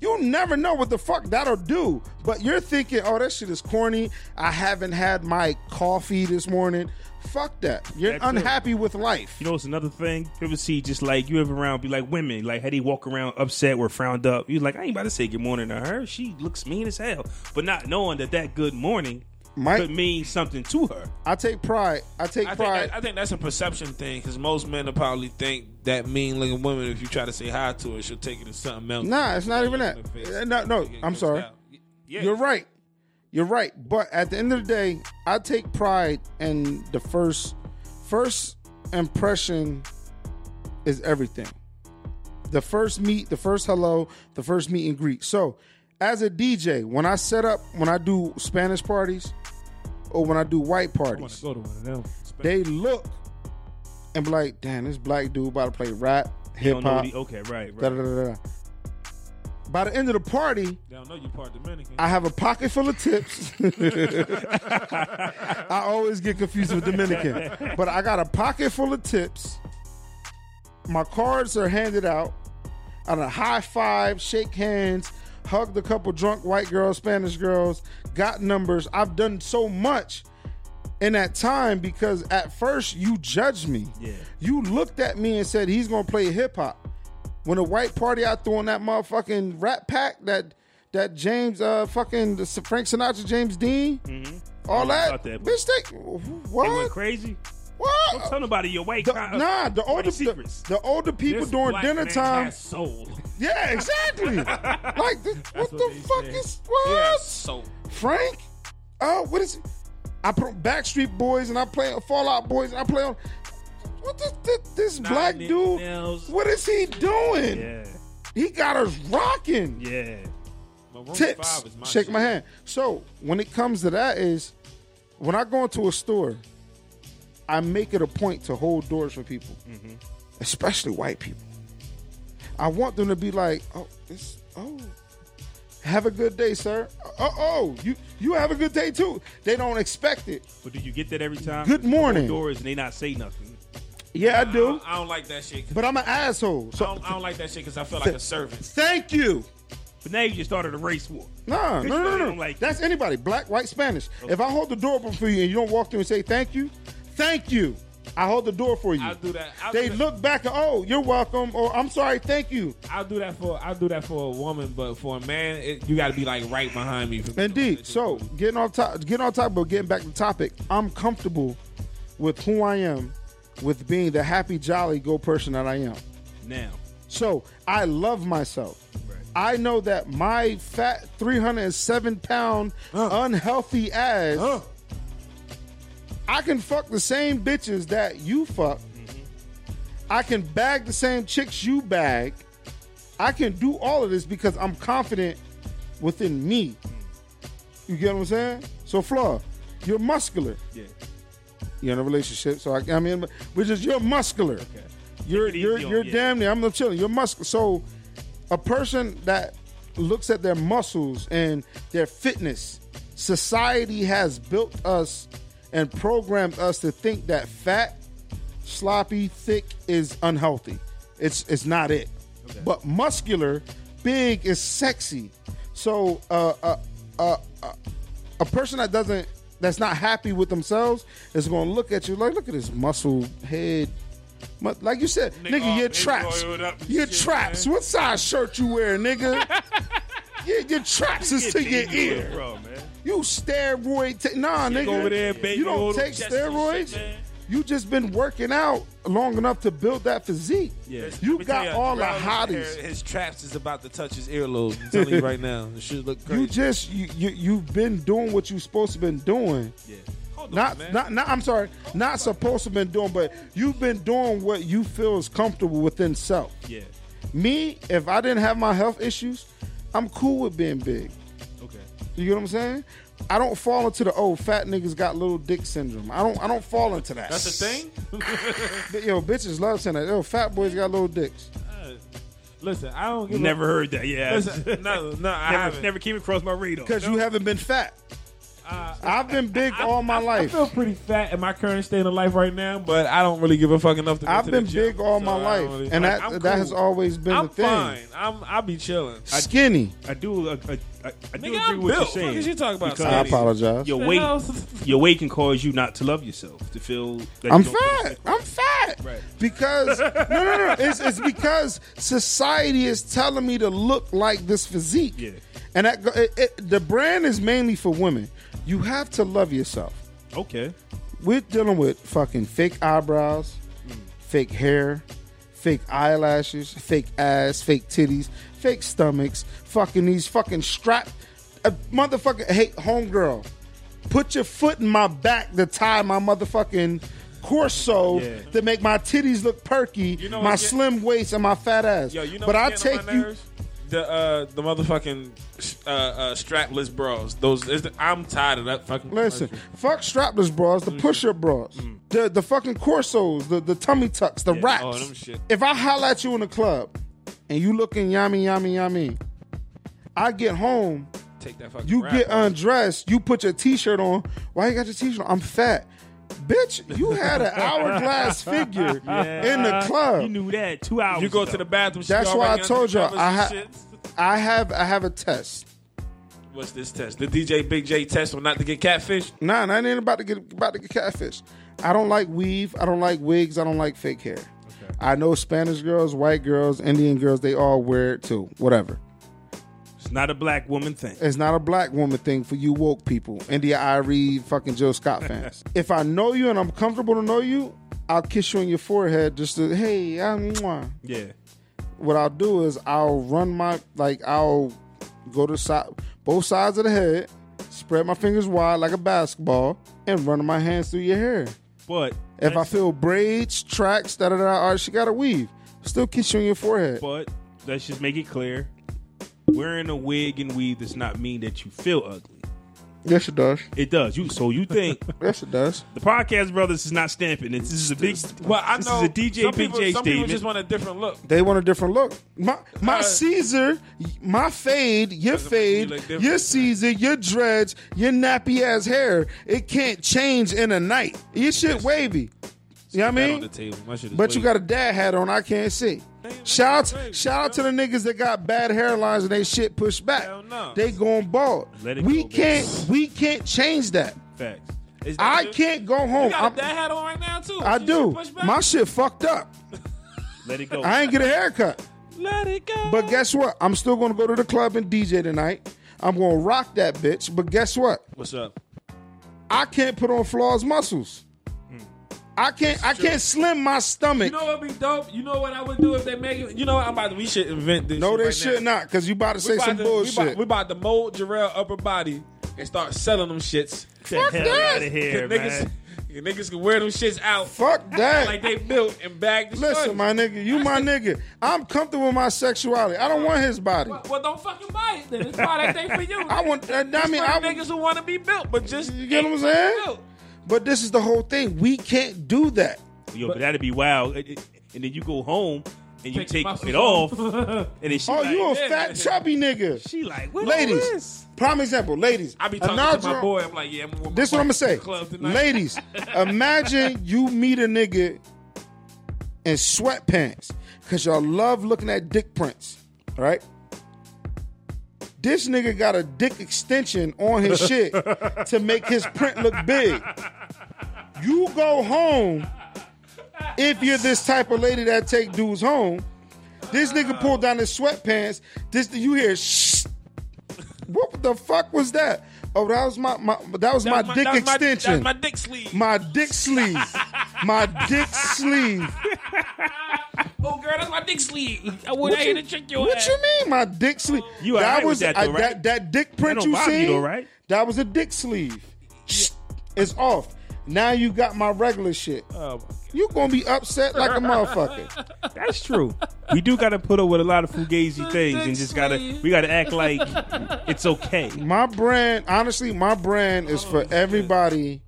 You never know what the fuck that'll do. But you're thinking, oh, that shit is corny. I haven't had my coffee this morning. Fuck that. You're That too. unhappy with life. you know it's another thing. You ever see just like you ever around be like women, like how they walk around upset or frowned up. You're like, I ain't about to say good morning to her. She looks mean as hell, but not knowing that that good morning Mike- could mean something to her. I take pride. I take I think, pride. I, I think that's a perception thing because most men will probably think that mean looking woman, if you try to say hi to her, she'll take it as something else. Nah, it's not even Look that. in the face. Uh, No, no, You get I'm grossed sorry. out. Yeah. You're right. You're right. But at the end of the day, I take pride in the first first impression is everything. The first meet, the first hello, the first meet and greet. So, as a DJ, when I set up, when I do Spanish parties or when I do white parties, Go to one of them. they look and be like, "Damn, this black dude about to play rap, You hip don't know hop." what he, okay, right, Da right. da da da. By the end of the party, They don't know you part Dominican. I have a pocket full of tips. I always get confused with Dominican, but I got a pocket full of tips. My cards are handed out. I done high five, shake hands, hugged a couple drunk white girls, Spanish girls, got numbers. I've done so much in that time because at first you judged me. Yeah. You looked at me and said he's gonna play hip hop. When the white party I threw on that motherfucking rat pack that that James uh fucking the Frank Sinatra, James Dean, all that, about that. bitch they They went what crazy. what Tell nobody your white. The- con- nah, the older the, secrets. the older people This during black dinner man time. has soul. Yeah, exactly. like, this, what, the fuck is what? so Frank? Oh, what is? I put on Backstreet Boys and I play on Fallout Boys and I play on. What this this, this black Nine Inch dude? Nails. What is he doing? Yeah, He got us rocking. yeah. Maroon Tips. five is Shake shit. my hand. So when it comes to that, is when I go into a store, Mm-hmm. I make it a point to hold doors for people, especially white people. I want them to be like, oh, it's oh, have a good day, sir. Oh, oh, you you have a good day too. They don't expect it. But do you get that every time? Good morning. Doors and they not say nothing. Yeah, I I do, don't, I don't like that shit. 'cause- but I'm an asshole. I, So don't, I don't like that shit because I feel like a servant. thank you. But now you just started a race war. Nah, no, no, They no, don't no. like That's anybody, black, white, Spanish. If I hold the door open for you and you don't walk through and say thank you, thank you. I hold the door for you. I'll do that. I'll they do that. look back and oh, you're welcome, or I'm sorry, thank you. I'll do that for I'll do that for a woman, but for a man, it, you got to be like right behind me. for me to Indeed. do So getting off top, getting off topic, but getting back to topic, I'm comfortable with who I am, with being the happy, jolly, go person that I am. Now, So I love myself. I know that my fat 307 pound unhealthy ass, I can fuck the same bitches that you fuck. I can bag the same chicks you bag. I can do all of this because I'm confident within me. You get what I'm saying? So, Flaw, you're muscular. yeah. You're in a relationship, so I, I mean, which is you're muscular. You're Take it you're easy on- you're yeah. damn near. I'm not chilling. You're muscular. So, a person that looks at their muscles and their fitness, society has built us and programmed us to think that fat, sloppy, thick is unhealthy. It's it's not it. But muscular, big is sexy. So, uh, uh, uh, uh, a person that doesn't that's not happy with themselves is going to look at you like look at this muscle head Mu- like you said nigga, all your baby traps oiled oh, up and your shit, traps what size shirt you wearing nigga yeah, your traps is to your Baby oil, ear bro, man. you steroid ta- nah nigga over there, baby you don't oil take chest and steroids shit, man. you just been working out long enough to build that physique Yeah. Let you me got tell all the Brown's hotties hair- His traps is about to touch his earlobe. I'm telling you right now, it should look crazy. you just you, you you've been doing what you supposed to been doing Hold on, not, man. not, not. I'm sorry. Not supposed to been doing, but you've been doing what you feel is comfortable within self. Yeah. Me, if I didn't have my health issues, I'm cool with being big. Okay. You get what I'm saying? I don't fall into the oh fat niggas got little dick syndrome. I don't. I don't fall into that. That's the thing. But, Yo, bitches love saying that. Yo, fat boys got little dicks. Listen, I don't give Never heard that. A, Yeah. listen, no, no, I never, haven't. never came across my radar. Because you haven't been fat. Uh, I've been big all my I life. feel pretty fat in my current state of life right now, but I don't really give a fuck enough to. Go I've to been the gym, big all so my I don't life, really- and like, that I'm that cool. has always been I'm the thing. fine. I'm I be chilling. Skinny. I do. I, I, I, I do Nigga, agree I'm built. with you What the fuck saying. is you talking about? I Because Skinny. apologize. your The weight, hell's- your weight can cause you not to love yourself. To feel. That I'm you don't fat. I'm fat. Right. Because no, no, no. It's, it's because society is telling me to look like this physique. Yeah. And that go- it, it, the brand is mainly for women. You have to love yourself. Okay. We're dealing with fucking fake eyebrows, fake hair, fake eyelashes, fake ass, fake titties, fake stomachs, fucking these fucking strap. A motherfucker, hey, homegirl, put your foot in my back to tie my motherfucking corso Yeah. to make my titties look perky, know my what's get- slim waist, and my fat ass. Yo, you know but I what's getting take on my you. nerves? The uh, the motherfucking uh, uh, strapless bras. Those is the, I'm tired of that fucking. Listen, commercial. fuck strapless bras, Mm. the push-up bras, the the fucking corsos, the, the tummy tucks, the wraps. Oh, them shit. If I holla at you in the club and you looking yummy, yummy, yummy, I get home, take that fucking. you rap get off. undressed, you put your t-shirt on. Why you got your t-shirt on? I'm fat. Bitch, you had an hourglass figure in the club. You knew that two hours. You go ago. to the bathroom. she That's why I already told under y'all covers I and ha- shit. I have I have a test. What's this test? The DJ Big J test on not to get catfish. Nah, nah, I ain't about to get about to get catfish. I don't like weave. I don't like wigs. I don't like fake hair. I know Spanish girls, white girls, Indian girls. They all wear it too. Whatever. It's not a black woman thing. It's not a black woman thing for you woke people, India Irie, fucking Jill Scott fans. if I know you and I'm comfortable to know you, I'll kiss you on your forehead just to hey, I'm. Mwah Yeah. what I'll do is I'll run my like I'll go to side both sides of the head, spread my fingers wide like a basketball, and run my hands through your hair. But If I feel braids, tracks, da da da, all right, she got a weave. Still kiss you on your forehead. But let's just make it clear: wearing a wig and weave does not mean that you feel ugly. Yes, it does. It does. You so you think Yes, it does. the podcast brothers is not stamping it? This is a big. Well, I this know is a DJ some Big people, J some people statement. just want a different look. They want a different look. My my Uh, Caesar, my fade, your Doesn't make you fade, look different, your Caesar, your dreads, your nappy ass hair. It can't change in a night. Your shit wavy. You know what I That mean? on the table. My shit is But you way- got a dad hat on. I can't see. Shout out, shout out to the niggas that got bad hairlines and they shit pushed back. Hell no. They going bald. Let it we go, baby. can't, we can't change that. Facts. Is that I you? can't go home. You got I'm- that hat on right now too. I You do. should push back. My shit fucked up. Let it go. I ain't get a haircut. Let it go. But guess what? I'm still gonna go to the club and DJ tonight. I'm gonna rock that bitch. But guess what? what's up? I can't put on Flaw's muscles. I can't. I can't slim my stomach. Hmm. You know what'd be dope? You know what I would do if they make it? You know what? I'm about to, we should invent this. no, shit they right should now. not. Because you about to We say about some to- bullshit. We about, we about to mold Jarrell upper body and start selling them shits. Fuck the hell out of here, niggas, man. niggas can wear them shits out Fuck that. like they built and bagged the Listen, shorties. my nigga, you my nigga. I'm comfortable with my sexuality. I don't want his body. Well, well, don't fucking buy it then. It's product ain't for you. I want. uh, I It's mean, for I. niggas who want to be built, but just You get what I'm saying? built. But this is the whole thing. We can't do that. Yo, but that'd be wild. It- it- And then you go home and you Take take the muscles it off, and then she Oh, like, you a yeah. fat chubby nigga. she like, what Ladies. is this? Prime example, ladies. I be talking to my Anadra- boy. I'm like, yeah, I'm with my This is what boy I'm gonna say, to the club tonight. ladies. imagine you meet a nigga in sweatpants because y'all love looking at dick prints, right? This nigga got a dick extension on his shit to make his print look big. You go home if you're this type of lady that take dudes home. This nigga pulled down his sweatpants. This you hear shh. What the fuck was that? Oh, that was my, my that was my That's dick that's extension. My, that's my dick sleeve. My dick sleeve. My dick sleeve. oh, girl, that's my dick sleeve. I would What I you- ain't to trick your What ass. you mean, my dick sleeve? You all right with that though, I- right? that that dick print don't you bother you seen. though, right? That was a dick sleeve. It's off. Now you got my regular shit. Oh, you gonna be upset like a motherfucker. That's true. We do gotta put up with a lot of fugazi things, and just gotta sleeve. we gotta act like it's okay. My brand, honestly, my brand is Oh, for everybody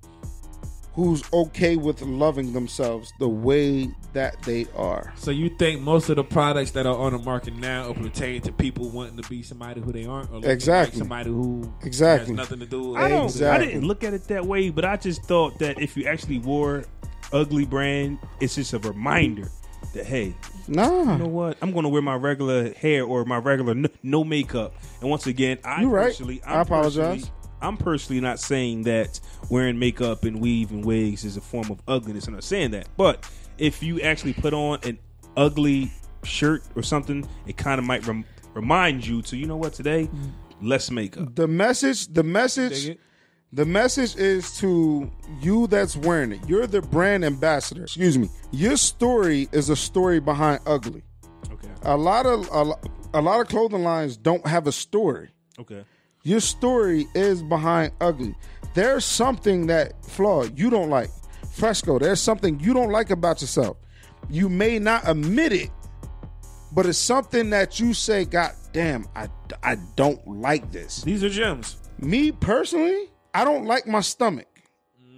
who's okay with loving themselves the way that they are. So you think most of the products that are on the market now are pertaining to people wanting to be somebody who they aren't, or looking Exactly. like somebody who Exactly. has nothing to do with. I don't. Exactly. I didn't look at it that way, but I just thought that if you actually wore ugly brand, it's just a reminder that hey, Nah, you know what? I'm going to wear my regular hair or my regular n- no makeup. And once again, I You right. personally, I apologize. personally- I'm personally not saying that wearing makeup and weave and wigs is a form of ugliness. I'm not saying that, but if you actually put on an ugly shirt or something, it kind of might rem- remind you to you know what today, less makeup. the message, the message, the message is to you that's wearing it. You're the brand ambassador. Excuse me. Your story is a story behind ugly. Okay. A lot of a, lo- a lot of clothing lines don't have a story. Okay. Your story is behind ugly. There's something that flaw you don't like. Fresco, there's something you don't like about yourself. You may not admit it, but it's something that you say, God damn, I, I don't like this. These are gems. Me personally, I don't like my stomach.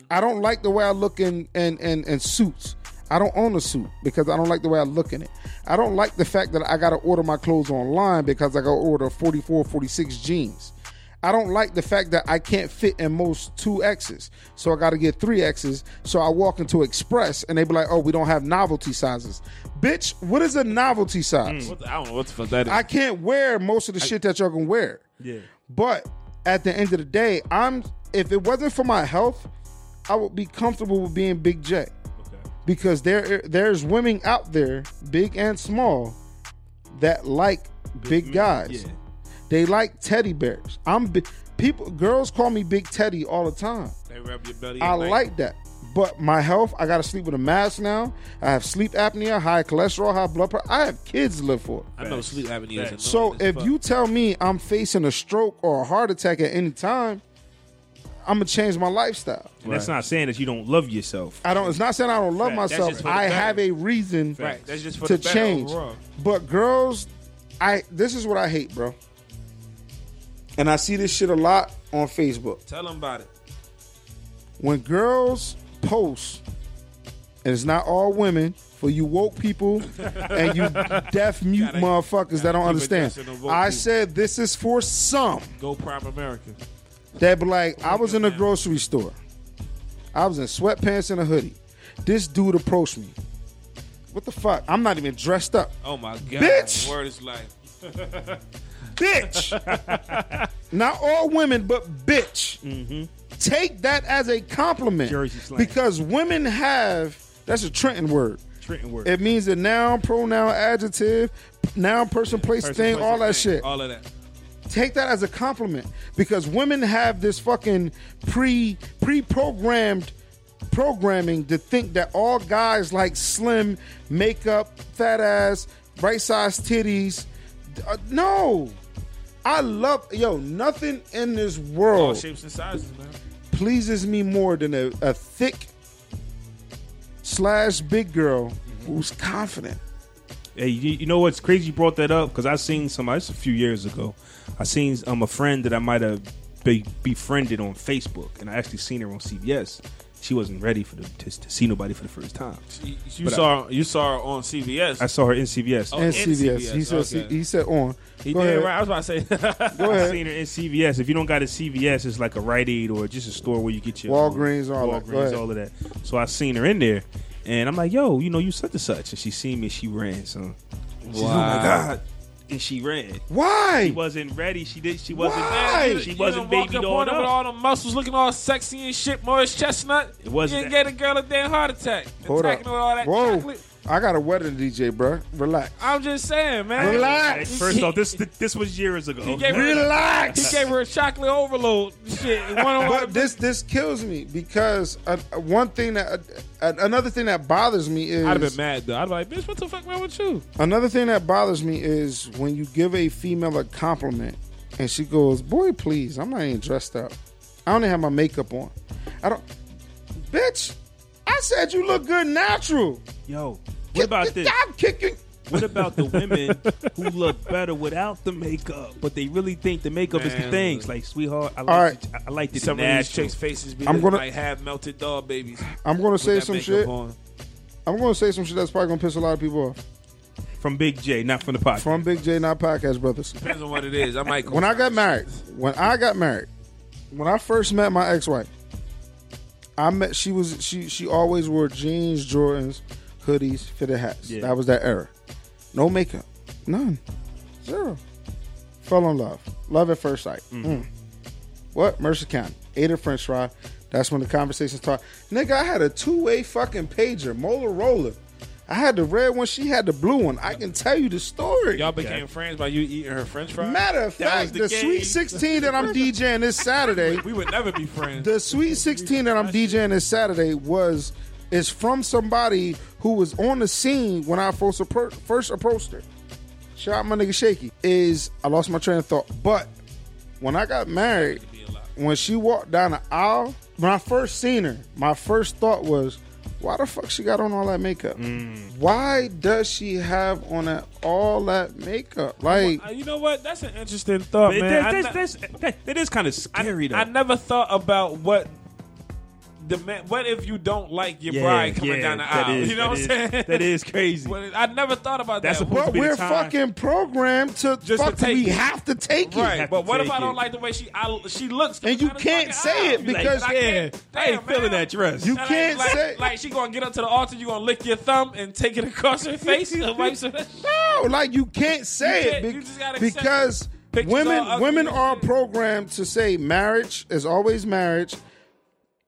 I don't like the way I look in, in, in, in suits. I don't own a suit because I don't like the way I look in it. I don't like the fact that I got to order my clothes online because I got to order 44, 46 jeans. I don't like the fact that I can't fit in most 2Xs. So I got to get 3Xs. So I walk into Express and they be like, oh, we don't have novelty sizes. Bitch, what is a novelty size? What the, I don't know what the fuck that is. I can't wear most of the shit that y'all can wear. Yeah. But at the end of the day, I'm if it wasn't for my health, I would be comfortable with being Big J. Because there there's women out there, big and small, that like big, guys. They like teddy bears. I'm bi- people girls call me Big Teddy all the time. they rub your belly. I and like that. But my health, I gotta sleep with a mask now. I have sleep apnea, high cholesterol, high blood pressure. I have kids to live for. I know sleep apnea. is annoying So as if fuck. you tell me I'm facing a stroke or a heart attack at any time, I'm gonna change my lifestyle. And That's not saying that you don't love yourself. I don't. It's not saying I don't love Fact. That's myself. just for the I better. have a reason Right. That's just to change. But girls, I this is what I hate, bro. And I see this shit a lot on Facebook. Tell them about it. when girls post, and it's not all women, for you woke people and you deaf mute Gotta- motherfuckers that gotta don't keep understand. addressing the woke I people. said this is for some Go Prop America. that be like, I was in a grocery store. I was in sweatpants and a hoodie. This dude approached me. What the fuck? I'm not even dressed up. Oh my God. Bitch! Word is life. Bitch! not all women, but bitch. Take that as a compliment. Jersey slang. Because women have, that's a Trenton word. Trenton word. It means a noun, pronoun, adjective, noun, person, place, Person, thing, place, all that thing, shit. All of that. Take that as a compliment because women have this fucking pre pre programmed programming to think that all guys like slim, makeup, fat ass, right size titties. Uh, no, I love yo. Nothing in this All world shapes and sizes, man. pleases me more than a, a thick slash big girl who's confident. Hey, you, you know what's crazy? You brought that up because I seen somebody. It's a few years ago. I seen um, a friend that I might have be, befriended on Facebook, and I actually seen her on CBS. She wasn't ready for the, to, to see nobody for the first time. You, you But I- saw you saw her on CBS. I saw her in CBS. Oh, and and CVS. CVS, He said okay. he said on. he Go did ahead. right. I was about to say. Go I ahead. seen her in CVS. If you don't got a CVS, it's like a Rite Aid or just a store where you get your um, Walgreens, all that. Go Walgreens, ahead. all of that. So I seen her in there, and I'm like, "Yo, you know, you such and such," and she seen me. She ran, son. She's, oh my "Ah, god, and she ran. Why? She wasn't ready. She did. She wasn't. Why? ready. She wasn't baby up on dolled him with up. all the muscles looking all sexy and shit. Morris Chestnut. It wasn't You that- didn't get a girl a damn heart attack. Hold up. Attacking her with all that Whoa. chocolate. I got a wedding DJ, bruh. Relax. I'm just saying, man. Hey, Relax. First off, this this was years ago. He gave her, Relax. He gave her a chocolate overload. Shit. One on one. But this this kills me because uh, uh, one thing that uh, another thing that bothers me is I'd have been mad though. I'd be like, bitch, what the fuck wrong with you? another thing that bothers me is when you give a female a compliment and she goes, "Boy, please, I'm not even dressed up. I don't even have my makeup on. I don't, bitch. I said you look good natural. Yo, what about this? I'm kicking. What about the women who look better without the makeup, but they really think the makeup is the Man. thing? It's like, sweetheart, I like, All right. the, I like the Some of these natural. chicks' faces be I'm looking gonna- like half melted dog babies. I'm gonna say with that some makeup shit. on. I'm gonna say some shit that's probably gonna piss a lot of people off. from Big J, not from the podcast. From Big J, not podcast brothers. Depends on what it is. I might. When I got married, when I got married, when I first met my ex-wife, I met she was she she always wore jeans, Jordans, hoodies, fitted hats. Yeah. That was that era. No makeup, none, zero. Fell in love, love at first sight. Mm. What Mercer County? Ate a French fry. That's when the conversation started. Nigga, I had a two-way fucking pager, Motorola. I had the red one. She had the blue one. I can tell you the story. y'all became friends by you eating her French fries. Matter of That was fact, the, game. Sweet 16 that I'm DJing this Saturday, We would never be friends. the Sweet 16 that I'm DJing this Saturday was is from somebody who was on the scene when I first appro- first approached her. Shout out my nigga Shaky. Is I lost my train of thought, but when I got married, when she walked down the aisle, when I first seen her, my first thought was, why the fuck she got on all that makeup? Mm. Why does she have on that, all that makeup? Like, Uh, you know what? That's an interesting thought, But man. I that, ne- that's, that's, that, that is kind of scary, though. I never thought about what the man, what if you don't like your Yeah, bride coming yeah, down the that aisle? is- you know that what is- I'm saying? That is crazy. But it- I never thought about That's that. But supposed to be the we're time. fucking programmed to to fucking. take we it. have to take right. it. But what if take I don't it. like the way she I, she looks? And you can't say it because- I can't, I ain't feeling that dress. You Like, can't like, say like she gonna get up to the altar, you gonna lick your thumb and take it across her face and wipe some. no, like you can't say You can't- it you just gotta be- accept because it. Pictures women all ugly women and are shit. programmed to say marriage is always marriage.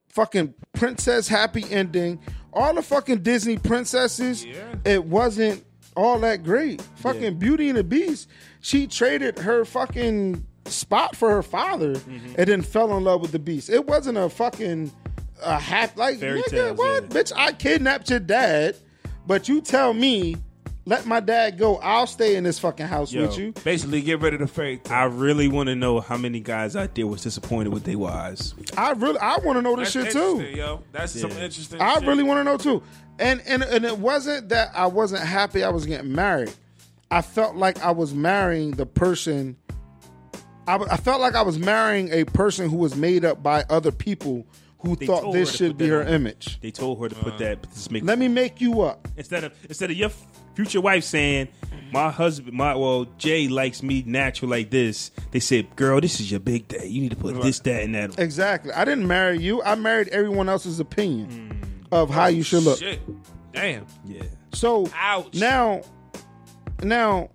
Fucking princess happy ending. All the fucking Disney princesses, it wasn't all that great. Fucking Beauty and the Beast, she traded her fucking spot for her father Mm-hmm. and then fell in love with the beast. It wasn't a fucking a hap like Fairy nigga, tales, what? yeah. Bitch, I kidnapped your dad, but you tell me, let my dad go. I'll stay in this fucking house Yo. with you. Basically, get rid of the fake. I really want to know how many guys out there was disappointed with their wives. I really I wanna know this That's shit interesting, too. yo. That's some interesting. I shit. really wanna know too. And and and it wasn't that I wasn't happy I was getting married. I felt like I was marrying the person I, w- I felt like I was marrying a person who was made up by other people who thought told this her to should put be that her on. image. They told her to Uh-huh. put that. But this make Let me make you up. instead of instead of your f- future wife saying my husband my well jay likes me natural like this they said girl this is your big day you need to put this that and that on." Exactly. I didn't marry you. I married everyone else's opinion Hmm. of how you should look. Shit. Damn. yeah So Ouch. now, now,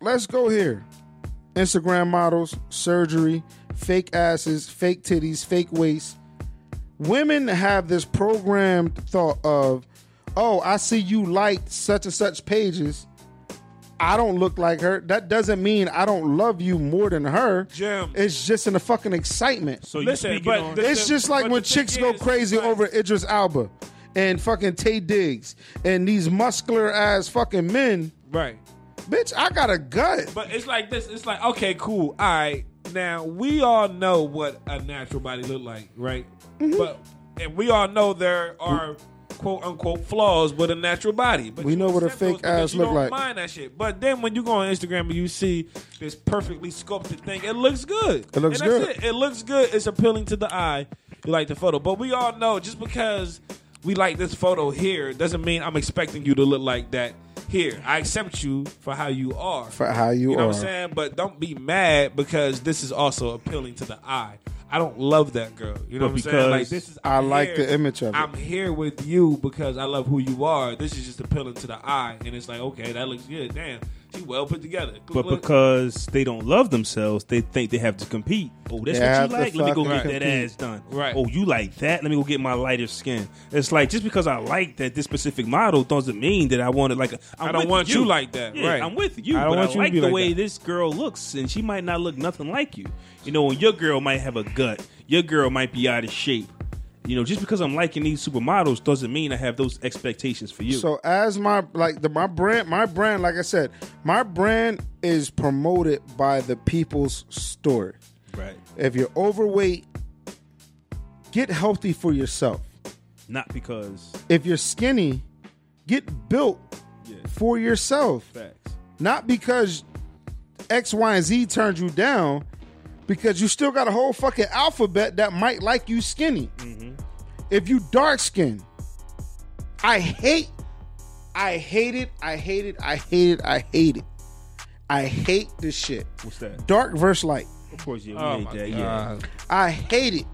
let's go here. Instagram models, surgery, fake asses, fake titties, fake waist. Women have this programmed thought of, oh, I see you liked such and such pages. I don't look like her. That doesn't mean I don't love you more than her. Jim. It's just in the fucking excitement. so Listen, you speaking but on, the- It's just like but when the thing chicks go is, crazy but- over Idris Alba and fucking Tay Diggs and these muscular ass fucking men. Right. Bitch, I got a gut. But it's like this. It's like okay, cool. All right. Now we all know what a natural body look like, right? Mm-hmm. But and we all know there are quote unquote flaws with a natural body. But We you know what a accept those fake because ass you look don't like. Mind that shit. But then when you go on Instagram and you see this perfectly sculpted thing, it looks good. It looks and that's good. It. it looks good. It's appealing to the eye. You like the photo, but we all know just because we like this photo here doesn't mean I'm expecting you to look like that here. I accept you for how you are For how you know what are. I'm saying? But don't be mad because this is also appealing to the eye. I don't love that girl. You know But what I'm saying? Like because this is I I'm like here- the image of it. I'm here with you because I love who you are. This is just appealing to the eye, and it's like okay, that looks good. Damn, she well put together. but because they don't love themselves they think they have to compete oh that's They have what to you like let me go get fucking that compete. ass done Right. oh you like that let me go get my lighter skin it's like just because i like that this specific model doesn't mean that i want it like a, I'm I don't with want you like that, Yeah, right. i'm with you I don't but want you i to like be the like way that. this girl looks and she might not look nothing like you you know and your girl might have a gut your girl might be out of shape you know just because i'm liking these supermodels doesn't mean i have those expectations for you So as my like the my brand my brand like I said my brand is promoted by the people's story. right If you're overweight, get healthy for yourself. not because If you're skinny, get built Yeah. for yourself. facts not because X, Y, and Z turned you down, because you still got a whole fucking alphabet that might like you skinny. Mm-hmm. If you dark skinned, I hate, I hate it, I hate it, I hate it, I hate it. I hate this shit. what's that Dark versus light. Of course, yeah, we Oh hate my that. Yeah, I hate it.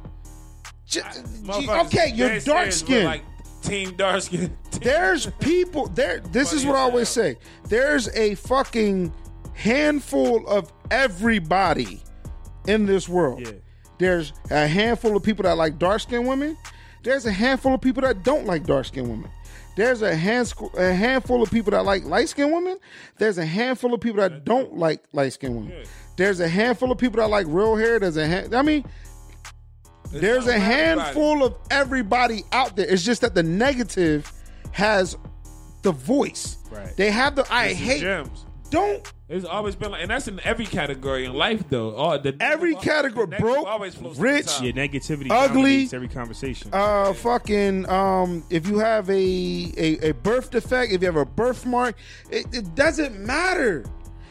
Ju- gee, Motherfuckers, okay, you're they dark says we're skinned. like team dark skin. there's people there this is Funny what i as always hell. say there's a fucking handful of everybody in this world Yeah. there's a handful of people that like dark-skinned women there's a handful of people that don't like dark-skinned women there's a, hands, a handful of people that like light-skinned women there's a handful of people that don't like light-skinned women there's a handful of people that like real hair there's a hand i mean there's not a everybody. handful of everybody out there. It's just that the negative has the voice. Right. They have the I hate. Gems. Don't It's always been like, and that's in every category in life though. All the Every the category, negative broke, always flows to rich, the top. yeah. Negativity, Ugly. dominates every conversation. uh fucking um if you have a a, a birth defect, if you have a birthmark, it, it doesn't matter.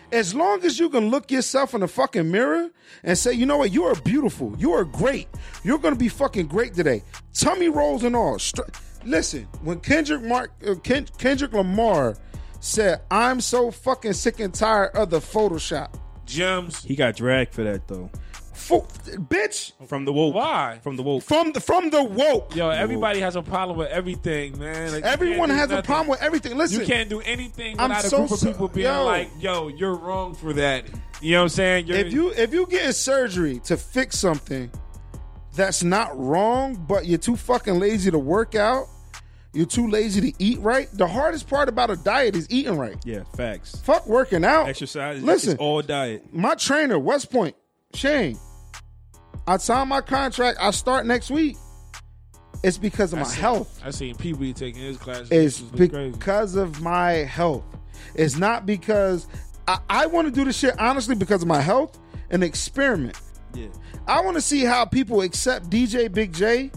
As long as you can look yourself in the fucking mirror and say, you know what, you are beautiful, you are great, you're gonna be fucking great today. Tummy rolls and all. Str- Listen, when Kendrick Mark uh, Ken- Kendrick Lamar said, "I'm so fucking sick and tired of the Photoshop," gems. he got dragged for that though. Fo- bitch From the woke. Why? From the woke. from the from the woke. Yo, everybody has a problem with everything, man. Like, you Everyone can't do has a nothing. problem with everything. Listen, You can't do anything I'm without so a group so- of people being yo. like, "Yo, you're wrong for that." You know what I'm saying? You're, if you if you get surgery to fix something that's not wrong, but you're too fucking lazy to work out, you're too lazy to eat right. The hardest part about a diet is eating right. Yeah, facts. Fuck working out. Exercise. Listen, Listen, it's all diet. my trainer, West Point, Shane. I signed my contract. I start next week. It's because of my health. I seen Pee Wee taking his classes. It's This is crazy. because of my health. It's not because I, I want to do this shit honestly because of my health and experiment. Yeah, I want to see how people accept DJ Big J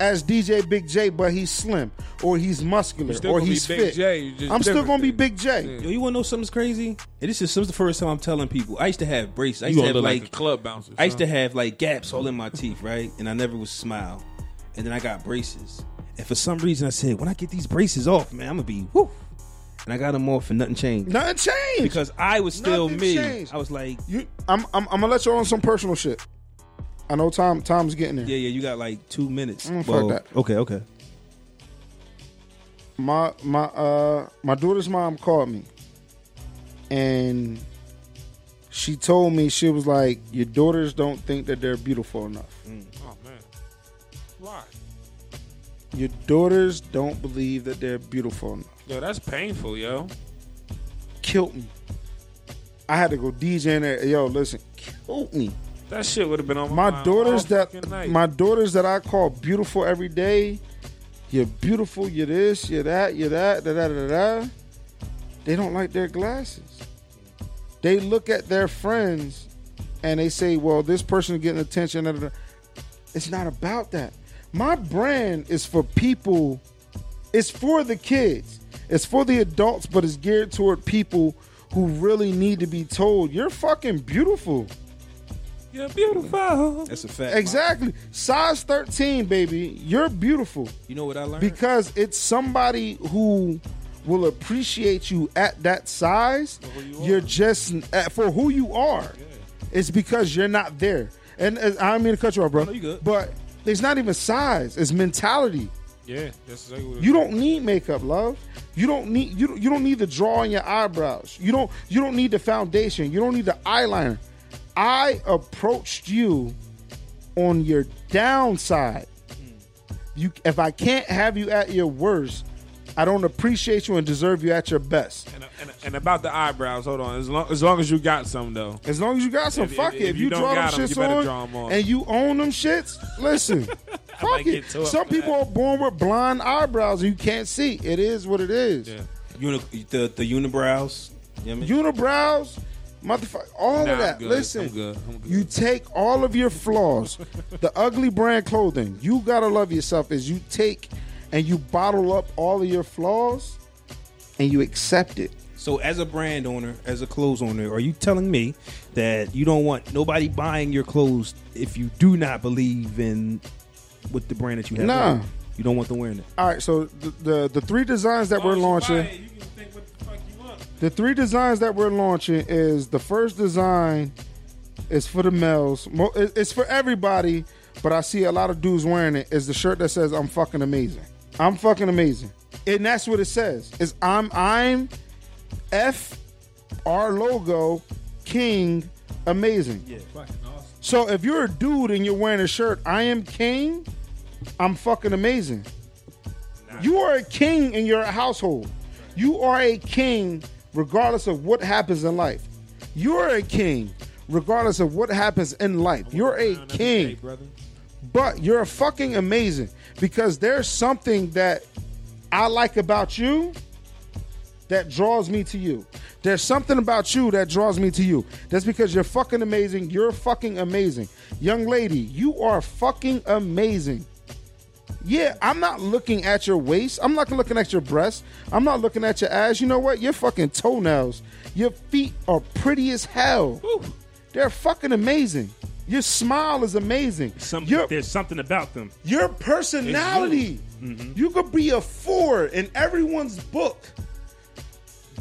as DJ Big J, but he's slim or he's muscular still or gonna be he's Big fit. J, you just I'm still different gonna be then. Big J. Yo, you want to know something's crazy? And this is this is the first time I'm telling people. I used to have braces. I You used to gonna have look like, like, a club bouncer. I used to have like gaps all in my teeth, right? And I never would smile. And then I got braces. And for some reason, I said, when I get these braces off, man, I'm gonna be woo. And I got them off, and nothing changed Nothing changed. because I was still Nothing me. changed. I was like, you, I'm, I'm, I'm gonna let you on some personal shit. I know Tom, Tom's getting there. yeah, yeah, you got like two minutes. Mm, fuck Well, that. Okay, okay. my my uh my daughter's mom called me and she told me she was like your daughters don't think that they're beautiful enough Oh man, why? your daughters don't believe that they're beautiful enough Yo, that's painful, yo. killed me i had to go dj in there yo listen killed me That shit would have been on my, my mind daughters all that fucking night. my daughters that i call beautiful every day you're beautiful you're this you're that you're that da da da da they don't like their glasses. They look at their friends and they say, well, this person is getting attention. da, da, da." It's not about that. My brand is for people, it's for the kids, it's for the adults, but it's geared toward people who really need to be told, you're fucking beautiful. You're beautiful. That's a fact. Exactly. Size 13, baby, you're beautiful. You know what I learned? because it's somebody who will appreciate you at that size. you are just uh, for who you are. It's because you're not there, and uh, I don't mean to cut you off, bro. No, you good. But it's not even size; it's mentality. Yeah, that's exactly what it You don't need makeup, love. You don't need you. You don't need the draw on your eyebrows. You don't. You don't need the foundation. You don't need the eyeliner. I approached you on your downside. You, if I can't have you at your worst, I don't appreciate you and deserve you at your best. And, and, and about the eyebrows, hold on. As long as, long as you got some though, As long as you got some, If- fuck if- it. if If you you, don't draw them got 'em, you shits better on, draw 'em on. and you own them shits, listen, fuck might it. get tore up Some for people that. are born with blonde eyebrows and you can't see. It is what it is. Yeah. Uni- the the unibrows. You know what I mean? unibrows, motherfucker, all Nah, I'm of that. good. Listen, I'm good. I'm good. you take all of your flaws, the ugly brand clothing. You gotta love yourself is you take and you bottle up all of your flaws and you accept it. So, as a brand owner, as a clothes owner, are you telling me that you don't want nobody buying your clothes if you do not believe in what the brand that you have? Nah. on? you don't want them wearing it. All right, so the the, the three designs that we're Once you launching. buy it, you can think what the fuck you want. The three designs that we're launching is the first design is for the males. Mo- it- It's for everybody, but I see a lot of dudes wearing it. Is the shirt that says "I'm fucking amazing." I'm fucking amazing, and that's what it says. Is I'm I'm F our logo King amazing. Yeah, fucking awesome. So if you're a dude and you're wearing a shirt, I am King, I'm fucking amazing. You are a king in your household. You are a king regardless of what happens in life. You're a king regardless of what happens in life. You're a king, but you're fucking amazing because there's something that I like about you that draws me to you. There's something about you that draws me to you. That's because you're fucking amazing. You're fucking amazing. Young lady, you are fucking amazing. Yeah, I'm not looking at your waist. I'm not looking at your breasts. I'm not looking at your ass. You know what? Your fucking toenails, your feet are pretty as hell. They're fucking amazing. Your smile is amazing. Some, your, there's something about them. your personality. Mm-hmm. You. could be a four in everyone's book,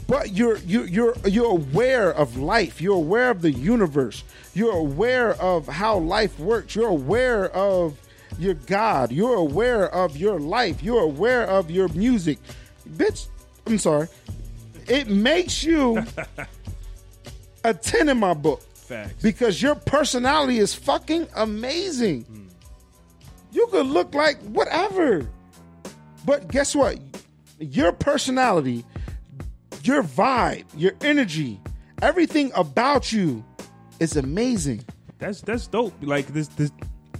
but you're you you're you're aware of life. You're aware of the universe. You're aware of how life works. You're aware of your God. You're aware of your life. You're aware of your music, bitch. I'm sorry. It makes you a ten in my book Facts. because your personality is fucking amazing. You could look like whatever. But guess what? Your personality, your vibe, your energy, everything about you is amazing. That's that's dope. Like this, this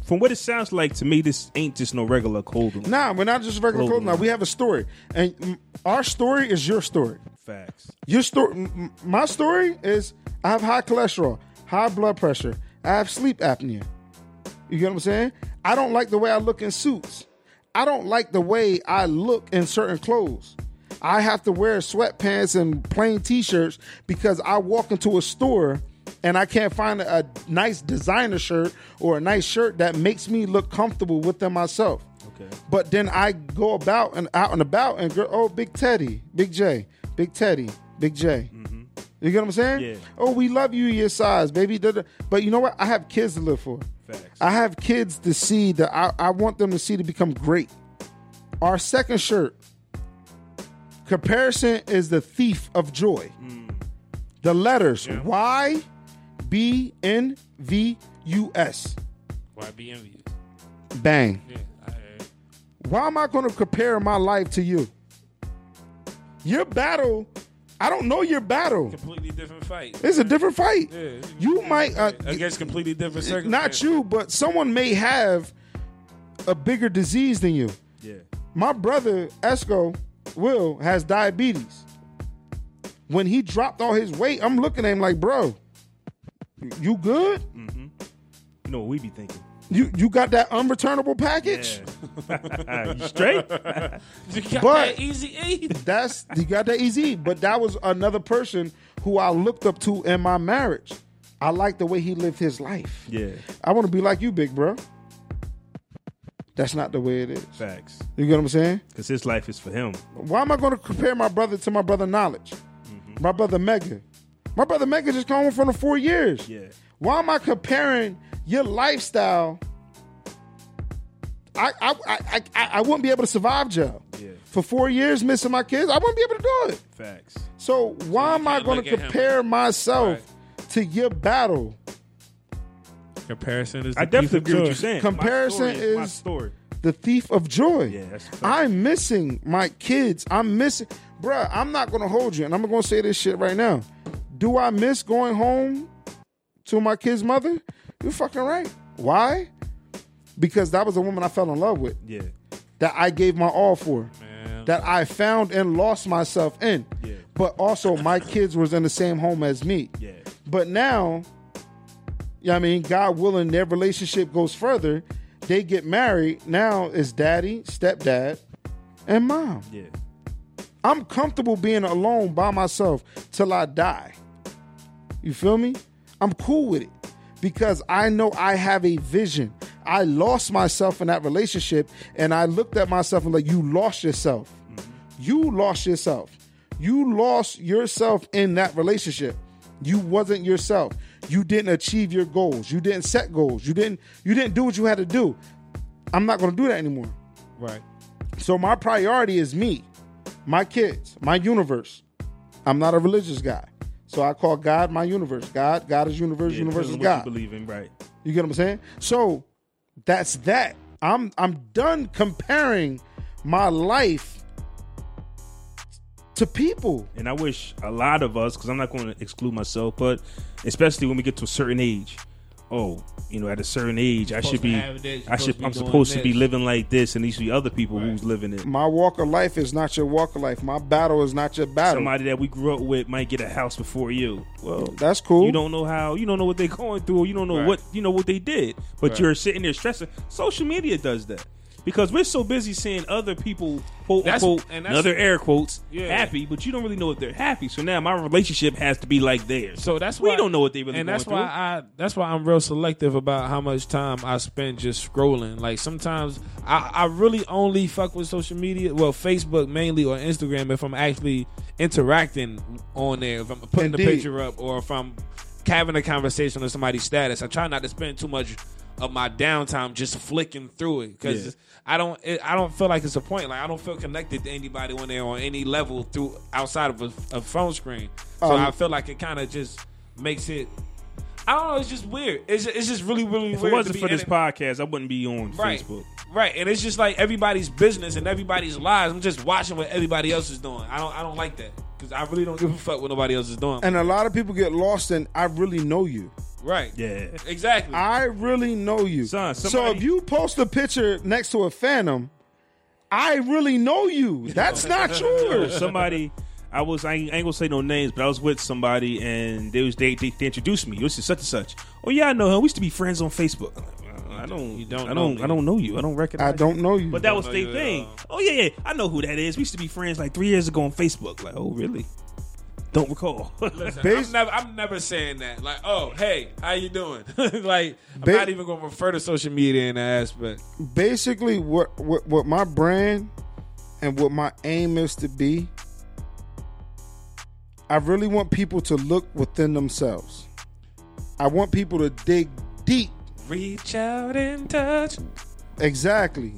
from what it sounds like to me, this ain't just no regular clothing. Nah, we're not just regular Clothing clothing. Now we have a story, and mm, our story is your story. Facts. Your story, m- m- my story is I have high cholesterol, high blood pressure, I have sleep apnea. You get what I'm saying? I don't like the way I look in suits. I don't like the way I look in certain clothes. I have to wear sweatpants and plain t-shirts because I walk into a store and I can't find a, a nice designer shirt or a nice shirt that makes me look comfortable within myself. Okay. But then I go about and out and about and go, oh, Big Teddy, Big J, Big Teddy, Big J. You get what I'm saying? Mm-hmm. Yeah. Oh, we love you your size, baby. Da, da. But you know what? I have kids to live for. Facts. I have kids to see that I, I want them to see to become great. Our second shirt, comparison is the thief of joy. Mm. The letters Y, B, N, V, U, S. Why be envious? Bang. Yeah, I heard. Why am I going to compare my life to you? Your battle, I don't know your battle. Completely different fight. It's a different fight. Yeah. You might, uh, Against completely different not circumstances. you, but someone may have a bigger disease than you. Yeah. My brother Esco Will has diabetes. When he dropped all his weight, I'm looking at him like, bro, you good? Mm. You know what we be thinking? You you got that unreturnable package? Ah, you straight? You got But- that easy E. That's you got that easy. But that was another person who I looked up to in my marriage. I like the way he lived his life. yeah. I want to be like you, big bro. That's not the way it is. Facts. You get what I'm saying? Because his life is for him. Why am I going to compare my brother to my brother Knowledge? Mm-hmm. My brother Mega. My brother Mega just came home from the four years. Yeah. Why am I comparing your lifestyle? I I, I, I I- I wouldn't be able to survive jail. Yeah. For four years missing my kids, I wouldn't be able to do it. Facts. So why am I can't going look to at him. compare myself to your battle? Comparison is. I definitely agree with you saying. Comparison my story my is- story. the thief of joy. Yeah, that's a fact. I'm missing my kids. I'm missing, bruh. I'm not gonna hold you, and I'm gonna say this shit right now. Do I miss going home to my kid's mother? You're fucking right. Why? Because that was a woman I fell in love with, Yeah. that I gave my all for, that I found and lost myself in. Yeah. But also, my kids was in the same home as me. Yeah. But now, you know what I mean, God willing, their relationship goes further. They get married. Now it's daddy, stepdad, and mom. Yeah. I'm comfortable being alone by myself till I die. You feel me? I'm cool with it because I know I have a vision. I lost myself in that relationship and I looked at myself and like, you lost yourself. You lost yourself. You lost yourself in that relationship. You wasn't yourself. You didn't achieve your goals. You didn't set goals. You didn't you didn't do what you had to do. I'm not going to do that anymore. Right. So my priority is me, my kids, my universe. I'm not a religious guy. So I call God my universe. God, God is universe, Yeah, universe depends is on God. What you believe in, right? You get what I'm saying? So that's that. I'm I'm done comparing my life to people. And I wish a lot of us, because I'm not going to exclude myself, but especially when we get to a certain age, oh, you know, at a certain age, I supposed to should be, have this, you're I should, supposed to be I'm doing supposed to be this. living like this, and these be other people who's living it. My walk of life is not your walk of life. My battle is not your battle. Somebody that we grew up with might get a house before you. Well, that's cool. You don't know how. You don't know what they're going through. Or you don't know Right. what you know what they did. But you're sitting there stressing. Social media does that because we're so busy seeing other people quote That's- unquote and that's- another air quotes Yeah. happy, but you don't really know if they're happy. So now my relationship has to be like theirs. So that's we why don't know what they really. and going that's why I that's why I'm real selective about how much time I spend just scrolling. Like sometimes I, I really only fuck with social media, well Facebook mainly or Instagram if I'm actually interacting on there, if I'm putting the Indeed. picture up or if I'm having a conversation with somebody's status. I try not to spend too much of my downtime just flicking through it because Yeah. I don't it, I don't feel like it's a point. Like I don't feel connected to anybody on there on any level through outside of a, a phone screen. So Um, I feel like it kind of just makes it. I don't know. It's just weird. It's it's just really really If weird. to it wasn't be for in this it. podcast, I wouldn't be on right, Facebook. right, and it's just like everybody's business and everybody's lives. I'm just watching what everybody else is doing. I don't I don't like that because I really don't give a fuck what nobody else is doing. and a lot of people get lost in I really know you. right, Yeah. exactly. I really know you. Son, so somebody- if you post a picture next to a phantom, I really know you. That's not yours. somebody I was I ain't, I ain't gonna say no names, but I was with somebody and they was they they, they introduced me. It was such and such. Oh yeah, I know him. We used to be friends on Facebook. I'm like, "Well, I I don't. You don't I know don't. me. I don't know you. I don't recognize. I don't know you. But that was know their you at thing. all. Oh yeah, yeah. I know who that is. We used to be friends like three years ago on Facebook. Like, oh really? Don't recall. I'm never, I'm never saying that. Like, oh, hey, how you doing? like, I'm Ba- not even going to refer to social media in that aspect. basically what, what what my brand and what my aim is to be i really want people to look within themselves i want people to dig deep Reach out and touch. exactly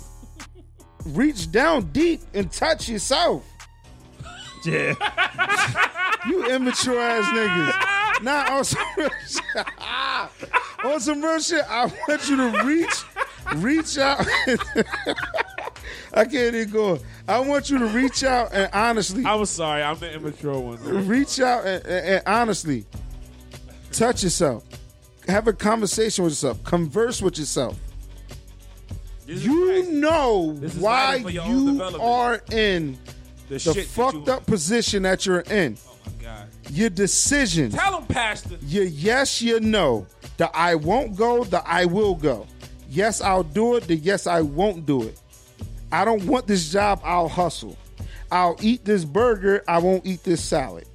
reach down deep and touch yourself yeah. you immature ass niggas nah on some real shit on some real shit i want you to reach reach out i can't even go i want you to reach out and honestly I'm sorry, I'm the immature one. reach out and, and- and honestly touch yourself have a conversation with yourself converse with yourself you know This is why vital for your own you development. are in The, the shit that fucked you- up position that you're in Oh my God. your decisions Tell him, Pastor. your yes your no the i won't go the i will go yes i'll do it the yes i won't do it i don't want this job i'll hustle i'll eat this burger i won't eat this salad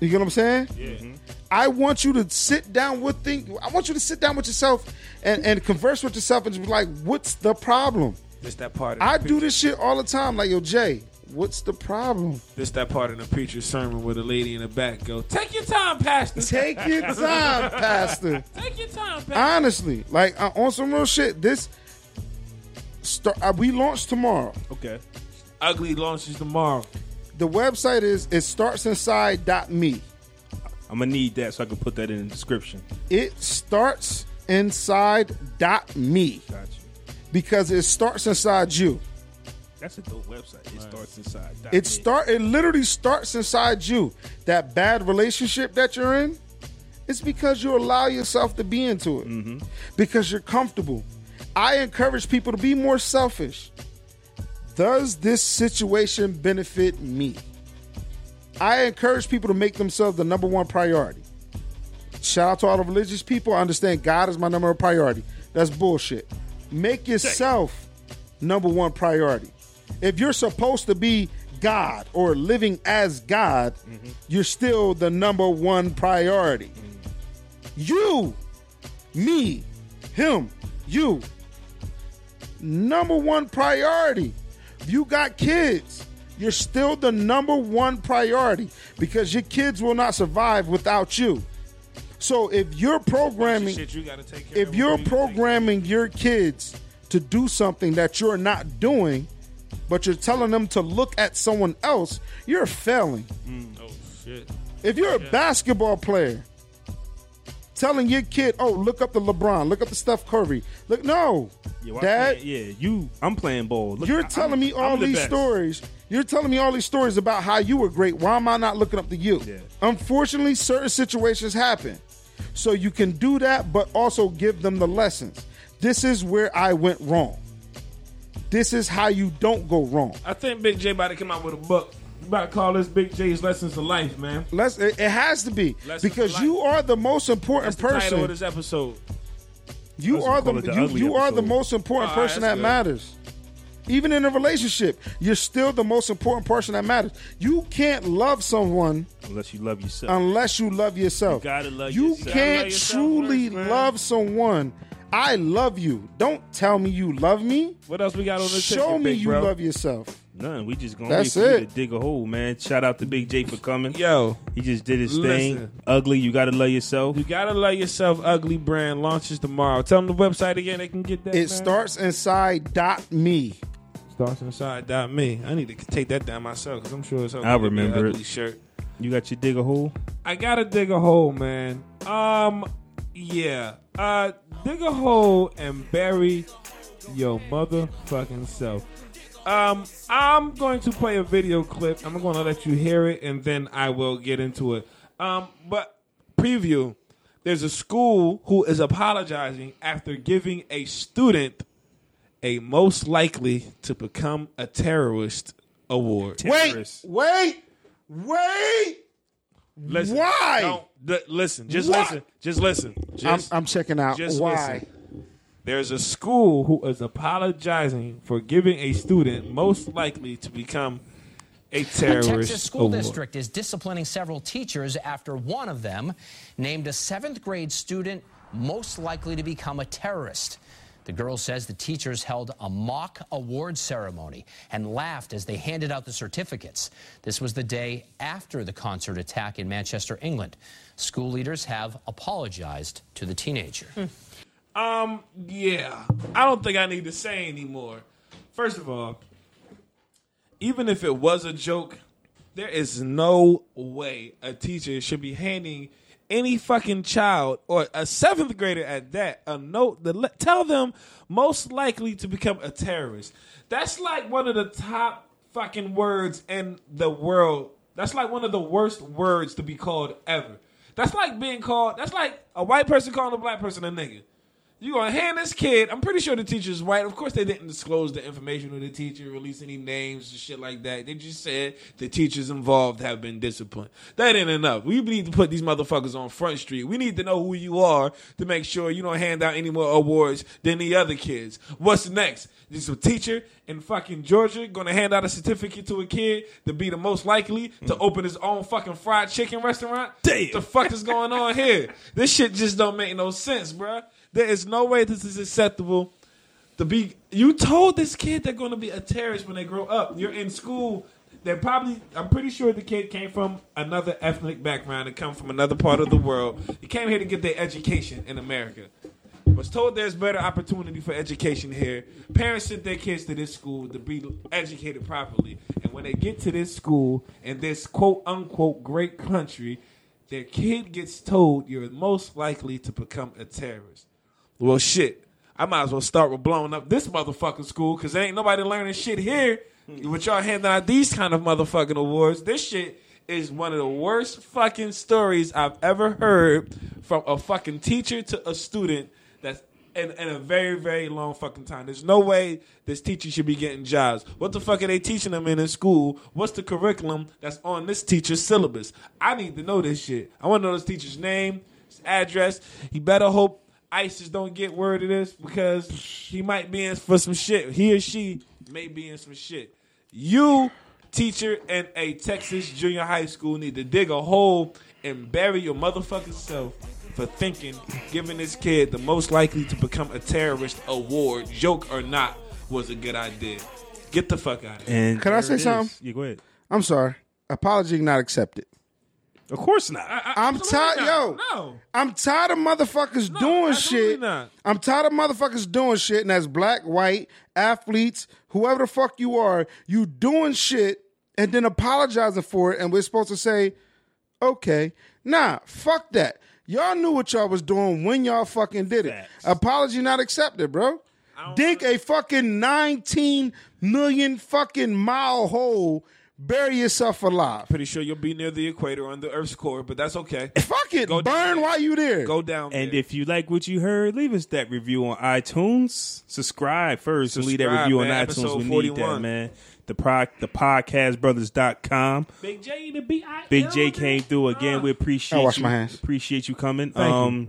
you get what i'm saying Mm-hmm. I want you to sit down with think. I want you to sit down with yourself and, and converse with yourself and just be like, "What's the problem?" This that part. Of I the do this shit all the time. Like, yo, Jay, what's the problem? This that part in the preacher's sermon where the lady in the back go, "Take your time, Pastor. Take your time, Pastor. Take your time, Pastor." Honestly, like uh, on some real shit. This start. Uh, we launch tomorrow. Okay. Ugly launches tomorrow. The website is it starts inside.me. I'm gonna need that so I can put that in the description. It starts inside.me Gotcha. because it starts inside you. That's a dope website. It starts inside. It start. It literally starts inside you. That bad relationship that you're in, it's because you allow yourself to be into it, because you're comfortable. I encourage people to be more selfish. Does this situation benefit me? I encourage people to make themselves the number one priority. Shout out to all the religious people. I understand God is my number one priority. That's bullshit. Make yourself number one priority. If you're supposed to be God or living as God, you're still the number one priority. You, me, him, you. Number one priority. You got kids. You're still the number one priority because your kids will not survive without you. So if you're programming Shit, you gotta take care. if of you're before you take- programming your kids to do something that you're not doing, but you're telling them to look at someone else, you're failing. oh shit. If you're a basketball player, telling your kid, "Oh, look up the LeBron, look up the Steph Curry," look, no, Dad, yeah, you. I'm playing ball. Look, you're I- telling I'm- me all I'm the these best. stories. You're telling me all these stories about how you were great. Why am I not looking up to you? Yeah. Unfortunately, certain situations happen. So you can do that, but also give them the lessons. This is where I went wrong. This is how you don't go wrong. I think Big J about to come out with a book. You about to call this Big J's lessons of life, man. Let's. It, it has to be Lessons because for you are the most important That's the title of person. this episode. You Let's are the, call it the you, ugly you are the episode. Ah, most important All right, person that that's good. matters. Even in a relationship, you're still the most important person that matters. You can't love someone Unless you love yourself. unless you love yourself. You gotta love Um, You yourself. can't Love yourself truly first, man. love someone. I love you. Don't tell me you love me. What else we got on the Show ticket, me big you bro? love yourself. None. We just gonna That's wait for you it. to dig a hole, man. Shout out to Big J for coming. Yo, He just did his thing. Listen. Ugly, you gotta love yourself. you gotta love yourself. Ugly brand launches tomorrow. Tell them the website again. They can get that. It man. starts inside dot me. Starts inside dot me. I need to take that down myself because I'm sure it's okay. I remember it. ugly shirt. You got your dig a hole. I gotta dig a hole, man. Um, yeah. Uh, dig a hole and bury your motherfucking self. Um, I'm going to play a video clip. I'm going to let you hear it, and then I will get into it. Um, but preview. There's a school who is apologizing after giving a student a most likely to become a terrorist award. Wait, wait, wait. Listen, Why? Don't, li- listen. Just Why? listen. Just listen. I'm, Just, I'm checking out. just Why? listen. There's a school who is apologizing for giving a student most likely to become a terrorist. Texas school award. district is disciplining several teachers after one of them named a seventh grade student most likely to become a terrorist. The girl says the teachers held a mock award ceremony and laughed as they handed out the certificates. This was the day after the concert attack in Manchester, England. School leaders have apologized to the teenager. Um, yeah. I don't think I need to say anymore. First of all, even if it was a joke, there is no way a teacher should be handing any fucking child or a seventh grader at that a note that le- tell them most likely to become a terrorist. That's like one of the top fucking words in the world. That's like one of the worst words to be called ever. That's like being called. That's like a white person calling a black person a nigga. You gonna hand this kid? I'm pretty sure the teacher's white. Of course, they didn't disclose the information of the teacher, release any names and shit like that. They just said the teachers involved have been disciplined. That ain't enough. We need to put these motherfuckers on front street. We need to know who you are to make sure you don't hand out any more awards than the other kids. What's next? This a teacher in fucking Georgia gonna hand out a certificate to a kid to be the most likely to open his own fucking fried chicken restaurant? Damn. The fuck is going on here? This shit just don't make no sense, bruh. There is no way this is acceptable. To be, you told this kid they're going to be a terrorist when they grow up. You're in school. They're probably. I'm pretty sure the kid came from another ethnic background. and come from another part of the world. He came here to get their education in America. Was told there's better opportunity for education here. Parents sent their kids to this school to be educated properly. And when they get to this school in this quote unquote great country, their kid gets told you're most likely to become a terrorist. Well, shit. I might as well start with blowing up this motherfucking school because ain't nobody learning shit here. With y'all handing out these kind of motherfucking awards, this shit is one of the worst fucking stories I've ever heard from a fucking teacher to a student that's in, in a very, very long fucking time. There's no way this teacher should be getting jobs. What the fuck are they teaching them in in school? What's the curriculum that's on this teacher's syllabus? I need to know this shit. I want to know this teacher's name, his address. He better hope ISIS don't get word of this because he might be in for some shit. He or she may be in some shit. You, teacher in a Texas junior high school, need to dig a hole and bury your motherfucking self for thinking giving this kid the most likely to become a terrorist award, joke or not, was a good idea. Get the fuck out of here. And Can I there say it is. something? Yeah, go ahead. I'm sorry. Apology not accepted. Of course not. I'm tired, Absolutely yo. not. No. I'm tired of motherfuckers doing absolutely shit. not. I'm tired of motherfuckers doing shit, and that's black, white, athletes, whoever the fuck you are, you doing shit and then apologizing for it, and we're supposed to say, okay, nah, fuck that. Y'all knew what y'all was doing when y'all fucking did it. Apology not accepted, bro. Dig a fucking 19 million fucking mile hole, bury yourself alive. Pretty sure you'll be near the equator on the Earth's core, but that's okay. Fuck it, Go down burn there. while you there. Go down And there. if you like what you heard, leave us that review on iTunes. Subscribe first and leave that Subscribe, review man. on iTunes. Episode we need that, 41. man. The pro- the podcastbrothers.com. Big J to be I Big J came through again. We appreciate I wash you. my hands. Appreciate you coming. um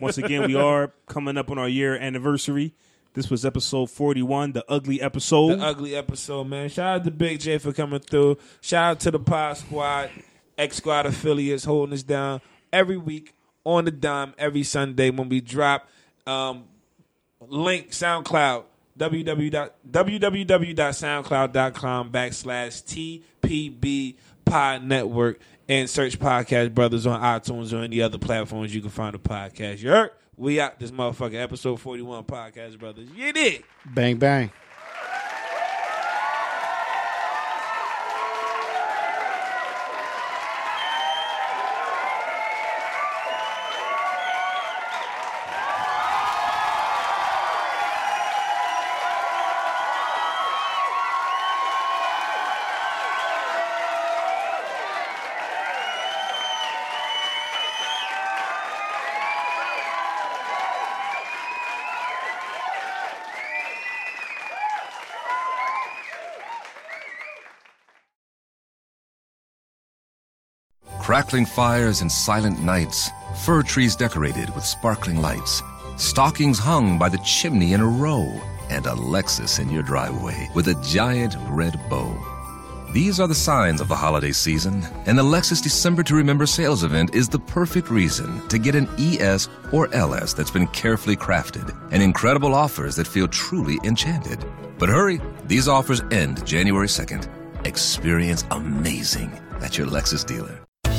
once again, we are coming up on our year anniversary. This was episode 41, the ugly episode. the ugly episode, man. Shout out to Big J for coming through. Shout out to the Pod Squad, X Squad affiliates holding us down every week on the dime every Sunday when we drop. Um, link SoundCloud www. www.soundcloud.com backslash TPB Pod Network and search Podcast Brothers on iTunes or any other platforms you can find the podcast. You heard? We out this motherfucking episode 41 Podcast Brothers. You dig? Bang, bang. Crackling fires and silent nights, fir trees decorated with sparkling lights, stockings hung by the chimney in a row, and a Lexus in your driveway with a giant red bow. These are the signs of the holiday season, and the Lexus December to Remember sales event is the perfect reason to get an ES or LS that's been carefully crafted and incredible offers that feel truly enchanted. But hurry, these offers end January 2nd. Experience amazing at your Lexus dealer.